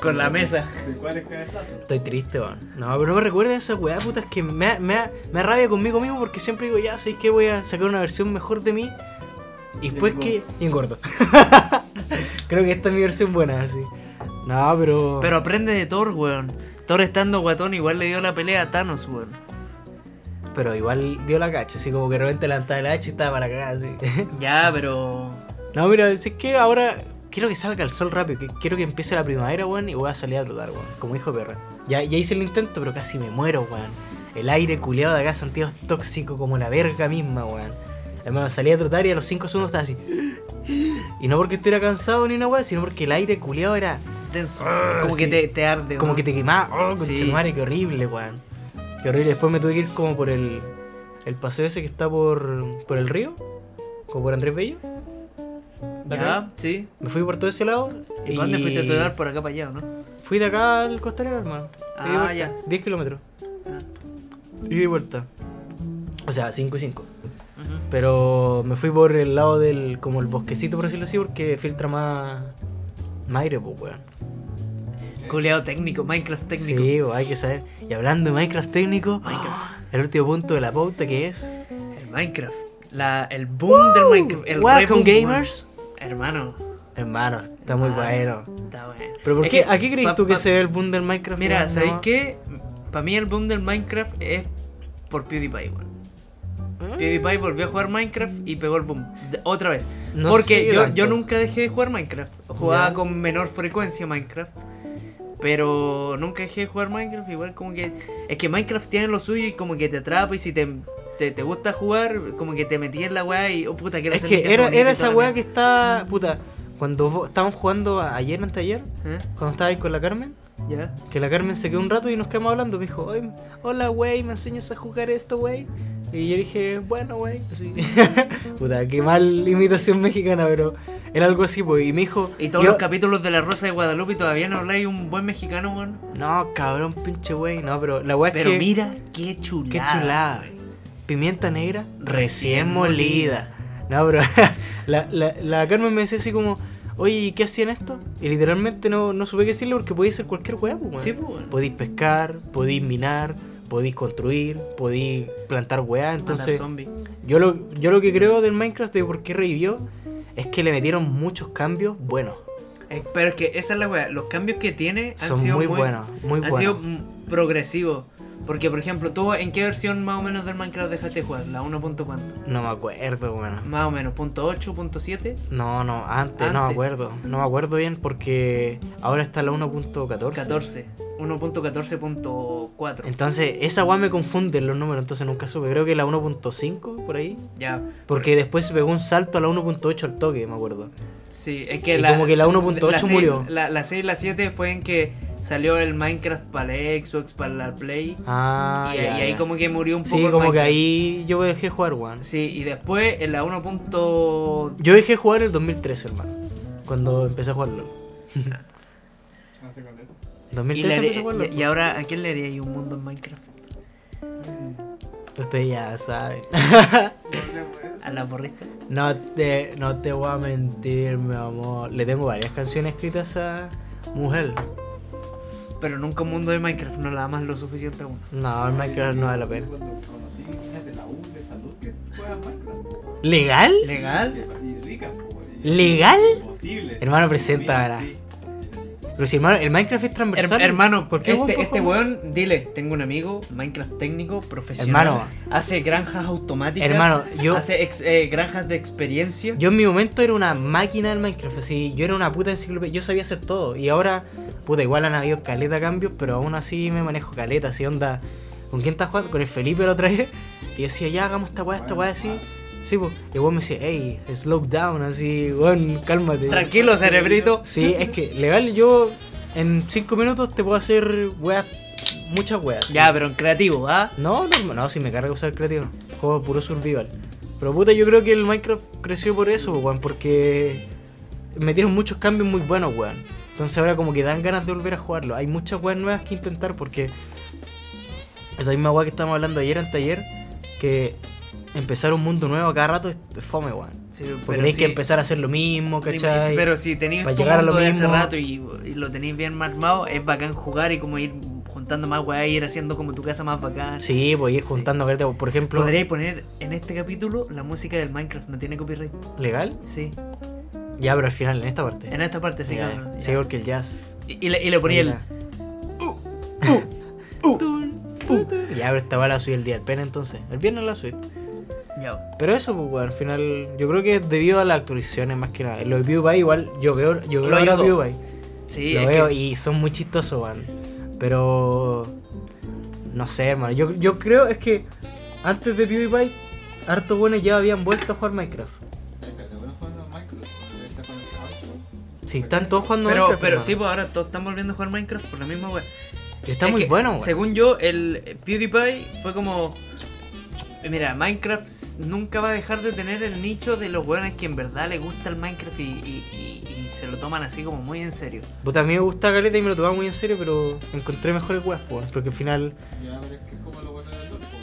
Speaker 3: Con la mesa.
Speaker 4: ¿De cuál es cabezazo?
Speaker 2: Estoy triste, weón. No, pero no me recuerden esa weá, puta, es que me, da- me, da- me da rabia conmigo mismo porque siempre digo, ya, sé que voy a sacar una versión mejor de mí. Y después que. Y engordo. [LAUGHS] Creo que esta es mi versión buena, así. No, pero.
Speaker 3: Pero aprende de Thor, weón. Thor estando guatón igual le dio la pelea a Thanos, weón.
Speaker 2: Pero igual dio la cacha, así como que de repente levantaba la hacha y estaba para cagar, así. [LAUGHS]
Speaker 3: Ya, pero.
Speaker 2: no, mira, si es que ahora quiero que salga el sol rápido, que quiero que empiece la primavera, weón, y voy a salir a trotar, weón, como hijo de perra. Ya, ya hice el intento, pero casi me muero, weón. El aire culeado de acá, Santiago, es tóxico como la verga misma, weón. Hermano, salí a trotar y a los 5 segundos estaba así. [GASPS] Y no porque estuviera cansado ni una weón, sino porque el aire culeado era
Speaker 3: Tenso.
Speaker 2: Ah,
Speaker 3: como que
Speaker 2: sí.
Speaker 3: te, te arde,
Speaker 2: Como
Speaker 3: weón.
Speaker 2: que te quemaba. Oh,
Speaker 3: Sí.
Speaker 2: conchetumare, qué horrible, weón. Qué horrible. Después me tuve que ir como por el. El paseo ese que está por. por el río. Como por Andrés Bello. ¿La
Speaker 3: Ya, sí.
Speaker 2: Me fui por todo ese lado.
Speaker 3: ¿Y dónde fuiste a trotar? Por acá para allá, ¿o ¿no?
Speaker 2: Fui de acá al costanero, hermano.
Speaker 3: Ah,
Speaker 2: Ida y vuelta,
Speaker 3: ya.
Speaker 2: 10 kilómetros.
Speaker 3: Ah.
Speaker 2: Ida Y de vuelta. O sea, 5 y 5.
Speaker 3: Ujú.
Speaker 2: Pero me fui por el lado del. como el bosquecito, por decirlo así, porque filtra más. más aire, pues, weón.
Speaker 3: Culeado técnico, Minecraft técnico. Ah.
Speaker 2: Sí, bo, hay que saber. Y hablando de Minecraft técnico, el último punto de la pauta que es.
Speaker 3: El Minecraft. La, el boom del Minecraft. El
Speaker 2: Welcome
Speaker 3: reboom, weón.
Speaker 2: gamers.
Speaker 3: Hermano,
Speaker 2: Hermano, está muy
Speaker 3: Ah.
Speaker 2: bueno.
Speaker 3: está bueno.
Speaker 2: Pero ¿por
Speaker 3: Es
Speaker 2: qué,
Speaker 3: que
Speaker 2: ¿a qué crees
Speaker 3: pa-
Speaker 2: tú que
Speaker 3: pa-
Speaker 2: se ve el boom del Minecraft?
Speaker 3: Mira,
Speaker 2: weón?
Speaker 3: ¿sabéis
Speaker 2: No.
Speaker 3: qué? Para mí el boom del Minecraft es por PewDiePie, weón.
Speaker 2: Mm.
Speaker 3: PewDiePie volvió a jugar Minecraft y pegó el boom. De- otra vez.
Speaker 2: No
Speaker 3: Porque
Speaker 2: sigue
Speaker 3: yo,
Speaker 2: tanto.
Speaker 3: yo nunca dejé de jugar Minecraft. Jugaba
Speaker 2: Ya.
Speaker 3: con menor frecuencia Minecraft. Pero nunca dejé de jugar Minecraft. Igual como que... Es que Minecraft tiene lo suyo y como que te atrapa y si te... Te, te gusta jugar, como que te metí en la weá y. Oh puta, quiero
Speaker 2: Es
Speaker 3: hacer mi
Speaker 2: que
Speaker 3: casa
Speaker 2: era,
Speaker 3: bonita
Speaker 2: era
Speaker 3: y toda
Speaker 2: esa
Speaker 3: la
Speaker 2: weá que
Speaker 3: mierda.
Speaker 2: está. Puta, cuando vos- estábamos jugando a- ayer, anteayer,
Speaker 3: ¿Eh?
Speaker 2: cuando estaba ahí con la Carmen,
Speaker 3: ¿Ya?
Speaker 2: que la Carmen se quedó un rato y nos quedamos hablando. Me dijo, "Ay, hola wey, me enseñas a jugar esto wey. Y yo dije, bueno wey. así. [LAUGHS] puta, qué mal imitación mexicana, pero era algo así, pues. Y me dijo,
Speaker 3: Y todos
Speaker 2: yo-
Speaker 3: los capítulos de La Rosa de Guadalupe y todavía no habláis un buen mexicano, weón.
Speaker 2: No, cabrón, pinche wey, no, pero la weá es
Speaker 3: Pero
Speaker 2: que.
Speaker 3: mira, qué chulada.
Speaker 2: Qué chulada. Pimienta negra recién molida. No, pero [LAUGHS] la, la, la Carmen me decía así como, oye, ¿y qué hacían esto? Y literalmente no, no supe qué decirle porque podía hacer cualquier hueá, pues, weón.
Speaker 3: Sí, pues, weón.
Speaker 2: Podís pescar, podís minar, podís construir, podís plantar hueá.
Speaker 3: Entonces,
Speaker 2: Entonces, yo lo, yo lo que creo del Minecraft de por qué revivió es que le metieron muchos cambios buenos.
Speaker 3: eh, pero es que esa es la weá. Los cambios que tiene han
Speaker 2: Son
Speaker 3: sido
Speaker 2: muy,
Speaker 3: muy,
Speaker 2: buenos, muy
Speaker 3: han
Speaker 2: buenos.
Speaker 3: sido mm, progresivos. Porque, por ejemplo, tú en qué versión más o menos del Minecraft dejaste de jugar? ¿La 1. punto cuánto?
Speaker 2: No me acuerdo, bueno.
Speaker 3: Más o menos, punto 8, punto 7.
Speaker 2: No, no, antes, no me
Speaker 3: Antes.
Speaker 2: acuerdo. No me acuerdo bien porque ahora está la 1.14.
Speaker 3: 14. 1.14.4.
Speaker 2: Entonces, esa weá me confunde los números, entonces nunca supe. Creo que la 1.5 por ahí.
Speaker 3: Ya.
Speaker 2: Porque después se pegó un salto a la 1.8 al toque, me acuerdo.
Speaker 3: Sí, es
Speaker 2: Y
Speaker 3: que la.
Speaker 2: como que la 1.8
Speaker 3: seis-
Speaker 2: murió.
Speaker 3: La, la 6 y la 7 fue en que salió el Minecraft para la Xbox, para la Play.
Speaker 2: Ah,
Speaker 3: y,
Speaker 2: ya,
Speaker 3: y ahí
Speaker 2: ya.
Speaker 3: como que murió un poco.
Speaker 2: Sí,
Speaker 3: el
Speaker 2: como que
Speaker 3: Minecraft.
Speaker 2: ahí yo dejé jugar, weón.
Speaker 3: Sí, y después en la 1.
Speaker 2: Yo dejé jugar el 2013, hermano. Cuando empecé a jugarlo.
Speaker 4: No sé cuál es.
Speaker 3: Y, le
Speaker 2: 2013
Speaker 3: haré-
Speaker 2: empecé a jugarlo.
Speaker 3: y- y ahora, ¿a quién le haría ahí un mundo en Minecraft?
Speaker 2: Mm. Ustedes ya saben. [LAUGHS]
Speaker 4: No hablemos de eso.
Speaker 3: A la borrita.
Speaker 2: No te, no te voy a mentir, mi amor. Le tengo varias canciones escritas a mujer.
Speaker 3: Pero nunca un mundo de Minecraft, no la amas lo suficiente aún.
Speaker 2: No, el Minecraft no vale la pena.
Speaker 4: Cuando conocí niñas de la U de salud que juegan Minecraft.
Speaker 2: ¿Legal?
Speaker 3: ¿Legal?
Speaker 4: Y ricas, po, y-
Speaker 2: ¿Legal?
Speaker 4: Imposible.
Speaker 2: Hermano, presenta,
Speaker 4: Sí,
Speaker 2: ¿verdad?
Speaker 4: sí. Y yo así,
Speaker 2: Pero si hermano, el Minecraft es
Speaker 5: Her-
Speaker 2: transversal.
Speaker 5: hermano,
Speaker 2: ¿por qué
Speaker 5: este,
Speaker 2: vos,
Speaker 5: este
Speaker 2: vos, vos?
Speaker 5: weón, dile, tengo un amigo, Minecraft técnico, profesional.
Speaker 2: Hermano.
Speaker 5: hace granjas automáticas.
Speaker 2: Hermano, yo-
Speaker 5: Hace ex- eh, granjas de experiencia.
Speaker 2: Yo en mi momento era una máquina del Minecraft, así, yo era una puta enciclopedia, yo sabía hacer todo. Y ahora, puta, igual han habido caleta cambios, pero aún así me manejo caleta, así onda. ¿Con quién estás jugando? Con el Felipe la otra vez. [LAUGHS] Y yo decía, ya hagamos esta weá, esta weá así. Sí, pues. Y el weón me decía, hey, slow down, así, weón, cálmate.
Speaker 3: Tranquilo, cerebrito.
Speaker 2: Sí, es que legal, yo en 5 minutos te puedo hacer weas, muchas weas.
Speaker 3: Ya, pero en creativo, ¿ah?
Speaker 2: No, no, no, si me carga usar creativo. Juego puro survival. Pero puta, yo creo que el Minecraft creció por eso, weón, porque metieron muchos cambios muy buenos, weón. Entonces ahora como que dan ganas de volver a jugarlo. Hay muchas weas nuevas que intentar porque esa misma wea que estábamos hablando ayer anteayer, que empezar un mundo nuevo a cada rato es es fome, weón.
Speaker 3: Sí,
Speaker 2: Porque
Speaker 3: pero
Speaker 2: tenéis
Speaker 3: sí.
Speaker 2: que empezar a hacer lo mismo, ¿cachai?
Speaker 3: Pero si tenéis
Speaker 2: Para
Speaker 3: tu
Speaker 2: llegar a lo
Speaker 3: mundo de hace
Speaker 2: mismo.
Speaker 3: rato y, y lo tenéis bien armado, es bacán jugar y como ir juntando más weá y ir haciendo como tu casa más bacán.
Speaker 2: Sí, voy a ir juntando a ver, por ejemplo,
Speaker 3: Podríais poner en este capítulo la música del Minecraft, no tiene copyright.
Speaker 2: legal.
Speaker 3: Sí,
Speaker 2: Ya, pero al final, en esta parte.
Speaker 3: en esta parte sí,
Speaker 2: Ya,
Speaker 3: cabrón, ya.
Speaker 2: sí, porque el jazz.
Speaker 3: Y, y le, y le ponía el.
Speaker 2: Mira. Ya, pero esta va la subí el día del pena entonces. El viernes la subí.
Speaker 3: Ya,
Speaker 2: Pero eso, pues, weón, al final, yo creo que es debido a las actualizaciones más que nada. Lo de PewDiePie igual, yo veo, yo veo
Speaker 3: Lo
Speaker 2: ahora
Speaker 3: ayudó.
Speaker 2: PewDiePie.
Speaker 3: Sí,
Speaker 2: lo
Speaker 3: es
Speaker 2: veo
Speaker 3: que-
Speaker 2: y son muy chistosos, weón. Pero... No sé, hermano. Yo, yo creo es que antes de PewDiePie, hartos buenos ya habían vuelto a jugar Minecraft. Si están todos jugando
Speaker 3: pero,
Speaker 2: Minecraft.
Speaker 3: pero
Speaker 2: hermano.
Speaker 3: sí, pues ahora todos están volviendo a jugar Minecraft por la misma weá.
Speaker 2: Está
Speaker 3: Es
Speaker 2: muy
Speaker 3: que,
Speaker 2: bueno, weón.
Speaker 3: Según yo, el eh, PewDiePie fue como. eh, Mira, Minecraft s- nunca va a dejar de tener el nicho de los weones que en verdad les gusta el Minecraft y, y- y- y se lo toman así como muy en serio.
Speaker 2: Puta, a mí me gusta Galeta y me lo tomaba muy en serio, pero encontré mejores weas, po, porque al final.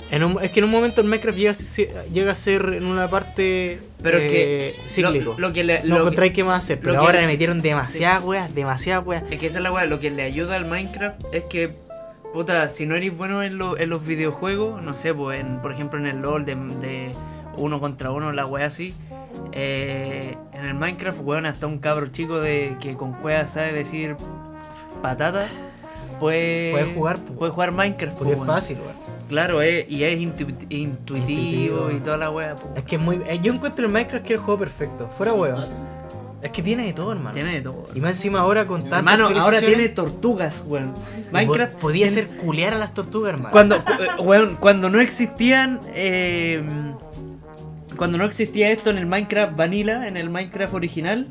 Speaker 2: En un- es que en un momento el Minecraft llega a ser, llega a ser en una parte
Speaker 3: Pero
Speaker 2: eh,
Speaker 3: es que. lo-
Speaker 2: cíclico.
Speaker 3: Lo, que le,
Speaker 2: no
Speaker 3: lo
Speaker 2: encontráis
Speaker 3: que,
Speaker 2: qué más hacer,
Speaker 3: lo
Speaker 2: pero
Speaker 3: que-
Speaker 2: ahora le metieron demasiadas weas, demasiadas weas.
Speaker 3: es que esa es la weá. Lo que le ayuda al Minecraft es que. Puta, si no eres bueno en, lo- en los videojuegos, no sé, pues en, por ejemplo en el LOL de, de uno contra uno, la weá así. eh, en el Minecraft, weón, hasta un cabro chico de que con cueva sabe decir patata, puede,
Speaker 2: Puede jugar, po.
Speaker 3: puede jugar Minecraft. po,
Speaker 2: Porque es
Speaker 3: weón.
Speaker 2: fácil, weón.
Speaker 3: Claro, es- y es intu- intuitivo,
Speaker 2: Intuitivo.
Speaker 3: y toda la pues. wea. po.
Speaker 2: Es que es muy. eh, yo encuentro el Minecraft que es el juego perfecto. Fuera weón. Es que tiene de todo, hermano.
Speaker 3: Tiene de todo.
Speaker 2: Y más encima ahora con tantas
Speaker 3: Hermano, ahora
Speaker 2: actualizaciones,
Speaker 3: tiene tortugas, weón.
Speaker 2: po-
Speaker 3: Minecraft
Speaker 2: podía
Speaker 3: tiene-
Speaker 2: hacer culear a las tortugas, hermano.
Speaker 3: Cuando, eh, weón, cuando no existían. eh, cuando no existía esto en el Minecraft Vanilla, en el Minecraft original,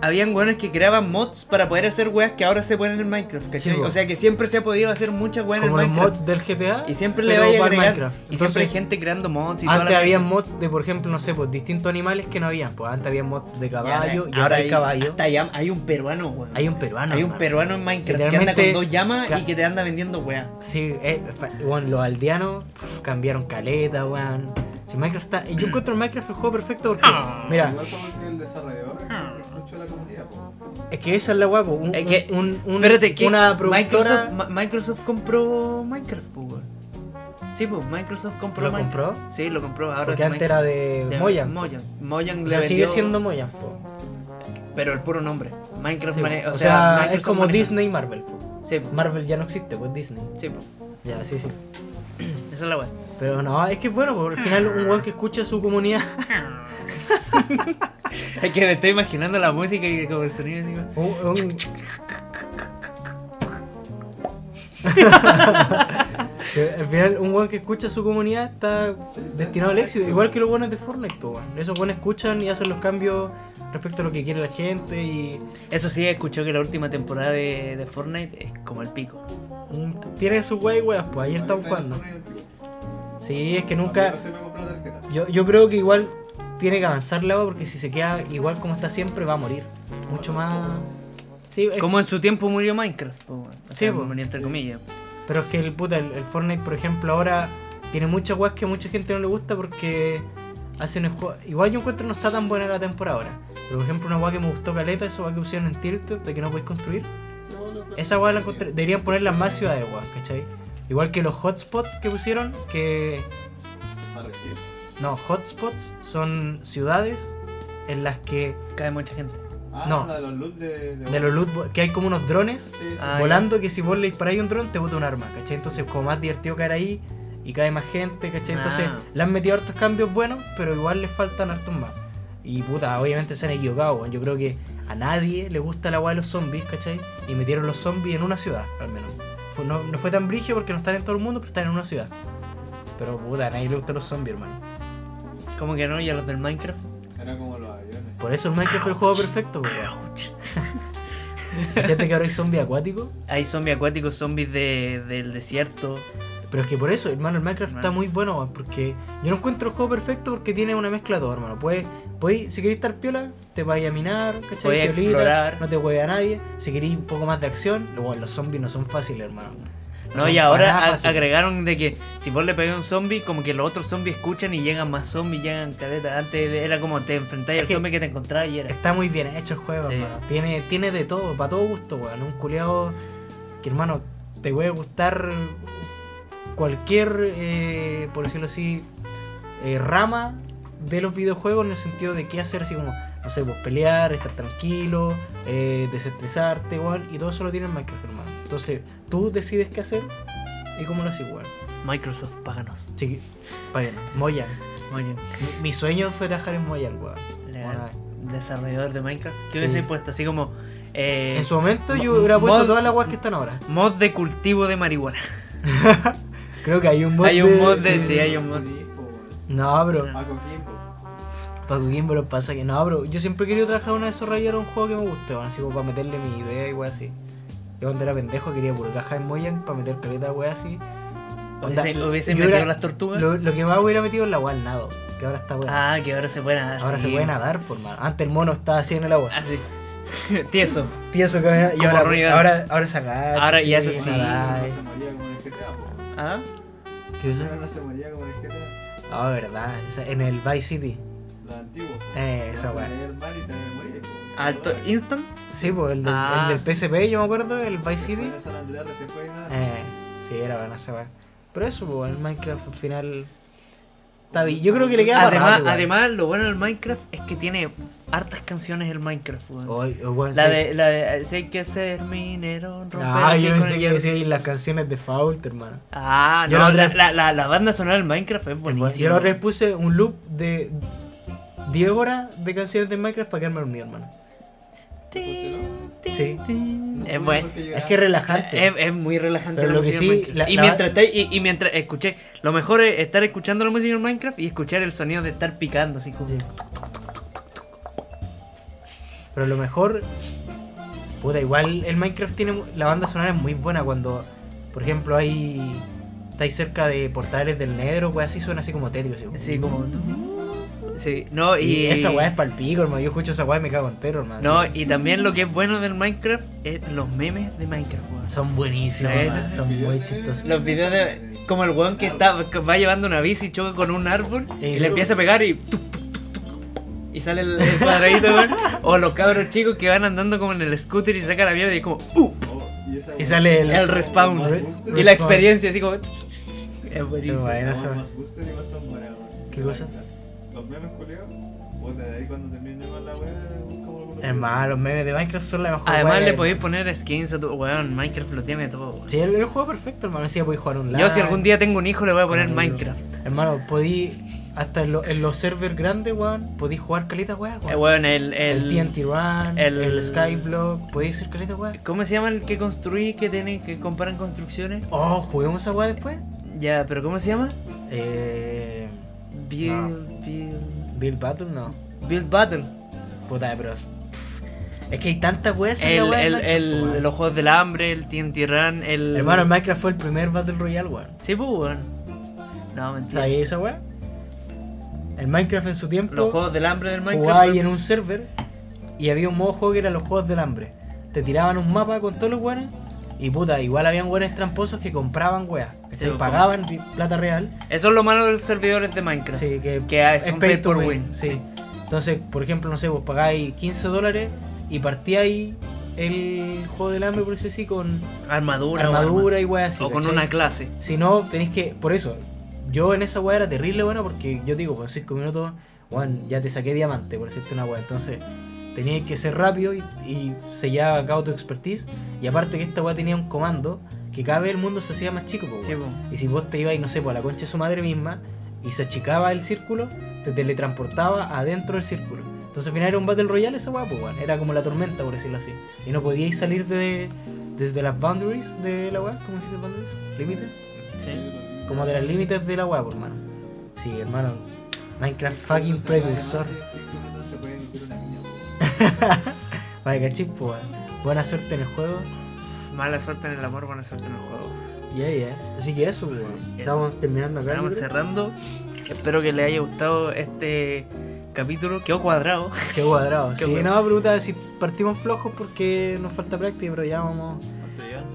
Speaker 3: habían weones que creaban mods para poder hacer weas que ahora se pueden en el Minecraft, ¿cachai?
Speaker 2: Sí, po.
Speaker 3: o sea que siempre se ha podido hacer muchas weas en el
Speaker 2: Como los
Speaker 3: Minecraft.
Speaker 2: mods del GTA.
Speaker 3: Y siempre le
Speaker 2: pero
Speaker 3: vaya
Speaker 2: para
Speaker 3: agregando.
Speaker 2: Minecraft.
Speaker 3: Y siempre hay
Speaker 2: Entonces,
Speaker 3: gente creando mods y toda
Speaker 2: Antes
Speaker 3: la
Speaker 2: había
Speaker 3: mierda.
Speaker 2: mods de, por ejemplo, no sé, pues distintos animales que no habían. Pues antes había mods de
Speaker 3: Y ahora-
Speaker 2: caballo y
Speaker 3: ahora
Speaker 2: ahora hay caballo.
Speaker 3: hasta llam- hay un peruano, weón.
Speaker 2: Hay un peruano.
Speaker 3: Hay un
Speaker 2: hermano.
Speaker 3: peruano en Minecraft que anda con
Speaker 2: Literalmente-
Speaker 3: dos llamas
Speaker 2: Ca-
Speaker 3: y que te anda vendiendo weas.
Speaker 2: Sí, eh, fa- bueno, los aldeanos pf, cambiaron caleta, weón. Si Minecraft está. Yo encuentro en Minecraft el juego perfecto porque. Mira, Ah.
Speaker 4: el desarrollador escuchó la comunidad, po.
Speaker 2: es que esa es la guapo. Un,
Speaker 3: Es que-
Speaker 2: un, un-
Speaker 3: Espérate, que
Speaker 2: una productora.
Speaker 3: Microsoft, Ma- Microsoft compró Minecraft, pues, weón. Sí, pues, Microsoft compró
Speaker 2: ¿Lo
Speaker 3: Minecraft.
Speaker 2: compró?
Speaker 3: Sí, lo compró ahora.
Speaker 2: Porque
Speaker 3: es
Speaker 2: antes era de,
Speaker 3: Microsoft. De
Speaker 2: Moyan. pues.
Speaker 3: Mojang. Mojang
Speaker 2: O
Speaker 3: le
Speaker 2: sea, sigue
Speaker 3: vendió-
Speaker 2: siendo Moyan. po.
Speaker 3: Pero el puro nombre. Minecraft
Speaker 2: Sí,
Speaker 3: mane-
Speaker 2: po. o
Speaker 3: O sea,
Speaker 2: sea, es
Speaker 3: Microsoft
Speaker 2: como
Speaker 3: maneja-
Speaker 2: Disney y Marvel. po.
Speaker 3: Sí, po.
Speaker 2: Marvel ya no existe, pues Disney.
Speaker 3: sí, po.
Speaker 2: Ya, sí, sí.
Speaker 3: Esa
Speaker 2: [LAUGHS]
Speaker 3: es la weá.
Speaker 2: Pero no, es que es bueno, porque al final un weón que escucha a su comunidad.
Speaker 3: Es que me estoy imaginando la música y como el sonido así, weón.
Speaker 2: un- un- [LAUGHS] Que al final, un weón que escucha a su comunidad está destinado al éxito. Igual que los buenos de Fortnite, pues, weón. Esos buenos escuchan y hacen los cambios respecto a lo que quiere la gente y.
Speaker 3: Eso sí, escuchó que la última temporada de, de Fortnite es como el pico.
Speaker 2: mm, Tiene sus wey, weas, pues ahí están jugando. Sí, es que nunca.
Speaker 4: Nunca. Se me compró tarjeta.
Speaker 2: Yo, yo creo que igual tiene que avanzar la agua porque si se queda igual como está siempre va a morir. Mucho más. Sí, es-
Speaker 3: Como en su tiempo murió Minecraft, pues, weón. O
Speaker 2: Sí,
Speaker 3: sea,
Speaker 2: po.
Speaker 3: murió entre comillas.
Speaker 2: pero es que el puta, el, el Fortnite, por ejemplo, ahora tiene muchas weas que a mucha gente no le gusta porque hacen el juego. Igual yo encuentro no está tan buena la temporada ahora. Pero por ejemplo, una wea que me gustó caleta, esa wea que pusieron en Tilted de que no podéis construir. Esa wea la encontré- Deberían ponerla en más ciudades, weas, ¿cachai? Igual que los hotspots que pusieron, que
Speaker 4: Para regir.
Speaker 2: No, hotspots son ciudades en las que
Speaker 3: Cae mucha gente.
Speaker 4: Ah,
Speaker 2: No.
Speaker 4: la de los luz de.
Speaker 2: De los loot, bo- que hay como unos drones
Speaker 4: Sí, sí.
Speaker 3: Ah,
Speaker 2: volando que si vos le disparáis un dron te bota un arma, ¿cachai? Entonces como más divertido caer ahí y cae más gente, ¿cachai? Entonces
Speaker 3: Ah.
Speaker 2: le han metido hartos cambios buenos, pero igual les faltan hartos más. Y puta, obviamente se han equivocado, weón. Yo creo que a nadie le gusta la agua de los zombies, ¿cachai? Y metieron los zombies en una ciudad, al menos. Fue- no, no fue tan brigio porque no están en todo el mundo, pero están en una ciudad. Pero puta, a nadie le gustan los zombies, hermano.
Speaker 3: Como que no, y a los del Minecraft.
Speaker 4: Era como los aviones.
Speaker 2: Por eso el Minecraft fue el juego perfecto, pues, weón. [LAUGHS] ¿Cachaste que ahora hay zombies acuáticos?
Speaker 3: Hay zombies acuáticos, zombies de, del desierto.
Speaker 2: Pero es que por eso, hermano, el Minecraft está
Speaker 3: Hermano.
Speaker 2: muy bueno, weón, porque yo no encuentro el juego perfecto porque tiene una mezcla de todo, hermano. Puedes, puedes- si queréis estar piola, te vais a minar, ¿cachai?
Speaker 3: Puedes
Speaker 2: Piolita,
Speaker 3: explorar.
Speaker 2: No te hueve a nadie. Si queréis un poco más de acción, luego los zombies no son fáciles, hermano.
Speaker 3: No,
Speaker 2: Son
Speaker 3: y ahora
Speaker 2: para nada
Speaker 3: a-
Speaker 2: fáciles.
Speaker 3: agregaron de que si vos le pegas a un zombie, como que los otros zombies escuchan y llegan más zombies, llegan caleta. Antes era como te enfrentáis
Speaker 2: Es
Speaker 3: al
Speaker 2: que-
Speaker 3: zombie que te encontrabas y era.
Speaker 2: Está muy bien hecho el juego,
Speaker 3: Sí.
Speaker 2: hermano. Tiene, tiene de todo, para todo gusto, weón. Un culeado que, hermano, te puede gustar cualquier, eh, por decirlo así, eh, rama de los videojuegos en el sentido de qué hacer, así como, no sé, pues pelear, estar tranquilo, eh, desestresarte, weón. Y todo eso lo tiene en Minecraft, hermano. Entonces, tú decides qué hacer y cómo lo haces, weón.
Speaker 3: Microsoft, páganos.
Speaker 2: Así que, vayan, Moyan.
Speaker 3: Muy bien.
Speaker 2: Mi, mi sueño fue trabajar en Moyan, weón.
Speaker 3: Legal.
Speaker 2: Bueno,
Speaker 3: Desarrollador de Minecraft. ¿Qué
Speaker 2: Sí.
Speaker 3: hubiese puesto? Así como. eh,
Speaker 2: En su momento yo
Speaker 3: Mo-
Speaker 2: hubiera puesto
Speaker 3: mod-
Speaker 2: todas las weas que están ahora.
Speaker 3: Mod de cultivo de marihuana.
Speaker 2: Creo que hay un mod
Speaker 3: Hay un mod de-
Speaker 2: sí.
Speaker 3: sí, hay un mod.
Speaker 4: Coquimbo, weón.
Speaker 2: No, bro.
Speaker 4: Paco Quimbo.
Speaker 2: Paco Kimbo lo pasa que no, bro. Yo siempre he querido trabajar en una desarrolladora de un juego que me guste, weón. Así como para meterle mi idea y weas así. Yo cuando era pendejo quería puro trabajar en Moyan para meter caleta de weas así. Onda,
Speaker 3: Hubiese, hubiese
Speaker 2: yo
Speaker 3: metido
Speaker 2: era-
Speaker 3: las tortugas.
Speaker 2: Lo, lo que más hubiera metido es la wea al nado, que ahora está buena.
Speaker 3: Ah, que ahora se pueden nadar.
Speaker 2: ahora
Speaker 3: sí.
Speaker 2: se puede nadar, por mano. Antes el mono estaba así en el agua.
Speaker 3: Así. [LAUGHS] Tieso.
Speaker 2: Tieso caminaba, y
Speaker 3: Como Ronnie
Speaker 2: ahora,
Speaker 3: Dance.
Speaker 2: ahora, ahora se agacha.
Speaker 3: Ahora y
Speaker 2: ya
Speaker 3: hace
Speaker 2: se
Speaker 3: así.
Speaker 4: No se moría como en el GTA, po.
Speaker 3: Ah,
Speaker 2: ¿Qué es eso?
Speaker 4: No, no se moría como en el GTA.
Speaker 2: Ah, verdad. O sea, en el Vice City.
Speaker 4: Los antiguos. po.
Speaker 2: Eh, esa
Speaker 4: Te
Speaker 2: weá.
Speaker 4: caía al mar y te morías, po.
Speaker 3: alto
Speaker 4: Te morías.
Speaker 3: instant.
Speaker 2: Sí, pues el, del-
Speaker 3: Ah.
Speaker 2: el del PSP, yo me acuerdo, el Vice City.
Speaker 4: Después de San Andreas recién fue y nada.
Speaker 2: Eh, sí, era buena esa weá. Pero eso, pues, el Minecraft al final. Está bien. Yo creo que le queda para
Speaker 3: Además,
Speaker 2: rato, weón.
Speaker 3: además, lo bueno del Minecraft es que tiene hartas canciones el Minecraft, weón.
Speaker 2: Oy, oh, weón,
Speaker 3: La
Speaker 2: sí.
Speaker 3: de, la de, eh, si hay que ser minero, romper
Speaker 2: Ah,
Speaker 3: aquí
Speaker 2: yo
Speaker 3: con
Speaker 2: pensé
Speaker 3: el
Speaker 2: que
Speaker 3: hierro".
Speaker 2: decía las canciones de Fault, hermano.
Speaker 3: Ah,
Speaker 2: Yo la
Speaker 3: no,
Speaker 2: otra-
Speaker 3: la, la, la, la banda sonora del Minecraft es
Speaker 2: Yo
Speaker 3: buenísima.
Speaker 2: la otra vez puse un loop de 10 horas de canciones de Minecraft para quedarme dormido, hermano. Sí.
Speaker 3: Es
Speaker 4: No pude
Speaker 3: bueno.
Speaker 4: porque
Speaker 2: Es
Speaker 4: lloraba.
Speaker 2: que es relajante.
Speaker 3: Es, es muy relajante
Speaker 2: Pero
Speaker 3: la
Speaker 2: lo que
Speaker 3: música
Speaker 2: sí,
Speaker 3: del Minecraft.
Speaker 2: la-
Speaker 3: y,
Speaker 2: la-
Speaker 3: mientras estáis- y, y mientras escuché, lo mejor es estar escuchando la música del Minecraft y escuchar el sonido de estar picando así como.
Speaker 2: Sí. Pero lo mejor. Puta, igual el Minecraft tiene. mu- La banda sonora es muy buena cuando. Por ejemplo, hay. Estáis cerca de portales del negro, weá, así suena así como tétrico. Así,
Speaker 3: Sí, como. Sí, no, y.
Speaker 2: Mm. Y, esa weá es palpico, hermano. Yo escucho esa weá y me cago entero, hermano.
Speaker 3: No,
Speaker 2: así.
Speaker 3: y también lo que es bueno del Minecraft es los memes de Minecraft, weón.
Speaker 2: Son buenísimos,
Speaker 3: Sí.
Speaker 2: hermano, son muy chistosos.
Speaker 3: Los videos de. Como el weón que está, que va llevando una bici y choca con un árbol
Speaker 2: Y
Speaker 3: y
Speaker 2: se-
Speaker 3: le empieza a pegar y. tuc, tuc, tuc, tuc, y sale el, el cuadradito, weón. O los cabros chicos que van andando como en el scooter y saca la mierda y es como. ¡Uh!
Speaker 4: Oh, y esa
Speaker 2: Y
Speaker 4: weá.
Speaker 2: sale el- ¿eh?
Speaker 4: Más
Speaker 3: El respawn.
Speaker 4: booster.
Speaker 3: Y la experiencia así como. Es
Speaker 2: Qué
Speaker 3: buenísimo.
Speaker 2: guay. Era
Speaker 4: Más-
Speaker 2: esa weá.
Speaker 4: más booster y más sombra, weón.
Speaker 2: ¿Qué cosa?
Speaker 4: Los memes, culiao. Puta, de ahí cuando terminemos la weá, buscamos algunos
Speaker 2: Hermano, los memes de Minecraft son la mejor
Speaker 3: Además,
Speaker 2: weá,
Speaker 3: le
Speaker 2: hermano.
Speaker 3: podéis poner skins a tu. Weón, Minecraft lo tiene todo, weón.
Speaker 2: Sí, el, el juego perfecto, hermano. Así ya podéis jugar online.
Speaker 3: Yo, si algún día tengo un hijo, le voy a poner
Speaker 2: Amigo.
Speaker 3: Minecraft.
Speaker 2: Hermano, podí. Hasta en, lo- en los servers grandes, weón, podí jugar caleta, weá, weón.
Speaker 3: Eh, weón, el.
Speaker 2: El,
Speaker 3: el
Speaker 2: TNT Run, el,
Speaker 3: el-
Speaker 2: Skyblock, podéis ser caleta, weón.
Speaker 3: ¿Cómo se llama el que construye, que tiene, que comparan construcciones?
Speaker 2: Oh, juguemos esa weá después.
Speaker 3: Ya, pero ¿cómo se llama?
Speaker 2: Eh.
Speaker 3: Build,
Speaker 2: No.
Speaker 3: build.
Speaker 2: Build Battle, no.
Speaker 3: Build Battle.
Speaker 2: Puta, pero. pff, Es que hay tantas weas en la
Speaker 3: El,
Speaker 2: wea de
Speaker 3: el,
Speaker 2: Minecraft, po,
Speaker 3: el,
Speaker 2: weón.
Speaker 3: los juegos del hambre, el TNT Run, el.
Speaker 2: Hermano, Minecraft fue el primer Battle Royale, weón.
Speaker 3: Sí, pues, weón. No, mentira.
Speaker 2: ¿Sabéis esa wea? El Minecraft en su
Speaker 3: Los
Speaker 2: tiempo
Speaker 3: juegos del hambre del Minecraft.
Speaker 2: jugabais en un server y había un modo juego que era los juegos del hambre. Te tiraban un mapa con todos los weones y puta, igual habían weones tramposos que compraban weas. Que
Speaker 3: Sí, pues,
Speaker 2: pagaban di- plata real.
Speaker 3: Eso es lo malo de los servidores de Minecraft.
Speaker 2: Sí, que
Speaker 3: Que es un
Speaker 2: pay
Speaker 3: pay
Speaker 2: to
Speaker 3: por
Speaker 2: win,
Speaker 3: win.
Speaker 2: sí. Entonces, por ejemplo, no sé, vos pagáis 15 dólares y partíais el juego del hambre, por eso sí, con
Speaker 3: Armadura. o
Speaker 2: armadura y weas
Speaker 3: arma-
Speaker 2: así.
Speaker 3: O con
Speaker 2: ¿cachai?
Speaker 3: una clase.
Speaker 2: Si no, tenéis que. Por eso, yo en esa wea era pues, terrible, bueno, porque yo te digo, con 5 minutos, weón, ya te saqué diamante, por decirte una wea. Entonces, Tenías que ser rápido y, y se llevaba a cabo tu expertise. Y aparte que esta weá tenía un comando que cada vez el mundo se hacía más chico, po,
Speaker 3: Sí, pues.
Speaker 2: weón.
Speaker 3: po.
Speaker 2: Y si vos te ibas, no sé, po, a la concha de su madre misma y se achicaba el círculo, te teletransportaba adentro del círculo. Entonces al final era un Battle Royale esa weá, po, weón. Era como la tormenta, por decirlo así. Y no podíais salir de, desde las boundaries de la weá, ¿cómo se dice boundaries? ¿Límites?
Speaker 3: Sí.
Speaker 2: Como de los límites de la weá, po, hermano. Sí, hermano. Minecraft fucking precursor. Para que cachis, po, pues, weón. Buena suerte en el juego.
Speaker 5: Mala suerte en el amor, buena suerte en el juego.
Speaker 2: Yeah, yeah. eh. Así que eso, po, weón. Estamos terminando acá.
Speaker 3: Estamos
Speaker 2: yo creo.
Speaker 3: cerrando. Espero que les haya gustado este capítulo. Quedó cuadrado. [LAUGHS]
Speaker 2: Qué cuadrado.
Speaker 3: Qué
Speaker 2: sí,
Speaker 3: bueno.
Speaker 2: no, pregunta si partimos flojos porque nos falta práctica, pero ya vamos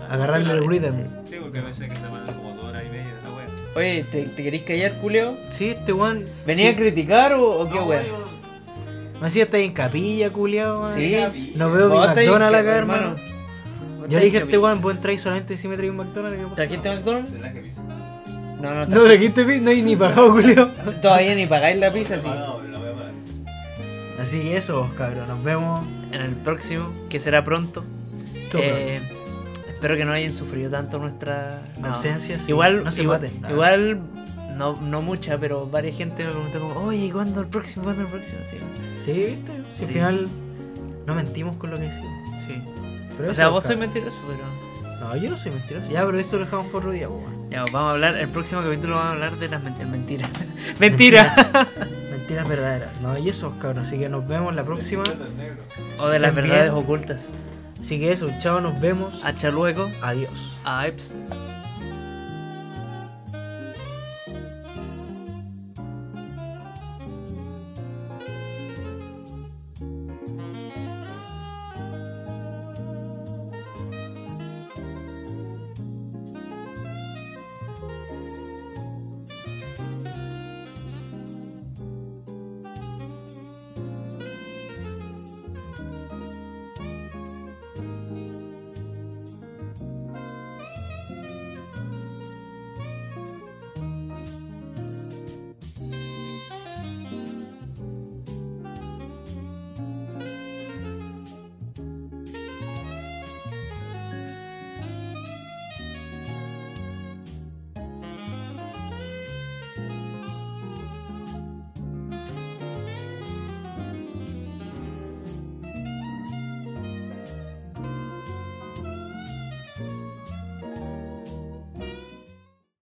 Speaker 2: a agarrarle el ritmo.
Speaker 6: Sí, porque pensé que estaban como dos horas y media de la wea.
Speaker 5: Oye, ¿te, te queréis callar, culeo?
Speaker 2: Sí, este weón.
Speaker 5: ¿Venía
Speaker 2: sí,
Speaker 5: a criticar o, o qué, weón?
Speaker 2: Me hacía estar en capilla, culiao, weón.
Speaker 5: Sí.
Speaker 2: No veo mi
Speaker 5: Vos estáis
Speaker 2: McDonald's
Speaker 5: ca-
Speaker 2: acá, hermano.
Speaker 5: Vos
Speaker 2: Yo le dije a
Speaker 5: estáis
Speaker 2: este
Speaker 5: capi-
Speaker 2: weón, vos entráis solamente si me traes un McDonald's. ¿qué pasa?
Speaker 5: ¿Trajiste McDonald's? No, no,
Speaker 2: No trajiste pizza, no hay ni bajado, culiao.
Speaker 5: tra- Todavía ni pagáis la pizza, sí.
Speaker 2: Así que eso, cabrón, nos vemos.
Speaker 3: En el próximo, que será pronto. Eh, espero que no hayan sufrido tanto nuestra
Speaker 2: La ausencia, sí.
Speaker 3: Igual,
Speaker 2: No se
Speaker 3: igual,
Speaker 2: maten.
Speaker 3: igual, no, no mucha, pero varias gente me preguntó como, oye, ¿y ¿cuándo el próximo? ¿Cuándo el próximo? Sí.
Speaker 2: Sí, viste. Si al
Speaker 3: Sí.
Speaker 2: final no mentimos con lo que decimos.
Speaker 3: sí.
Speaker 2: Pero
Speaker 3: O
Speaker 2: eso,
Speaker 3: sea, vos sois
Speaker 2: cabrón.
Speaker 3: mentiroso, pero...
Speaker 2: No, yo no soy mentiroso. Ya, pero esto lo dejamos por otro día, po, weón.
Speaker 3: Ya, vamos a hablar, el próximo capítulo vamos a hablar de las mentiras. Mentiras. [LAUGHS]
Speaker 2: [LAUGHS]
Speaker 3: Mentiras.
Speaker 2: Mentiras verdaderas. No, y eso, cabrón. Así que nos vemos la próxima.
Speaker 3: o de las
Speaker 2: También.
Speaker 3: verdades ocultas.
Speaker 2: Así que eso, chao, nos vemos.
Speaker 3: Hasta luego.
Speaker 2: Adiós.
Speaker 3: Apes.